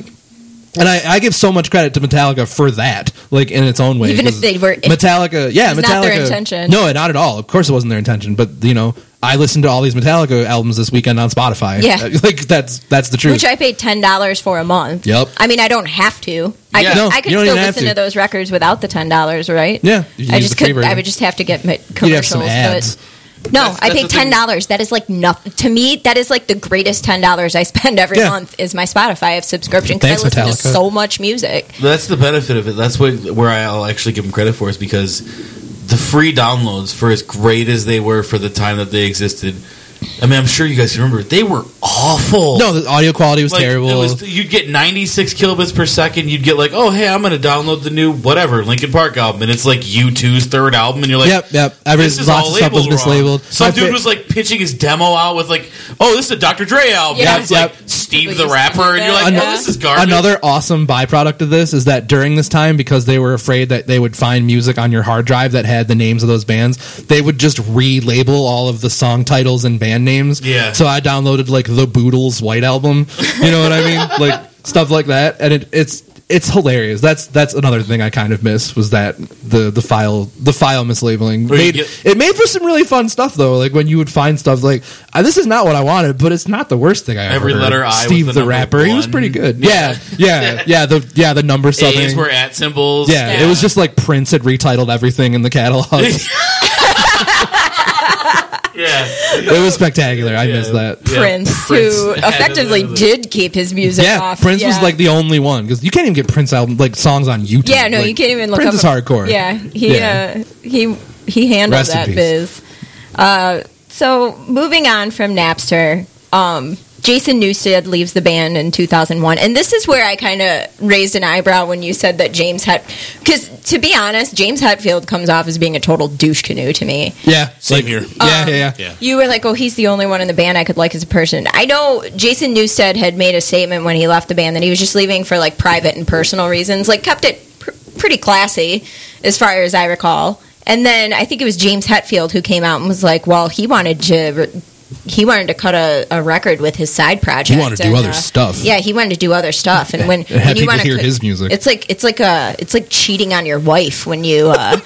[SPEAKER 3] and I, I give so much credit to Metallica for that, like in its own way.
[SPEAKER 1] Even if
[SPEAKER 3] 'cause
[SPEAKER 1] they were-
[SPEAKER 3] Metallica, yeah,
[SPEAKER 1] It's
[SPEAKER 3] Metallica.
[SPEAKER 1] not their intention.
[SPEAKER 3] No, not at all. Of course, it wasn't their intention. But you know, I listened to all these Metallica albums this weekend on Spotify.
[SPEAKER 1] Yeah.
[SPEAKER 3] like that's that's the truth.
[SPEAKER 1] Which I paid ten dollars for a month.
[SPEAKER 3] Yep.
[SPEAKER 1] I mean, I don't have to. I
[SPEAKER 2] Yeah.
[SPEAKER 1] could,
[SPEAKER 3] No,
[SPEAKER 1] I could
[SPEAKER 3] you don't
[SPEAKER 1] still
[SPEAKER 3] even have
[SPEAKER 1] listen to.
[SPEAKER 3] to.
[SPEAKER 1] those records without the ten dollars, right?
[SPEAKER 3] yeah,
[SPEAKER 1] I just could. I would just have to get my commercials.
[SPEAKER 3] You'd have some ads.
[SPEAKER 1] But no,
[SPEAKER 2] That's-
[SPEAKER 1] I
[SPEAKER 2] that's
[SPEAKER 1] paid
[SPEAKER 2] the thing.
[SPEAKER 1] ten dollars. That is like nothing to me. That is like the greatest ten dollars I spend every
[SPEAKER 3] Yeah.
[SPEAKER 1] month is my Spotify subscription
[SPEAKER 3] Thanks,
[SPEAKER 1] because I listen to
[SPEAKER 3] Metallica.
[SPEAKER 1] so much music.
[SPEAKER 2] That's the benefit of it. That's what where I'll actually give him credit for is because the free downloads, for as great as they were for the time that they existed, I mean, I'm sure you guys remember they were awful.
[SPEAKER 3] No, the audio quality was
[SPEAKER 2] Like,
[SPEAKER 3] terrible.
[SPEAKER 2] It was, you'd get 96 kilobits per second. You'd get like, oh hey, I'm going to download the new whatever Linkin Park album, and it's like U2's third album, and you're like,
[SPEAKER 3] yep, yep. Every,
[SPEAKER 2] This is
[SPEAKER 3] lots
[SPEAKER 2] all
[SPEAKER 3] of stuff was
[SPEAKER 2] labeled wrong.
[SPEAKER 3] mislabeled.
[SPEAKER 2] Some
[SPEAKER 3] My
[SPEAKER 2] dude
[SPEAKER 3] fa-
[SPEAKER 2] was like pitching his demo out with like, "Oh, this is a Dr. Dre album."
[SPEAKER 1] Yeah.
[SPEAKER 2] And it's like
[SPEAKER 3] Yep.
[SPEAKER 2] Steve
[SPEAKER 1] Like,
[SPEAKER 2] the
[SPEAKER 1] just
[SPEAKER 2] rapper, and you're like,
[SPEAKER 1] like
[SPEAKER 2] "Oh,
[SPEAKER 1] that.
[SPEAKER 2] this is garbage."
[SPEAKER 3] Another awesome byproduct of this is that during this time, because they were afraid that they would find music on your hard drive that had the names of those bands, they would just relabel all of the song titles and band names.
[SPEAKER 2] Yeah.
[SPEAKER 3] So I downloaded like the Boodles White Album. You know what I mean? like stuff like that, and it, it's it's hilarious. That's that's another thing I kind of miss was that the the file the file mislabeling
[SPEAKER 2] Or you
[SPEAKER 3] made
[SPEAKER 2] get-
[SPEAKER 3] it made for some really fun stuff though. Like when you would find stuff like "Ah, this is not what I wanted, but it's not the worst thing I ever
[SPEAKER 2] Every
[SPEAKER 3] heard."
[SPEAKER 2] letter I was
[SPEAKER 3] Steve
[SPEAKER 2] the
[SPEAKER 3] the
[SPEAKER 2] number
[SPEAKER 3] rapper. He was
[SPEAKER 2] one.
[SPEAKER 3] pretty good good. Yeah, yeah, yeah. The yeah the number something.
[SPEAKER 2] A's were at symbols.
[SPEAKER 3] yeah, it was just like Prince had retitled everything in the catalog. it
[SPEAKER 2] yeah.
[SPEAKER 3] was spectacular. I missed
[SPEAKER 2] Yeah.
[SPEAKER 3] that.
[SPEAKER 1] Prince,
[SPEAKER 2] Prince.
[SPEAKER 1] who
[SPEAKER 2] Yeah,
[SPEAKER 1] effectively
[SPEAKER 2] that was-
[SPEAKER 1] did keep his music
[SPEAKER 3] Yeah,
[SPEAKER 1] off.
[SPEAKER 3] Prince was
[SPEAKER 1] Yeah.
[SPEAKER 3] like the only one because you can't even get Prince album like songs on YouTube.
[SPEAKER 1] Yeah, no,
[SPEAKER 3] Like,
[SPEAKER 1] you can't even look
[SPEAKER 3] Prince
[SPEAKER 1] up.
[SPEAKER 3] is hardcore.
[SPEAKER 1] Yeah, he
[SPEAKER 3] Yeah.
[SPEAKER 1] Uh, he he handled
[SPEAKER 3] Rest in
[SPEAKER 1] that
[SPEAKER 3] peace.
[SPEAKER 1] biz. Uh, so moving on from Napster, um, Jason Newsted leaves the band in 2001, and this is where I kind of raised an eyebrow when you said that James had because to be honest, James Hetfield comes off as being a total douche canoe to me.
[SPEAKER 3] yeah,
[SPEAKER 4] Same
[SPEAKER 3] like-
[SPEAKER 4] here.
[SPEAKER 1] Um,
[SPEAKER 3] Yeah, yeah, yeah.
[SPEAKER 4] Yeah.
[SPEAKER 1] You were like, oh, he's the only one in the band I could like as a person. I know Jason Newsted had made a statement when he left the band that he was just leaving for like private and personal reasons, like kept it pr- pretty classy as far as I recall. And then I think it was James Hetfield who came out and was like, well, he wanted to. Re- he wanted to cut a, a record with his side project.
[SPEAKER 3] He wanted to do
[SPEAKER 1] and, uh,
[SPEAKER 3] other stuff.
[SPEAKER 1] Yeah, he wanted to do other stuff, and when,
[SPEAKER 3] And have
[SPEAKER 1] when you
[SPEAKER 3] people
[SPEAKER 1] want to
[SPEAKER 3] hear his music.
[SPEAKER 1] it's like it's like a it's like cheating on your wife when you uh,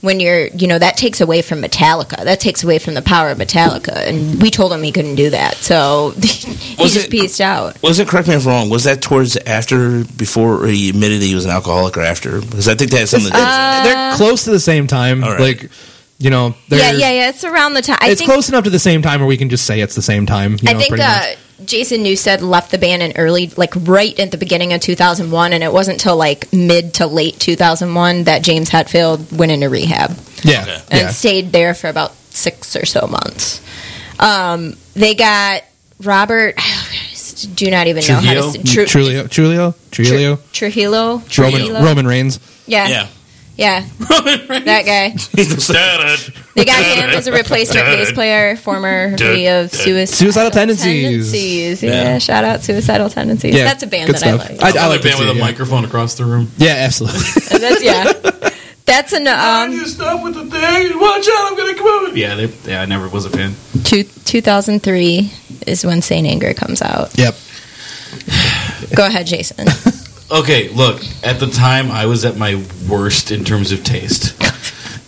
[SPEAKER 1] when you're you know that takes away from Metallica. That takes away from the power of Metallica. And we told him he couldn't do that, so he
[SPEAKER 4] Was
[SPEAKER 1] just
[SPEAKER 4] it-
[SPEAKER 1] pieced out.
[SPEAKER 4] Was it correct me if I'm wrong? Was that towards after, before, or he admitted that he was an alcoholic, or after? Because I think that had something. to do with it.
[SPEAKER 3] They're close to the same time.
[SPEAKER 4] All right.
[SPEAKER 3] Like you know, they're,
[SPEAKER 1] Uh, yeah, yeah, yeah. It's around the time. I
[SPEAKER 3] It's
[SPEAKER 1] think
[SPEAKER 3] close enough to the same time where we can just say it's the same time. You
[SPEAKER 1] I
[SPEAKER 3] know,
[SPEAKER 1] think
[SPEAKER 3] pretty much.
[SPEAKER 1] uh, Jason Newsted left the band in early, like right at the beginning of 2001, and it wasn't till like mid to late 2001 that James Hetfield went into rehab.
[SPEAKER 3] yeah,
[SPEAKER 1] and
[SPEAKER 3] yeah.
[SPEAKER 1] stayed there for about six or so months. Um, they got Robert. Do not even know how to
[SPEAKER 2] Trujillo?
[SPEAKER 1] say Tru-
[SPEAKER 3] Trulio, Trulio, Trulio,
[SPEAKER 1] Trujillo. Trujillo?
[SPEAKER 3] Roman, Roman Reigns.
[SPEAKER 1] Yeah, yeah,
[SPEAKER 4] Yeah.
[SPEAKER 1] that guy. They got him as a replacement bass player, former lead of suicide
[SPEAKER 3] Suicidal Tendencies.
[SPEAKER 1] Tendencies. Yeah.
[SPEAKER 4] Yeah.
[SPEAKER 1] shout out suicidal tendencies.
[SPEAKER 3] Yeah,
[SPEAKER 1] That's a band
[SPEAKER 3] good
[SPEAKER 1] that
[SPEAKER 3] stuff.
[SPEAKER 1] I like.
[SPEAKER 3] I
[SPEAKER 2] Another
[SPEAKER 3] like
[SPEAKER 2] band
[SPEAKER 3] to
[SPEAKER 2] with a
[SPEAKER 3] see, yeah.
[SPEAKER 2] microphone across the room.
[SPEAKER 3] Yeah, absolutely.
[SPEAKER 1] That's yeah. That's an um
[SPEAKER 2] stuff with the thing. Watch out! I'm gonna come over. Yeah, they, yeah. I never was a fan.
[SPEAKER 1] two, 2003 is when Saint Anger comes out.
[SPEAKER 3] Yep.
[SPEAKER 1] Go ahead, Jason.
[SPEAKER 4] Oh,
[SPEAKER 2] Okay, look. At the time, I was at my worst in terms of taste.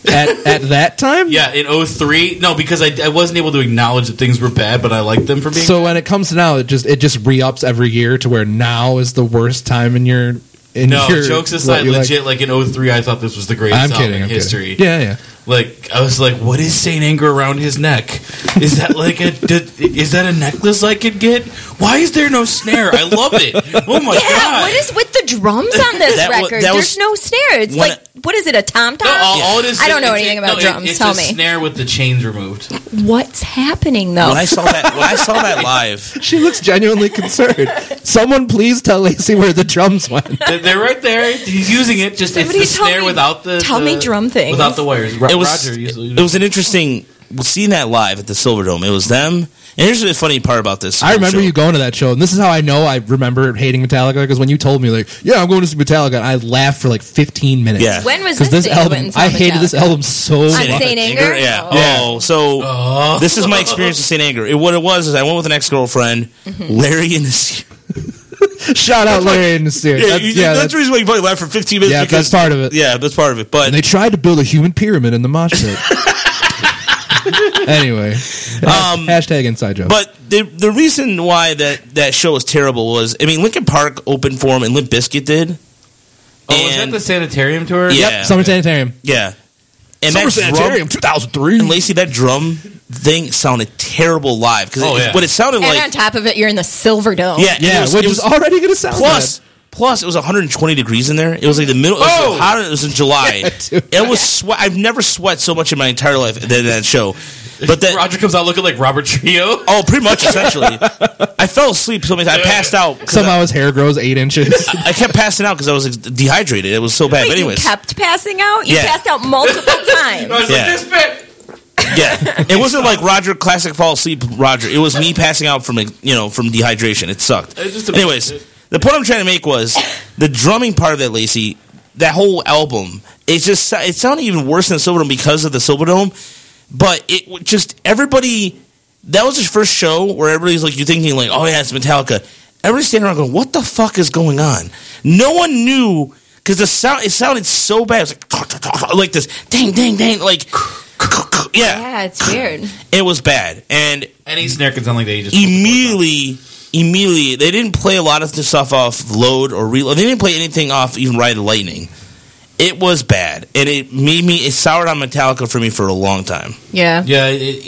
[SPEAKER 3] at, at that time?
[SPEAKER 2] Yeah, in 03? No, because I, I wasn't able to acknowledge that things were bad, but I liked them for being.
[SPEAKER 3] So when it comes to now, it just it just re ups every year to where now is the worst time in your in
[SPEAKER 2] no,
[SPEAKER 3] your
[SPEAKER 2] jokes
[SPEAKER 3] what
[SPEAKER 2] aside,
[SPEAKER 3] you like.
[SPEAKER 2] legit, like, in 03, I thought this was the greatest
[SPEAKER 3] I'm
[SPEAKER 2] album
[SPEAKER 3] kidding.
[SPEAKER 2] in
[SPEAKER 3] I'm
[SPEAKER 2] history.
[SPEAKER 3] kidding. Yeah, yeah.
[SPEAKER 2] Like I was like, what is Saint Anger around his neck? Is that like a did, is that a necklace I could get? Why is there no snare? I love it. Oh my
[SPEAKER 1] yeah,
[SPEAKER 2] god!
[SPEAKER 1] what is with the drums on this
[SPEAKER 4] That wa-
[SPEAKER 1] record.
[SPEAKER 4] that
[SPEAKER 1] There's
[SPEAKER 4] was-
[SPEAKER 1] no snare. It's
[SPEAKER 4] when
[SPEAKER 1] like what is it? A tom tom?
[SPEAKER 2] No, all, all it is.
[SPEAKER 1] I don't know
[SPEAKER 2] it's-
[SPEAKER 1] anything
[SPEAKER 2] it-
[SPEAKER 1] about
[SPEAKER 2] no, it-
[SPEAKER 1] drums.
[SPEAKER 2] it's
[SPEAKER 1] Tell
[SPEAKER 2] a
[SPEAKER 1] me
[SPEAKER 2] snare with the chains removed.
[SPEAKER 1] what's happening though.
[SPEAKER 4] When I saw that, when I saw that live,
[SPEAKER 3] She looks genuinely concerned. Someone please tell Lacey where the drums went.
[SPEAKER 2] They're- They're right there. He's using it. Just
[SPEAKER 1] Somebody
[SPEAKER 2] it's the
[SPEAKER 1] tell
[SPEAKER 2] snare
[SPEAKER 1] me-
[SPEAKER 2] without the
[SPEAKER 1] tell me
[SPEAKER 2] the-
[SPEAKER 1] drum things.
[SPEAKER 2] without the wires. Ro-
[SPEAKER 4] it was
[SPEAKER 2] Roger usually.
[SPEAKER 4] it was an interesting seeing that live at the Silverdome. It was them. And here's the funny part about this.
[SPEAKER 3] I remember
[SPEAKER 4] show.
[SPEAKER 3] you going to that show, and this is how I know I remember hating Metallica because when you told me like, "Yeah, I'm going to see Metallica," I laughed for like 15 minutes.
[SPEAKER 4] Yeah.
[SPEAKER 1] when was
[SPEAKER 3] because
[SPEAKER 1] this,
[SPEAKER 3] this
[SPEAKER 1] that you went
[SPEAKER 3] album,
[SPEAKER 1] and saw
[SPEAKER 3] I hated this
[SPEAKER 1] Metallica?
[SPEAKER 3] album so
[SPEAKER 1] I'm
[SPEAKER 3] much.
[SPEAKER 1] Saint Anger?
[SPEAKER 4] Yeah.
[SPEAKER 3] Yeah.
[SPEAKER 4] Oh, so
[SPEAKER 2] Oh.
[SPEAKER 4] this is my experience with Saint Anger. It, what it was is I went with an ex girlfriend,
[SPEAKER 1] Mm-hmm.
[SPEAKER 4] Larry and the.
[SPEAKER 3] Shout out Larry and the
[SPEAKER 4] Yeah,
[SPEAKER 3] Sears.
[SPEAKER 4] that's,
[SPEAKER 3] That's,
[SPEAKER 4] you,
[SPEAKER 3] yeah,
[SPEAKER 4] that's,
[SPEAKER 3] that's,
[SPEAKER 4] the reason why you probably laughed for 15 minutes.
[SPEAKER 3] Yeah,
[SPEAKER 4] because,
[SPEAKER 3] that's part of it.
[SPEAKER 4] Yeah, that's part of it. But
[SPEAKER 3] and they tried to build a human pyramid in the mosh pit. anyway, um, hashtag inside joke.
[SPEAKER 4] But the the reason why that that show was terrible was I mean Lincoln Park opened for him and Limp Bizkit did.
[SPEAKER 2] oh, was that
[SPEAKER 4] and-
[SPEAKER 2] the sanitarium tour?
[SPEAKER 4] Yeah.
[SPEAKER 3] Summer Sanitarium,
[SPEAKER 4] Yeah. And
[SPEAKER 3] Summer
[SPEAKER 4] that
[SPEAKER 3] Sanitarium,
[SPEAKER 4] drum,
[SPEAKER 3] 2003.
[SPEAKER 4] and Lacey, that drum thing sounded terrible live because
[SPEAKER 2] Oh, yeah.
[SPEAKER 4] what it sounded
[SPEAKER 1] And
[SPEAKER 4] like.
[SPEAKER 1] on top of it, you're in the Silver Dome.
[SPEAKER 4] yeah,
[SPEAKER 3] yeah,
[SPEAKER 4] it was,
[SPEAKER 3] which
[SPEAKER 4] it
[SPEAKER 3] is
[SPEAKER 4] was
[SPEAKER 3] already going to sound
[SPEAKER 4] plus plus it was 120 degrees in there. It was like the middle. It was
[SPEAKER 2] Oh!
[SPEAKER 4] hot. It was in July.
[SPEAKER 3] Yeah, dude.
[SPEAKER 4] it was sweat. I've never sweat so much in my entire life than that show. But that
[SPEAKER 2] Roger comes out looking like Robert Trio.
[SPEAKER 4] oh, pretty much essentially, I fell asleep so many. times. I passed out. 'cause
[SPEAKER 3] bad. Somehow his hair grows eight inches.
[SPEAKER 4] I kept passing out because I was like, dehydrated. It was so bad.
[SPEAKER 1] Wait,
[SPEAKER 4] but
[SPEAKER 1] you
[SPEAKER 4] anyways,
[SPEAKER 1] kept passing out. You
[SPEAKER 4] Yeah. Oh,
[SPEAKER 1] passed out multiple
[SPEAKER 2] I
[SPEAKER 1] times.
[SPEAKER 2] was
[SPEAKER 4] Yeah.
[SPEAKER 2] like, this bit.
[SPEAKER 4] yeah, it wasn't like Roger classic fall asleep. Roger, it was me passing out from like, you know from dehydration. It sucked.
[SPEAKER 2] It's just a-
[SPEAKER 4] anyways, the point I'm trying to make was the drumming part of that Lacey. That whole album, it just it sounded even worse than Silverdome because of the Silverdome. But it w- just everybody. That was his first show where everybody's like, you're thinking like, oh yeah, it's Metallica. Everybody's standing around going, what the fuck is going on? No one knew because the sound it sounded so bad. It was like like this, dang, dang, dang, like yeah,
[SPEAKER 1] Yeah, it's weird.
[SPEAKER 4] it was bad. And
[SPEAKER 2] Any snare can sound like they just
[SPEAKER 4] immediately, immediately, they didn't play a lot of the stuff off load or reload. They didn't play anything off even Ride the Lightning. It was bad, and it made me. It soured on Metallica for me for a long time.
[SPEAKER 1] Yeah.
[SPEAKER 2] Yeah, it,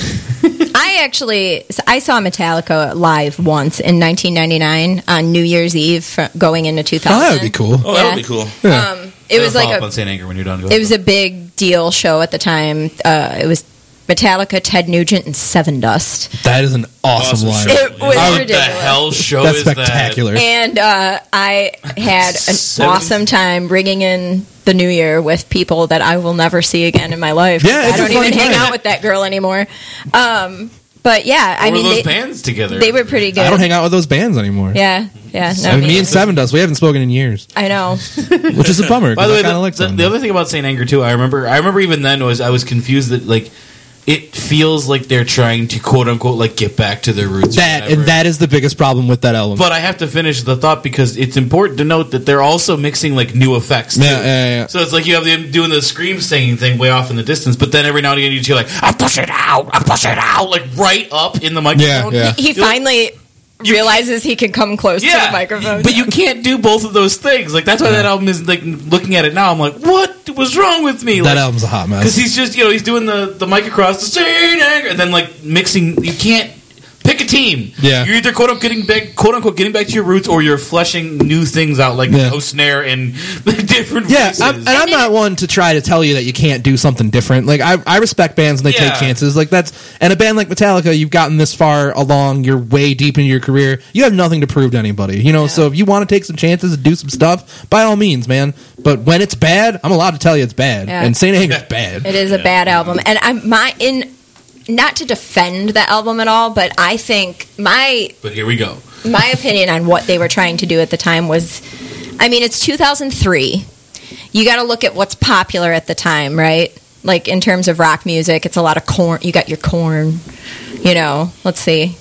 [SPEAKER 2] it
[SPEAKER 1] I actually I saw Metallica live once in 1999 on New Year's Eve, fr going into 2000.
[SPEAKER 3] that would be cool.
[SPEAKER 4] Oh,
[SPEAKER 1] Yeah.
[SPEAKER 4] that would be cool.
[SPEAKER 3] Yeah.
[SPEAKER 1] Um, it was
[SPEAKER 2] follow
[SPEAKER 1] like
[SPEAKER 2] up
[SPEAKER 1] a
[SPEAKER 2] on Saint Anger when you're done. Go
[SPEAKER 1] it was a big deal show at the time. Uh, it was Metallica, Ted Nugent, and Seven Dust.
[SPEAKER 3] that is an
[SPEAKER 2] Awesome
[SPEAKER 3] awesome, line.
[SPEAKER 2] show.
[SPEAKER 1] It was
[SPEAKER 2] What the
[SPEAKER 1] ridiculous.
[SPEAKER 2] hell show
[SPEAKER 3] That's
[SPEAKER 2] is
[SPEAKER 3] spectacular.
[SPEAKER 1] And uh, I had an
[SPEAKER 2] Seven-
[SPEAKER 1] awesome time bringing in the new year with people that I will never see again in my life.
[SPEAKER 3] Yeah, it's
[SPEAKER 1] I
[SPEAKER 3] a
[SPEAKER 1] don't
[SPEAKER 3] fun
[SPEAKER 1] even hang
[SPEAKER 3] time.
[SPEAKER 1] out with that girl anymore. Um, but yeah,
[SPEAKER 2] that?
[SPEAKER 1] I
[SPEAKER 2] Were
[SPEAKER 1] mean,
[SPEAKER 2] those
[SPEAKER 1] they,
[SPEAKER 2] bands together?
[SPEAKER 1] they were pretty good.
[SPEAKER 3] I don't hang out with those bands anymore.
[SPEAKER 1] yeah, yeah. No,
[SPEAKER 3] I mean,
[SPEAKER 1] me
[SPEAKER 3] me
[SPEAKER 1] neither.
[SPEAKER 3] and Seven Dust, we haven't spoken in years,
[SPEAKER 1] I know.
[SPEAKER 3] which is a bummer.
[SPEAKER 2] By the way,
[SPEAKER 3] I kinda
[SPEAKER 2] the,
[SPEAKER 3] like
[SPEAKER 2] the,
[SPEAKER 3] Seven
[SPEAKER 2] the
[SPEAKER 3] Dust.
[SPEAKER 2] other thing about Saint Anger too, I remember. I remember even then was I was confused that like it feels like they're trying to quote unquote like get back to their roots. or
[SPEAKER 3] that
[SPEAKER 2] whatever.
[SPEAKER 3] and that is the biggest problem with that album.
[SPEAKER 2] But I have to finish the thought because it's important to note that they're also mixing like new effects.
[SPEAKER 3] yeah,
[SPEAKER 2] too.
[SPEAKER 3] yeah, yeah.
[SPEAKER 2] So it's like you have them doing the scream singing thing way off in the distance, but then every now and again you just hear like I push it out, I push it out, like right up in the microphone.
[SPEAKER 3] Yeah.
[SPEAKER 1] He finally realizes he can come close to the microphone.
[SPEAKER 2] But you can't do both of those things. Like that's why that album is like looking at it now. I'm like, what was wrong with me?
[SPEAKER 3] That
[SPEAKER 2] like,
[SPEAKER 3] album's a hot
[SPEAKER 2] because
[SPEAKER 3] mess.
[SPEAKER 2] he's just you know he's doing the the mic across the scene and then like mixing. You can't pick a team.
[SPEAKER 3] Yeah.
[SPEAKER 2] you're either quote unquote getting back quote unquote getting back to your roots, or you're fleshing new things out like
[SPEAKER 3] Yeah.
[SPEAKER 2] no snare and different.
[SPEAKER 3] Yeah,
[SPEAKER 2] voices.
[SPEAKER 3] I'm, and I'm not one to try to tell you that you can't do something different. Like I, I respect bands when they
[SPEAKER 2] Yeah.
[SPEAKER 3] take chances. Like that's and a band like Metallica, you've gotten this far along, you're way deep into your career. You have nothing to prove to anybody, you know. So if you want to take some chances and do some stuff, by all means, man. But when it's bad, I'm allowed to tell you it's bad.
[SPEAKER 1] Yeah.
[SPEAKER 3] And Saint Anger's bad.
[SPEAKER 1] It is a bad album, and I'm my in not to defend the album at all, but I think my
[SPEAKER 2] but here we go.
[SPEAKER 1] my opinion on what they were trying to do at the time was I mean, it's 2003. You got to look at what's popular at the time, right? Like in terms of rock music, it's a lot of corn. You got your corn, you know. Let's see.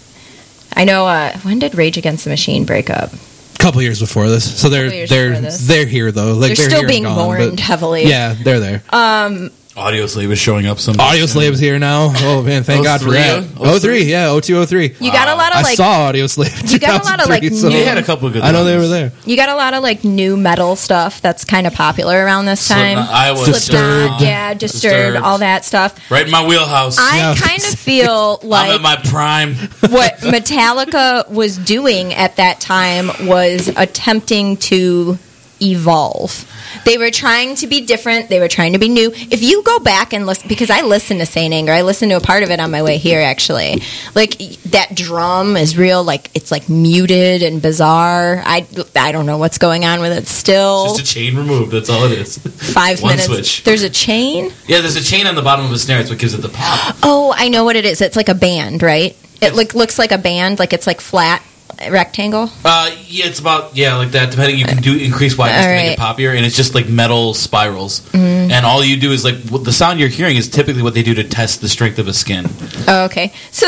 [SPEAKER 1] I know. Uh, when did Rage Against the Machine break up?
[SPEAKER 3] A couple years before this,
[SPEAKER 1] Couple
[SPEAKER 3] so they're
[SPEAKER 1] years
[SPEAKER 3] they're
[SPEAKER 1] before this.
[SPEAKER 3] they're here though. Like
[SPEAKER 1] They're still
[SPEAKER 3] they're, here and
[SPEAKER 1] being
[SPEAKER 3] gone,
[SPEAKER 1] mourned
[SPEAKER 3] but-
[SPEAKER 1] heavily.
[SPEAKER 3] Yeah, they're there.
[SPEAKER 2] Audio Slave is showing up sometime.
[SPEAKER 3] Audio Slave's here now. Oh man, thank God for
[SPEAKER 2] 03,
[SPEAKER 3] that.
[SPEAKER 2] uh,
[SPEAKER 3] 03, yeah, 0203.
[SPEAKER 1] You got a lot of
[SPEAKER 3] I
[SPEAKER 1] like
[SPEAKER 3] saw Audio Slave.
[SPEAKER 1] You got a lot of, like,
[SPEAKER 3] 2003, so
[SPEAKER 1] new-
[SPEAKER 2] They had a couple of good.
[SPEAKER 3] I know they
[SPEAKER 2] ones.
[SPEAKER 3] were there.
[SPEAKER 1] you got a lot of like new metal stuff that's kind of popular around this time.
[SPEAKER 2] Slipknot, I was
[SPEAKER 1] Slipknot,
[SPEAKER 2] disturbed.
[SPEAKER 1] yeah, disturbed,
[SPEAKER 2] Disturbed.
[SPEAKER 1] all that stuff.
[SPEAKER 2] Right in my wheelhouse. I,
[SPEAKER 1] I
[SPEAKER 3] Yeah.
[SPEAKER 1] kind of feel
[SPEAKER 2] am
[SPEAKER 1] like
[SPEAKER 2] at my prime.
[SPEAKER 1] what Metallica was doing at that time was attempting to evolve. They were trying to be different. They were trying to be new. If you go back and listen, because I listened to Saint Anger, I listened to a part of it on my way here. Actually, like that drum is real. Like it's like muted and bizarre. I I don't know what's going on with it. Still,
[SPEAKER 2] Just a chain removed. That's all it is.
[SPEAKER 1] five
[SPEAKER 2] one
[SPEAKER 1] minutes.
[SPEAKER 2] switch.
[SPEAKER 1] There's a chain.
[SPEAKER 2] Yeah, there's a chain on the bottom of a snare. It's what gives it the pop.
[SPEAKER 1] Oh, I know what it is. It's like a band, right? It look, looks like a band. Like it's like flat rectangle.
[SPEAKER 2] Uh, yeah, it's about yeah, like that. Depending, you can do increase
[SPEAKER 1] All
[SPEAKER 2] wideness to make it
[SPEAKER 1] right. Mm-hmm.
[SPEAKER 2] poppier, and it's just like metal spirals. And all you do is like w- the sound you're hearing is typically what they do to test the strength of a skin.
[SPEAKER 1] Oh, okay. So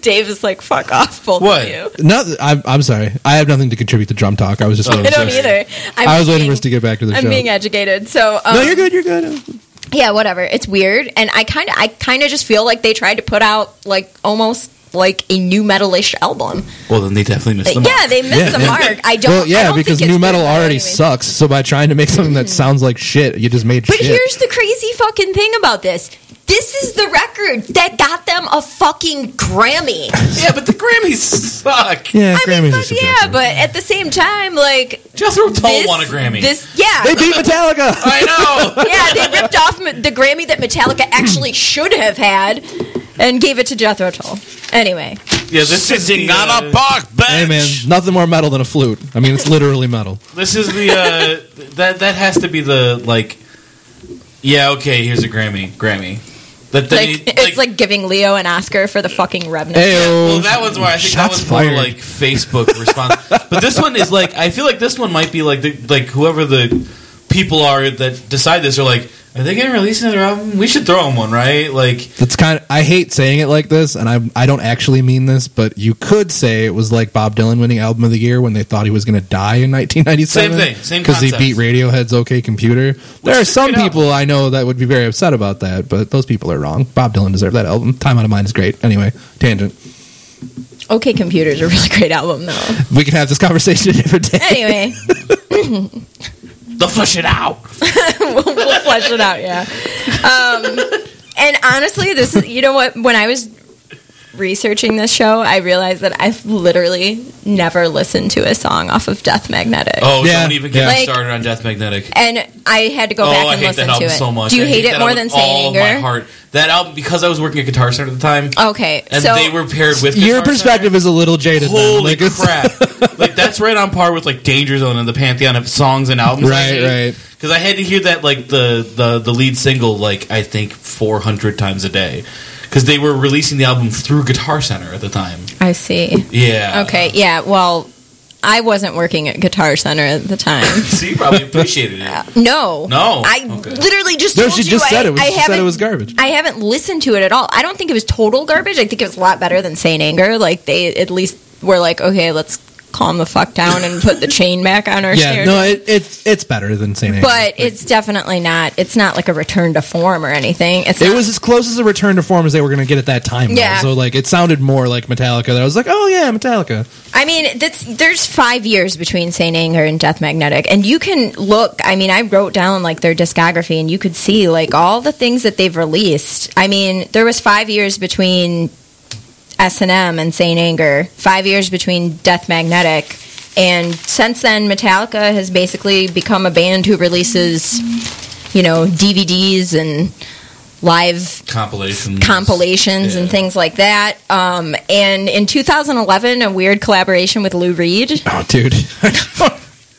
[SPEAKER 1] Dave is like, fuck off, both
[SPEAKER 2] What?
[SPEAKER 1] of you.
[SPEAKER 3] No, I'm, I'm sorry. I have nothing to contribute to drum talk. I was
[SPEAKER 2] Oh.
[SPEAKER 3] just.
[SPEAKER 1] I
[SPEAKER 3] waiting
[SPEAKER 1] don't
[SPEAKER 3] for-
[SPEAKER 1] either. I'm
[SPEAKER 3] I was waiting
[SPEAKER 1] being-
[SPEAKER 3] for us to get back to the
[SPEAKER 1] I'm
[SPEAKER 3] show.
[SPEAKER 1] being educated, so um,
[SPEAKER 3] no, you're good. You're good.
[SPEAKER 1] yeah, whatever. It's weird, and I kind of, I kind of just feel like they tried to put out like almost like a new metalish album.
[SPEAKER 2] Well, then they definitely missed the mark.
[SPEAKER 1] yeah, they missed
[SPEAKER 3] Yeah.
[SPEAKER 1] the mark. I don't.
[SPEAKER 3] well,
[SPEAKER 1] I
[SPEAKER 3] yeah,
[SPEAKER 1] don't
[SPEAKER 3] because
[SPEAKER 1] think it's
[SPEAKER 3] new metal
[SPEAKER 1] good by
[SPEAKER 3] already
[SPEAKER 1] any means.
[SPEAKER 3] sucks. So by trying to make something that sounds like shit, you just made
[SPEAKER 1] But
[SPEAKER 3] shit.
[SPEAKER 1] here's the crazy fucking thing about this. This is the record that got them a fucking Grammy.
[SPEAKER 2] Yeah, but the Grammys suck.
[SPEAKER 3] yeah,
[SPEAKER 1] I
[SPEAKER 3] Grammys
[SPEAKER 1] mean,
[SPEAKER 3] are
[SPEAKER 1] fuck
[SPEAKER 3] subjective.
[SPEAKER 1] yeah, but at the same time, like
[SPEAKER 2] Jethro Tull
[SPEAKER 1] this-
[SPEAKER 2] won a Grammy.
[SPEAKER 1] This, yeah,
[SPEAKER 3] They beat Metallica.
[SPEAKER 2] I know.
[SPEAKER 1] yeah, they ripped off M- the Grammy that Metallica actually should have had and gave it to Jethro Tull. Anyway,
[SPEAKER 2] yeah, this is the,
[SPEAKER 4] on
[SPEAKER 2] uh,
[SPEAKER 4] a park bench.
[SPEAKER 3] hey man, nothing more metal than a flute. I mean, it's literally metal.
[SPEAKER 2] This is the uh, that that has to be the like. Yeah, okay. Here's a Grammy. Grammy. That
[SPEAKER 1] like,
[SPEAKER 2] they,
[SPEAKER 1] it's like giving Leo an Oscar for the fucking Revenant.
[SPEAKER 2] Well,
[SPEAKER 3] Hey,
[SPEAKER 2] that one's where I think
[SPEAKER 3] Shots
[SPEAKER 2] that was more
[SPEAKER 3] fired.
[SPEAKER 2] like Facebook response. but this one is like I feel like this one might be like the, like whoever the people are that decide this are like. Are they going to release another album? We should throw them one, right? Like,
[SPEAKER 3] that's kind. Of, I hate saying it like this, and I I don't actually mean this, but you could say it was like Bob Dylan winning album of the year when they thought he was going to die in 1997.
[SPEAKER 2] Same thing, same
[SPEAKER 3] he
[SPEAKER 2] concept.
[SPEAKER 3] beat Radiohead's OK Computer. There are
[SPEAKER 2] is a
[SPEAKER 3] some
[SPEAKER 2] great
[SPEAKER 3] people I know that would be very upset about that, but those people are wrong. Bob Dylan deserved that album. Time Out of Mind is great. Anyway, tangent.
[SPEAKER 1] Okay, Computer's a really great album, though.
[SPEAKER 3] We can have this conversation a different day.
[SPEAKER 1] Anyway,
[SPEAKER 2] they'll flush it out.
[SPEAKER 1] we'll, we'll flesh it out, yeah. Um, and honestly, this is, you know what? When I was researching this show, I realized that I've literally never listened to a song off of Death Magnetic.
[SPEAKER 2] Oh,
[SPEAKER 3] Yeah,
[SPEAKER 2] don't even get
[SPEAKER 3] yeah.
[SPEAKER 2] me
[SPEAKER 1] Like-
[SPEAKER 2] started on Death Magnetic.
[SPEAKER 1] And I had to go
[SPEAKER 2] oh,
[SPEAKER 1] back and
[SPEAKER 2] I hate
[SPEAKER 1] listen
[SPEAKER 2] that album
[SPEAKER 1] to it.
[SPEAKER 2] so much.
[SPEAKER 1] Do you
[SPEAKER 2] I
[SPEAKER 1] hate, it
[SPEAKER 2] that
[SPEAKER 1] more
[SPEAKER 2] album
[SPEAKER 1] than
[SPEAKER 2] with all
[SPEAKER 1] Saint Anger?
[SPEAKER 2] My heart. That album because I was working at Guitar Center at the time,
[SPEAKER 1] Okay,
[SPEAKER 2] and
[SPEAKER 1] so
[SPEAKER 2] they were paired with
[SPEAKER 3] Your
[SPEAKER 2] Guitar
[SPEAKER 3] perspective is a little jaded.
[SPEAKER 2] Center.
[SPEAKER 3] then.
[SPEAKER 2] Holy
[SPEAKER 3] Like, it's-
[SPEAKER 2] crap! like that's right on par with like Danger Zone and the pantheon of songs and albums.
[SPEAKER 3] Right, right.
[SPEAKER 2] Because I had to hear that like the the the lead single like I think four hundred times a day. Because they were releasing the album through Guitar Center at the time.
[SPEAKER 1] I see.
[SPEAKER 2] Yeah.
[SPEAKER 1] Okay, yeah. Well, I wasn't working at Guitar Center at the time.
[SPEAKER 2] So you probably appreciated it.
[SPEAKER 1] No,
[SPEAKER 2] No.
[SPEAKER 1] I
[SPEAKER 2] Okay.
[SPEAKER 1] literally just
[SPEAKER 3] No,
[SPEAKER 1] told
[SPEAKER 3] she
[SPEAKER 1] you
[SPEAKER 3] just
[SPEAKER 1] I,
[SPEAKER 3] said it.
[SPEAKER 1] I
[SPEAKER 3] She said it
[SPEAKER 1] haven't-
[SPEAKER 3] was garbage.
[SPEAKER 1] I haven't listened to it at all. I don't think it was total garbage. I think it was a lot better than Saint Anger. Like they at least were like, okay, let's calm the fuck down and put the chain back on our
[SPEAKER 3] Yeah,
[SPEAKER 1] snare.
[SPEAKER 3] no, it, it's it's better than Saint Anger.
[SPEAKER 1] but it's definitely not. It's not like a return to form or anything. It's
[SPEAKER 3] It
[SPEAKER 1] not-
[SPEAKER 3] was as close as a return to form as they were going to get at that time. though.
[SPEAKER 1] Yeah.
[SPEAKER 3] So like it sounded more like Metallica. That I was like, oh yeah, Metallica.
[SPEAKER 1] I mean, that's there's five years between Saint Anger and Death Magnetic, and you can look. I mean, I wrote down like their discography, and you could see like all the things that they've released. I mean, there was five years between S and M and Saint Anger, five years between Death Magnetic, and since then, Metallica has basically become a band who releases, you know, DVDs and live
[SPEAKER 2] Compilations.
[SPEAKER 1] compilations and
[SPEAKER 2] Yeah.
[SPEAKER 1] things like that. Um, and in 2011, a weird collaboration with Lou Reed,
[SPEAKER 3] Oh dude,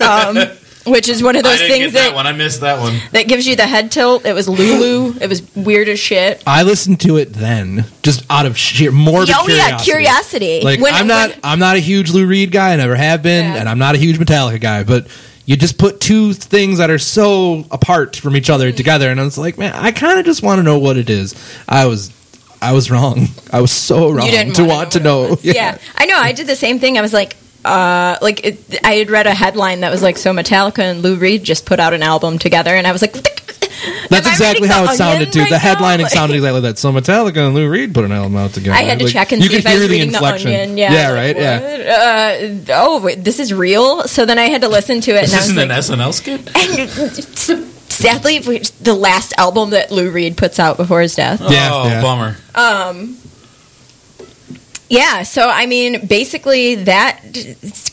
[SPEAKER 1] um, which is one of
[SPEAKER 2] I
[SPEAKER 1] those
[SPEAKER 2] didn't
[SPEAKER 1] things
[SPEAKER 2] get that
[SPEAKER 1] that,
[SPEAKER 2] one. I missed that one.
[SPEAKER 1] that gives you the head tilt. It was Lulu. It was weird as shit.
[SPEAKER 3] I listened to it then just out of sheer morbid
[SPEAKER 1] oh
[SPEAKER 3] curiosity.
[SPEAKER 1] yeah, curiosity.
[SPEAKER 3] Like
[SPEAKER 1] When-
[SPEAKER 3] I'm not
[SPEAKER 1] when-
[SPEAKER 3] I'm not a huge Lou Reed guy. I never have been,
[SPEAKER 1] Yeah.
[SPEAKER 3] and I'm not a huge Metallica guy. But you just put two things that are so apart from each
[SPEAKER 1] Mm-hmm.
[SPEAKER 3] other together, and I was like, man, I kind of just want to know what it is. I was. I was wrong. I was so wrong
[SPEAKER 1] didn't
[SPEAKER 3] to
[SPEAKER 1] wanna
[SPEAKER 3] want
[SPEAKER 1] know
[SPEAKER 3] to know.
[SPEAKER 1] yeah. I know. I did the same thing. I was like. Uh, like it, I had read a headline that was like, so Metallica and Lou Reed just put out an album together, and I was like,
[SPEAKER 3] That's
[SPEAKER 1] Am I
[SPEAKER 3] exactly
[SPEAKER 1] reading
[SPEAKER 3] how
[SPEAKER 1] The
[SPEAKER 3] it sounded
[SPEAKER 1] Onion
[SPEAKER 3] too.
[SPEAKER 1] right now?
[SPEAKER 3] the headlining
[SPEAKER 1] Like-
[SPEAKER 3] sounded exactly that. So Metallica and Lou Reed put an album out together.
[SPEAKER 1] I had to
[SPEAKER 3] Like,
[SPEAKER 1] check and
[SPEAKER 3] you
[SPEAKER 1] see
[SPEAKER 3] could
[SPEAKER 1] if I
[SPEAKER 3] hear
[SPEAKER 1] was
[SPEAKER 3] the
[SPEAKER 1] reading
[SPEAKER 3] inflection.
[SPEAKER 1] the onion. Yeah,
[SPEAKER 3] yeah,
[SPEAKER 1] like,
[SPEAKER 3] right. Yeah.
[SPEAKER 1] what? Uh, oh, wait, this is real. So then I had to listen to it,
[SPEAKER 5] This
[SPEAKER 1] and I was
[SPEAKER 5] isn't
[SPEAKER 1] like,
[SPEAKER 5] an SNL skit.
[SPEAKER 1] and sadly, we- the last album that Lou Reed puts out before his death. Um,
[SPEAKER 3] Yeah,
[SPEAKER 5] oh,
[SPEAKER 3] yeah.
[SPEAKER 5] bummer.
[SPEAKER 1] Yeah, so I mean, basically, that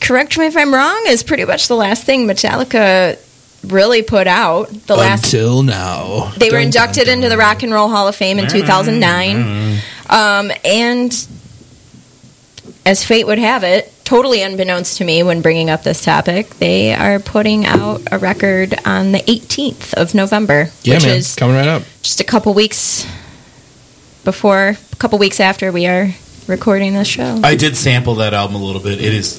[SPEAKER 1] correct me if I'm wrong is pretty much the last thing Metallica really put out. The last
[SPEAKER 3] Until now,
[SPEAKER 1] they were
[SPEAKER 3] Dun, dun,
[SPEAKER 1] inducted
[SPEAKER 3] dun.
[SPEAKER 1] into the Rock and Roll Hall of Fame
[SPEAKER 3] Mm-hmm.
[SPEAKER 1] in 2009, um, and as fate would have it, totally unbeknownst to me when bringing up this topic, they are putting out a record on the 18th of November,
[SPEAKER 3] Yeah,
[SPEAKER 1] which
[SPEAKER 3] man,
[SPEAKER 1] is
[SPEAKER 3] coming right up.
[SPEAKER 1] just a couple weeks before, a couple weeks after we are recording this show.
[SPEAKER 5] I did sample that album a little bit. It is.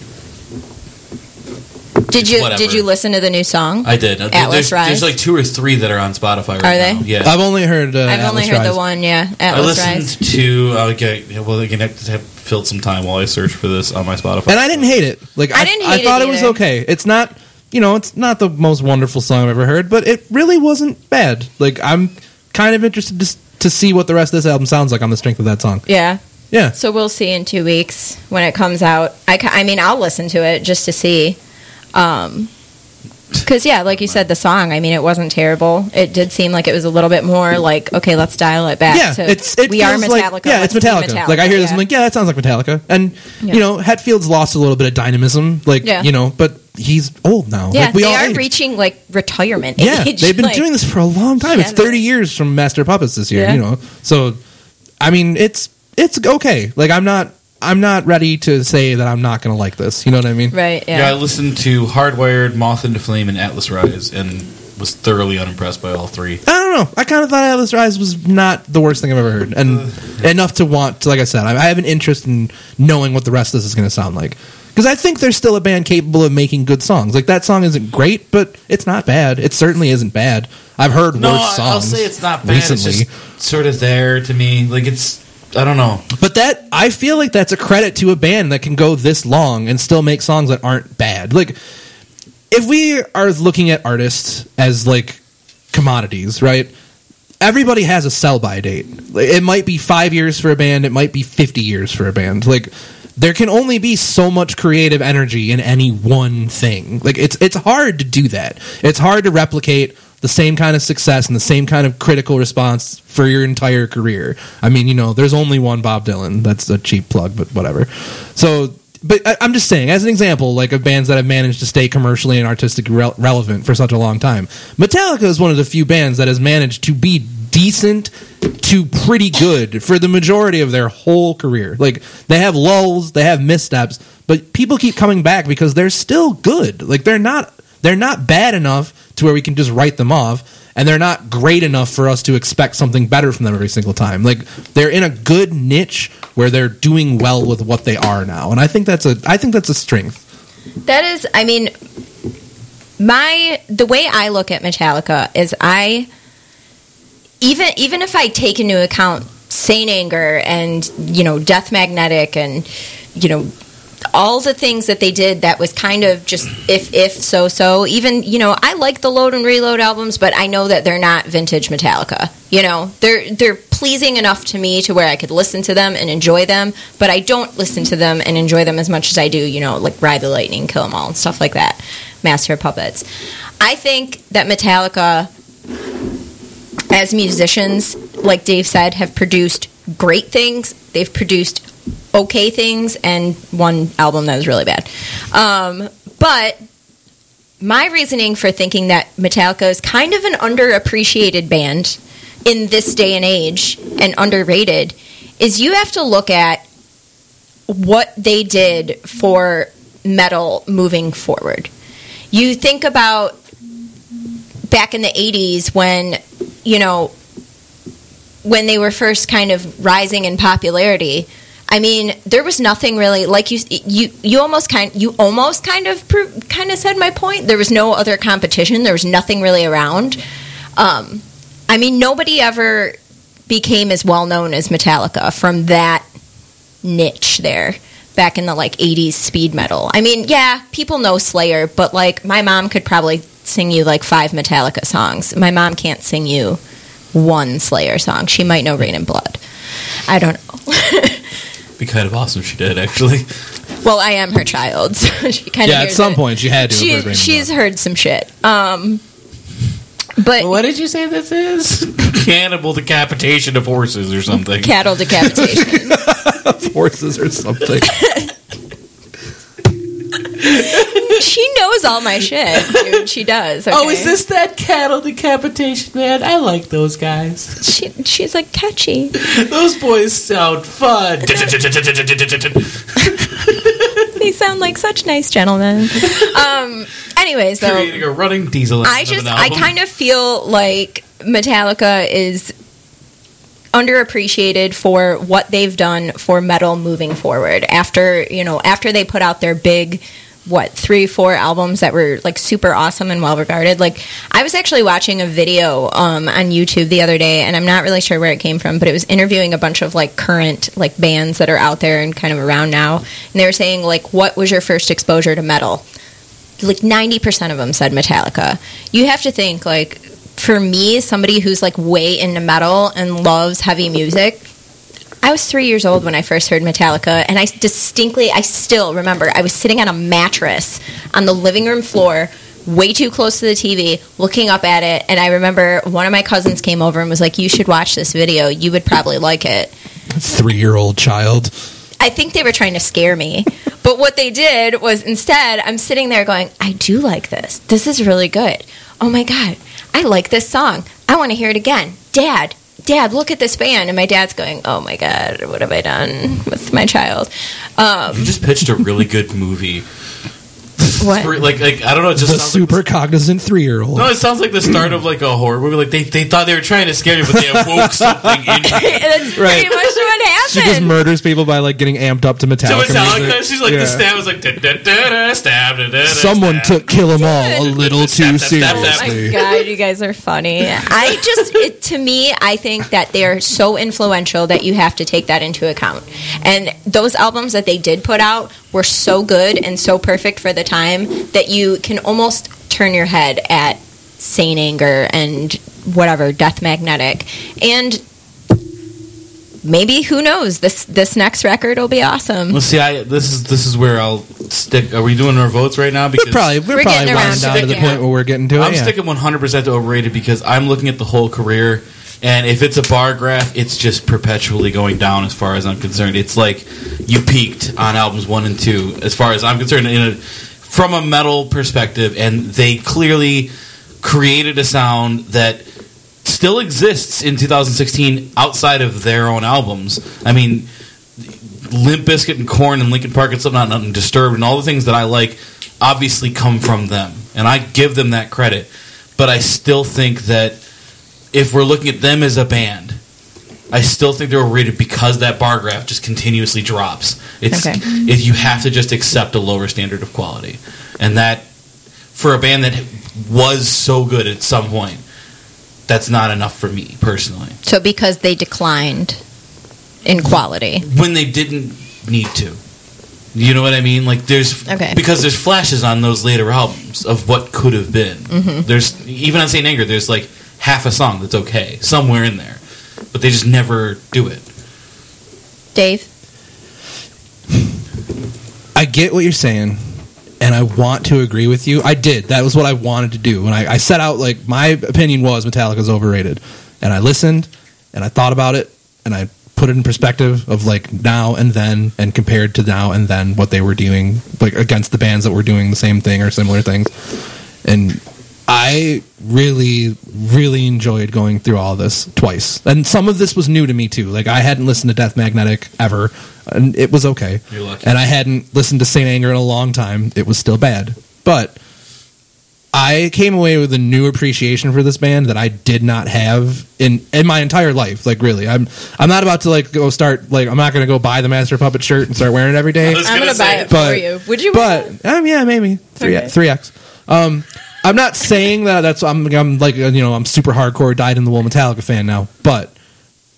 [SPEAKER 1] Did you
[SPEAKER 5] whatever.
[SPEAKER 1] did you listen to the new song?
[SPEAKER 5] I did. Atlas there's,
[SPEAKER 1] Rise?
[SPEAKER 5] there's like two or three that are on Spotify. Right
[SPEAKER 1] Are they?
[SPEAKER 5] Now. Yeah.
[SPEAKER 3] I've only heard. Uh,
[SPEAKER 1] I've only
[SPEAKER 3] Atlas
[SPEAKER 1] heard
[SPEAKER 3] Rise.
[SPEAKER 1] the one, yeah.
[SPEAKER 5] I
[SPEAKER 1] Atlas
[SPEAKER 5] listened
[SPEAKER 1] Rise.
[SPEAKER 5] to. Uh, okay, yeah, well, again, I have to have filled some time while I search for this on my Spotify.
[SPEAKER 3] and I didn't hate it. Like
[SPEAKER 1] I
[SPEAKER 3] I,
[SPEAKER 1] didn't
[SPEAKER 3] I
[SPEAKER 1] hate it
[SPEAKER 3] thought it, was
[SPEAKER 1] either.
[SPEAKER 3] okay. It's not, you know, it's not the most wonderful song I've ever heard, but it really wasn't bad. Like I'm kind of interested to, s- to see what the rest of this album sounds like on the strength of that song.
[SPEAKER 1] Yeah.
[SPEAKER 3] Yeah,
[SPEAKER 1] So we'll see in two weeks when it comes out. I, ca- I mean, I'll listen to it just to see. Um 'cause because yeah, like you said, the song. I mean, it wasn't terrible. It did seem like it was a little bit more like okay, let's dial it back.
[SPEAKER 3] yeah.
[SPEAKER 1] to
[SPEAKER 3] it's it
[SPEAKER 1] we are
[SPEAKER 3] feels
[SPEAKER 1] Metallica.
[SPEAKER 3] Like, yeah, it's
[SPEAKER 1] let's be
[SPEAKER 3] Metallica. Like I hear this,
[SPEAKER 1] yeah.
[SPEAKER 3] I'm like, yeah, that sounds like Metallica. And
[SPEAKER 1] Yeah.
[SPEAKER 3] you know, Hetfield's lost a little bit of dynamism. Like
[SPEAKER 1] Yeah.
[SPEAKER 3] you know, but he's old now.
[SPEAKER 1] yeah,
[SPEAKER 3] like, we
[SPEAKER 1] they
[SPEAKER 3] all
[SPEAKER 1] are
[SPEAKER 3] age.
[SPEAKER 1] reaching like retirement
[SPEAKER 3] Yeah,
[SPEAKER 1] age.
[SPEAKER 3] they've been
[SPEAKER 1] like-
[SPEAKER 3] doing this for a long time. it's
[SPEAKER 1] Yeah, they-
[SPEAKER 3] 30 years from Master of Puppets this year,
[SPEAKER 1] Yeah.
[SPEAKER 3] you know. So I mean, it's it's okay. Like I'm not I'm not ready to say that I'm not going to like this. You know what I mean?
[SPEAKER 1] right.
[SPEAKER 5] yeah. I listened to Hardwired, Moth into Flame, and Atlas Rise, and was thoroughly unimpressed by all three.
[SPEAKER 3] I don't know. I kind of thought Atlas Rise was not the worst thing I've ever heard, and enough to want. To, like I said, I, I have an interest in knowing what the rest of this is going to sound like because I think they're still a band capable of making good songs. Like that song isn't great, but it's not bad. It certainly isn't bad. I've heard
[SPEAKER 5] No,
[SPEAKER 3] worse songs.
[SPEAKER 5] I- I'll say it's not bad.
[SPEAKER 3] recently.
[SPEAKER 5] It's just sort of there to me. Like it's. I don't know.
[SPEAKER 3] But that I feel like that's a credit to a band that can go this long and still make songs that aren't bad. Like if we are looking at artists as like commodities, right? Everybody has a sell by date. Like, It might be 5 years for a band, it might be 50 years for a band. Like there can only be so much creative energy in any one thing. Like it's it's hard to do that. It's hard to replicate the same kind of success and the same kind of critical response for your entire career. I mean, you know, there's only one Bob Dylan. That's a cheap plug, but whatever. So, but I, I'm just saying, as an example, like of bands that have managed to stay commercially and artistically rel relevant for such a long time, Metallica is one of the few bands that has managed to be decent to pretty good for the majority of their whole career. Like they have lulls, they have missteps, but people keep coming back because they're still good. Like they're not they're not bad enough to where we can just write them off and they're not great enough for us to expect something better from them every single time. Like they're in a good niche where they're doing well with what they are now. And I think that's a I think that's a strength.
[SPEAKER 1] That is, I mean, my the way I look at Metallica is I even even if I take into account Saint Anger and you know Death Magnetic and you know all the things that they did that was kind of just if if so so even you know I like the Load and Reload albums but I know that they're not vintage Metallica you know they're they're pleasing enough to me to where I could listen to them and enjoy them but I don't listen to them and enjoy them as much as I do you know like Ride the Lightning Kill 'Em All and stuff like that Master of Puppets I think that Metallica as musicians, like Dave said, have produced great things. They've produced okay things and one album that was really bad. Um, but my reasoning for thinking that Metallica is kind of an underappreciated band in this day and age and underrated is you have to look at what they did for metal moving forward. You think about back in the 80s when you know, when they were first kind of rising in popularity, I mean, there was nothing really like you. You you almost kind you almost kind of pro- kind of said my point. There was no other competition. There was nothing really around. Um, I mean, nobody ever became as well known as Metallica from that niche there back in the like 80s speed metal. I mean, yeah, people know Slayer, but like my mom could probably sing you like five Metallica songs. My mom can't sing you one Slayer song. She might know Rain and Blood. I don't know.
[SPEAKER 2] Be kind of awesome. She did actually.
[SPEAKER 1] Well, I am her child. So she kind
[SPEAKER 3] yeah,
[SPEAKER 1] of
[SPEAKER 3] at some point she had to. have heard
[SPEAKER 1] she,
[SPEAKER 3] Raymond
[SPEAKER 1] she's
[SPEAKER 3] Brown.
[SPEAKER 1] heard some shit. Um, but
[SPEAKER 2] What did you say this is? Cannibal decapitation of horses or something.
[SPEAKER 1] cattle decapitation.
[SPEAKER 3] horses or something.
[SPEAKER 1] she knows all my shit. Dude. She does.
[SPEAKER 2] Oh,
[SPEAKER 1] okay?
[SPEAKER 2] is this that cattle decapitation man? I like those guys.
[SPEAKER 1] She, she's like catchy.
[SPEAKER 2] Those boys sound fun.
[SPEAKER 1] They sound like such nice gentlemen. Um. Anyways, though,
[SPEAKER 2] Creating a running diesel.
[SPEAKER 1] I just I kind of feel like Metallica is underappreciated for what they've done for metal moving forward after you know after they put out their big what three four albums that were like super awesome and well regarded like i was actually watching a video um, on youtube the other day and i'm not really sure where it came from but it was interviewing a bunch of like current like bands that are out there and kind of around now and they were saying like what was your first exposure to metal like 90% of them said Metallica. You have to think, like, for me, somebody who's like way into metal and loves heavy music, I was three years old when I first heard Metallica, and I distinctly, I still remember, I was sitting on a mattress on the living room floor, way too close to the TV, looking up at it, and I remember one of my cousins came over and was like, You should watch this video, you would probably like it.
[SPEAKER 3] Three year old child.
[SPEAKER 1] I think they were trying to scare me. but what they did was instead, I'm sitting there going, I do like this. This is really good. Oh my God, I like this song. I want to hear it again. Dad, Dad, look at this band. And my dad's going, Oh my God, what have I done with my child? Um,
[SPEAKER 2] You just pitched a really good movie.
[SPEAKER 1] What?
[SPEAKER 2] Three- Like, like I don't know. It just
[SPEAKER 3] The
[SPEAKER 2] sounds like-
[SPEAKER 3] super cognizant three year old.
[SPEAKER 2] no, it sounds like the start of like a horror movie. Like they, they thought they were trying to scare you, but they awoke something in you.
[SPEAKER 1] that's
[SPEAKER 3] Right.
[SPEAKER 1] pretty much what
[SPEAKER 3] She just
[SPEAKER 1] happened.
[SPEAKER 3] murders people by like getting amped up to
[SPEAKER 2] So
[SPEAKER 3] Metallica.
[SPEAKER 2] Metallica,
[SPEAKER 3] music.
[SPEAKER 2] she's like
[SPEAKER 3] Yeah.
[SPEAKER 2] the stab was like da da da da stab da da. da,
[SPEAKER 3] Someone
[SPEAKER 2] stab.
[SPEAKER 3] took Kill 'Em All a little too
[SPEAKER 2] Stop, stop, stop,
[SPEAKER 1] Oh
[SPEAKER 2] stop.
[SPEAKER 1] my
[SPEAKER 3] seriously.
[SPEAKER 1] god, you guys are funny. I just, it, to me, I think that they are so influential that you have to take that into account. And those albums that they did put out were so good and so perfect for the time that you can almost turn your head at Saint Anger and whatever Death Magnetic, and maybe who knows this this next record will be awesome.
[SPEAKER 2] Well, see, I this is this is where I'll stick. Are we doing our votes right now?
[SPEAKER 3] We're probably we're,
[SPEAKER 1] We're
[SPEAKER 3] probably
[SPEAKER 1] getting
[SPEAKER 3] winding
[SPEAKER 1] around
[SPEAKER 3] down
[SPEAKER 2] to
[SPEAKER 3] to the
[SPEAKER 2] it,
[SPEAKER 3] point
[SPEAKER 2] yeah.
[SPEAKER 3] where we're getting to it.
[SPEAKER 2] I'm
[SPEAKER 3] yeah.
[SPEAKER 2] sticking 100% to overrated because I'm looking at the whole career, and if it's a bar graph, it's just perpetually going down as far as I'm concerned. It's like you peaked on albums one and two, as far as I'm concerned, in a, from a metal perspective, and they clearly created a sound that still exists in 2016 outside of their own albums. I mean, Limp Bizkit and Corn and Linkin Park and stuff, not nothing disturbed, and all the things that I like obviously come from them, and I give them that credit. But I still think that if we're looking at them as a band, I still think they're overrated because that bar graph just continuously drops. It's
[SPEAKER 1] Okay.
[SPEAKER 2] it, you have to just accept a lower standard of quality, and that for a band that was so good at some point, that's not enough for me personally.
[SPEAKER 1] So because they declined in quality,
[SPEAKER 2] when they didn't need to. You know what I mean? Like there's
[SPEAKER 1] Okay.
[SPEAKER 2] because there's flashes on those later albums of what could have been.
[SPEAKER 1] Mm-hmm.
[SPEAKER 2] There's even on Saint Anger, there's like half a song that's okay somewhere in there, but they just never do it.
[SPEAKER 1] Dave.
[SPEAKER 3] I get what you're saying, and I want to agree with you. I did. That was what I wanted to do. When I, I set out, like, my opinion was Metallica's overrated. And I listened, and I thought about it, and I put it in perspective of, like, now and then, and compared to now and then what they were doing, like, against the bands that were doing the same thing or similar things. And I really, really enjoyed going through all this twice. And some of this was new to me, too. Like, I hadn't listened to Death Magnetic ever, and it was okay.
[SPEAKER 2] You're lucky.
[SPEAKER 3] And I hadn't listened to Saint Anger in a long time. It was still bad. But I came away with a new appreciation for this band that I did not have in in my entire life. Like really. I'm I'm not about to like go start like I'm not gonna go buy the Master Puppet shirt and start wearing it every day.
[SPEAKER 1] I'm gonna buy it
[SPEAKER 3] but-
[SPEAKER 1] for you. Would you? wear
[SPEAKER 3] But um yeah, maybe. Three
[SPEAKER 1] Okay.
[SPEAKER 3] three X. Um I'm not saying that that's I'm I'm like uh, you know, I'm super hardcore dyed in the wool Metallica fan now, but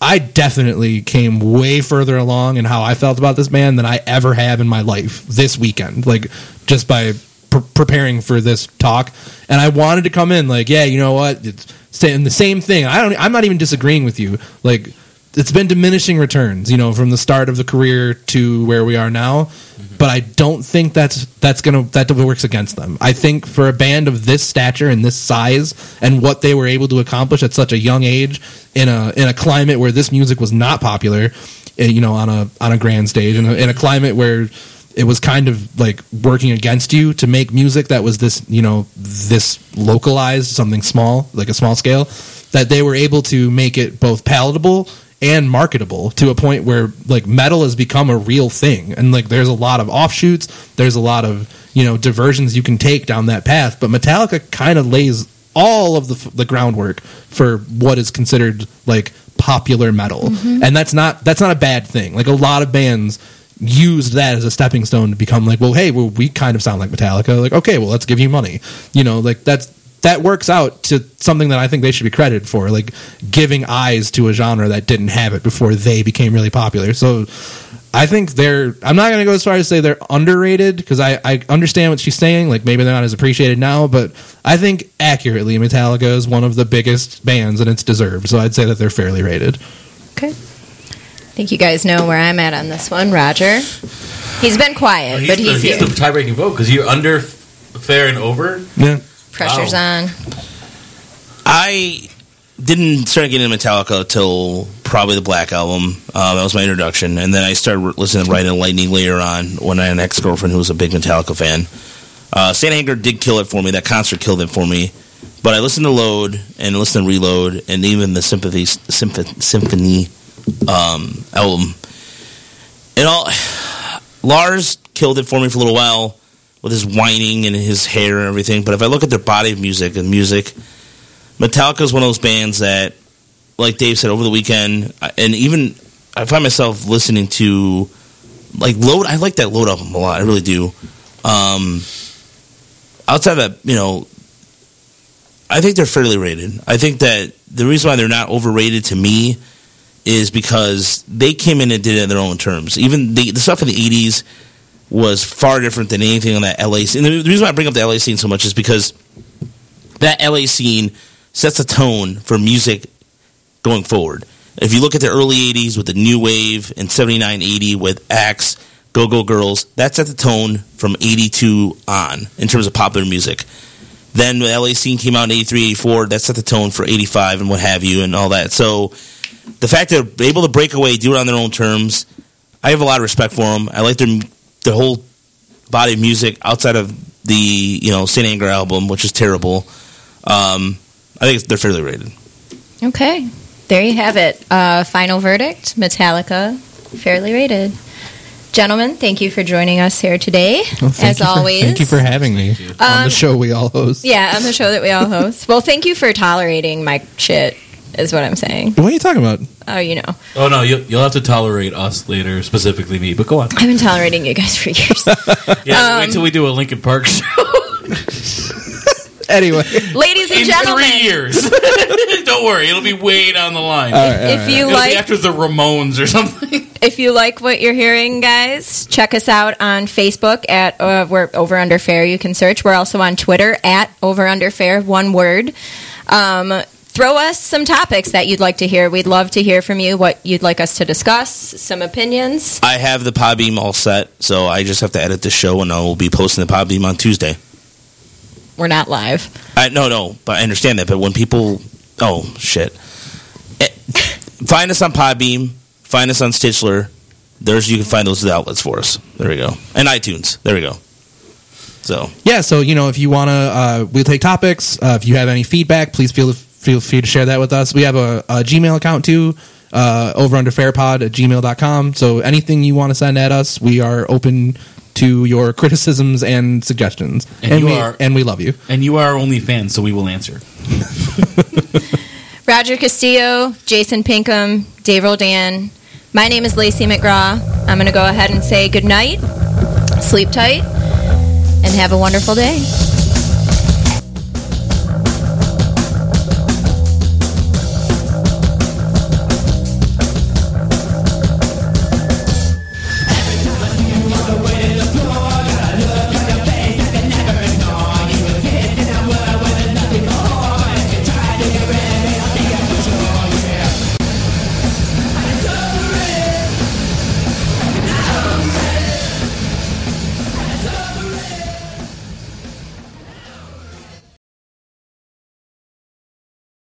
[SPEAKER 3] I definitely came way further along in how I felt about this band than I ever have in my life this weekend. Like just by pr- preparing for this talk, and I wanted to come in like, yeah, you know what, it's saying the same thing. I don't. I'm not even disagreeing with you. Like, it's been diminishing returns, you know, from the start of the career to where we are now. But I don't think that's that's gonna that works against them. I think for a band of this stature and this size and what they were able to accomplish at such a young age in a in a climate where this music was not popular, eh, you know, on a on a grand stage in a, in a climate where it was kind of like working against you to make music that was this you know this localized something small like a small scale that they were able to make it both palatable and marketable to a point where like metal has become a real thing and like there's a lot of offshoots there's a lot of you know diversions you can take down that path but metallica kind of lays all of the, f- the groundwork for what is considered like popular metal and that's not that's not a bad thing like a lot of bands used that as a stepping stone to become like, well, hey, well, we kind of sound like Metallica. Like, okay, well, let's give you money. You know, like that's that works out to something that I think they should be credited for, like giving eyes to a genre that didn't have it before they became really popular. So I think they're. I'm not going to go as far as say they're underrated because I, I understand what she's saying. Like maybe they're not as appreciated now, but I think accurately, Metallica is one of the biggest bands and it's deserved. So I'd say that they're fairly rated.
[SPEAKER 1] Okay. I think you guys know where I'm at on this one, Roger. He's been quiet,
[SPEAKER 5] Oh, He's,
[SPEAKER 1] but
[SPEAKER 5] the,
[SPEAKER 1] he's,
[SPEAKER 5] he's
[SPEAKER 1] here.
[SPEAKER 5] the tie-breaking vote because you're under f- fair and over.
[SPEAKER 3] Yeah.
[SPEAKER 1] Pressure's on.
[SPEAKER 4] I didn't start getting into Metallica till probably the Black Album. Uh, that was my introduction, and then I started re- listening to Ride and Lightning later on when I had an ex girlfriend who was a big Metallica fan. Uh, Sandhanger did kill it for me. That concert killed it for me. But I listened to Load and listened to Reload and even the Sympathy Symph- Symphony um, album. And all Lars killed it for me for a little while with his whining and his hair and everything. But if I look at their body of music and music, Metallica is one of those bands that, like Dave said over the weekend, I- and even I find myself listening to like Load. I like that Load album a lot. I really do. Um, outside that, you know, I think they're fairly rated. I think that the reason why they're not overrated to me is because they came in and did it on their own terms. Even the, the stuff in the '80s was far different than anything on that LA scene. And the the reason why I bring up the LA scene so much is because that LA scene sets a tone for music going forward. If you look at the early 80s with the new wave and 79 80 with Axe, Go Go Girls, that set the tone from 82 on in terms of popular music. Then the LA scene came out in 83, 84, that set the tone for 85 and what have you and all that. So the fact that they're able to break away, do it on their own terms, I have a lot of respect for them. I like their, their whole body of music outside of the, you know, St. Anger album, which is terrible. Um, I think they're fairly rated.
[SPEAKER 1] Okay. There you have it. Uh, final verdict Metallica, fairly rated. Gentlemen, thank you for joining us here today. As always.
[SPEAKER 3] thank you Um, for having me on the show we all host.
[SPEAKER 1] yeah, on the show that we all host. well, thank you for tolerating my shit, is what I'm saying.
[SPEAKER 3] What are you talking about?
[SPEAKER 1] Oh, you know.
[SPEAKER 5] Oh no, you'll, you'll have to tolerate us later, specifically me. But go on.
[SPEAKER 1] I've been tolerating you guys for years.
[SPEAKER 5] Yeah,
[SPEAKER 1] Um,
[SPEAKER 5] wait till we do a Lincoln Park show
[SPEAKER 3] Anyway,
[SPEAKER 1] Ladies and
[SPEAKER 5] in
[SPEAKER 1] gentlemen,
[SPEAKER 5] three years. Don't worry, it'll be way down the line.
[SPEAKER 1] if you
[SPEAKER 5] it'll be
[SPEAKER 1] like
[SPEAKER 5] after the Ramones or something.
[SPEAKER 1] If you like what you're hearing, guys, check us out on Facebook at uh, we're Over Under Fair. You can search. We're also on Twitter at Over Under Fair, one word. Um, throw us some topics that you'd like to hear. We'd love to hear from you what you'd like us to discuss, some opinions.
[SPEAKER 4] I have the Podbeam all set, so I just have to edit the show, and I will be posting the Podbeam on Tuesday.
[SPEAKER 1] We're not live.
[SPEAKER 4] I, no, no, but I understand that. But when people, oh shit, Eh, find us on Podbeam, find us on Stitchler. There's you can find those outlets for us. There we go, and iTunes. There we go. So
[SPEAKER 3] yeah. So you know, if you wanna, uh, we'll take topics. Uh, if you have any feedback, please feel feel free to share that with us. We have a, a Gmail account too. Uh, over under fairpod at gmail.com. So anything you want to send at us, we are open to your criticisms and suggestions.
[SPEAKER 5] And you
[SPEAKER 3] we,
[SPEAKER 5] are-
[SPEAKER 3] and we love you.
[SPEAKER 5] And you are only fans, so we will answer.
[SPEAKER 1] Roger Castillo, Jason Pinkham, Dave Roldan. My name is Lacey McGraw. I'm going to go ahead and say good night, sleep tight, and have a wonderful day.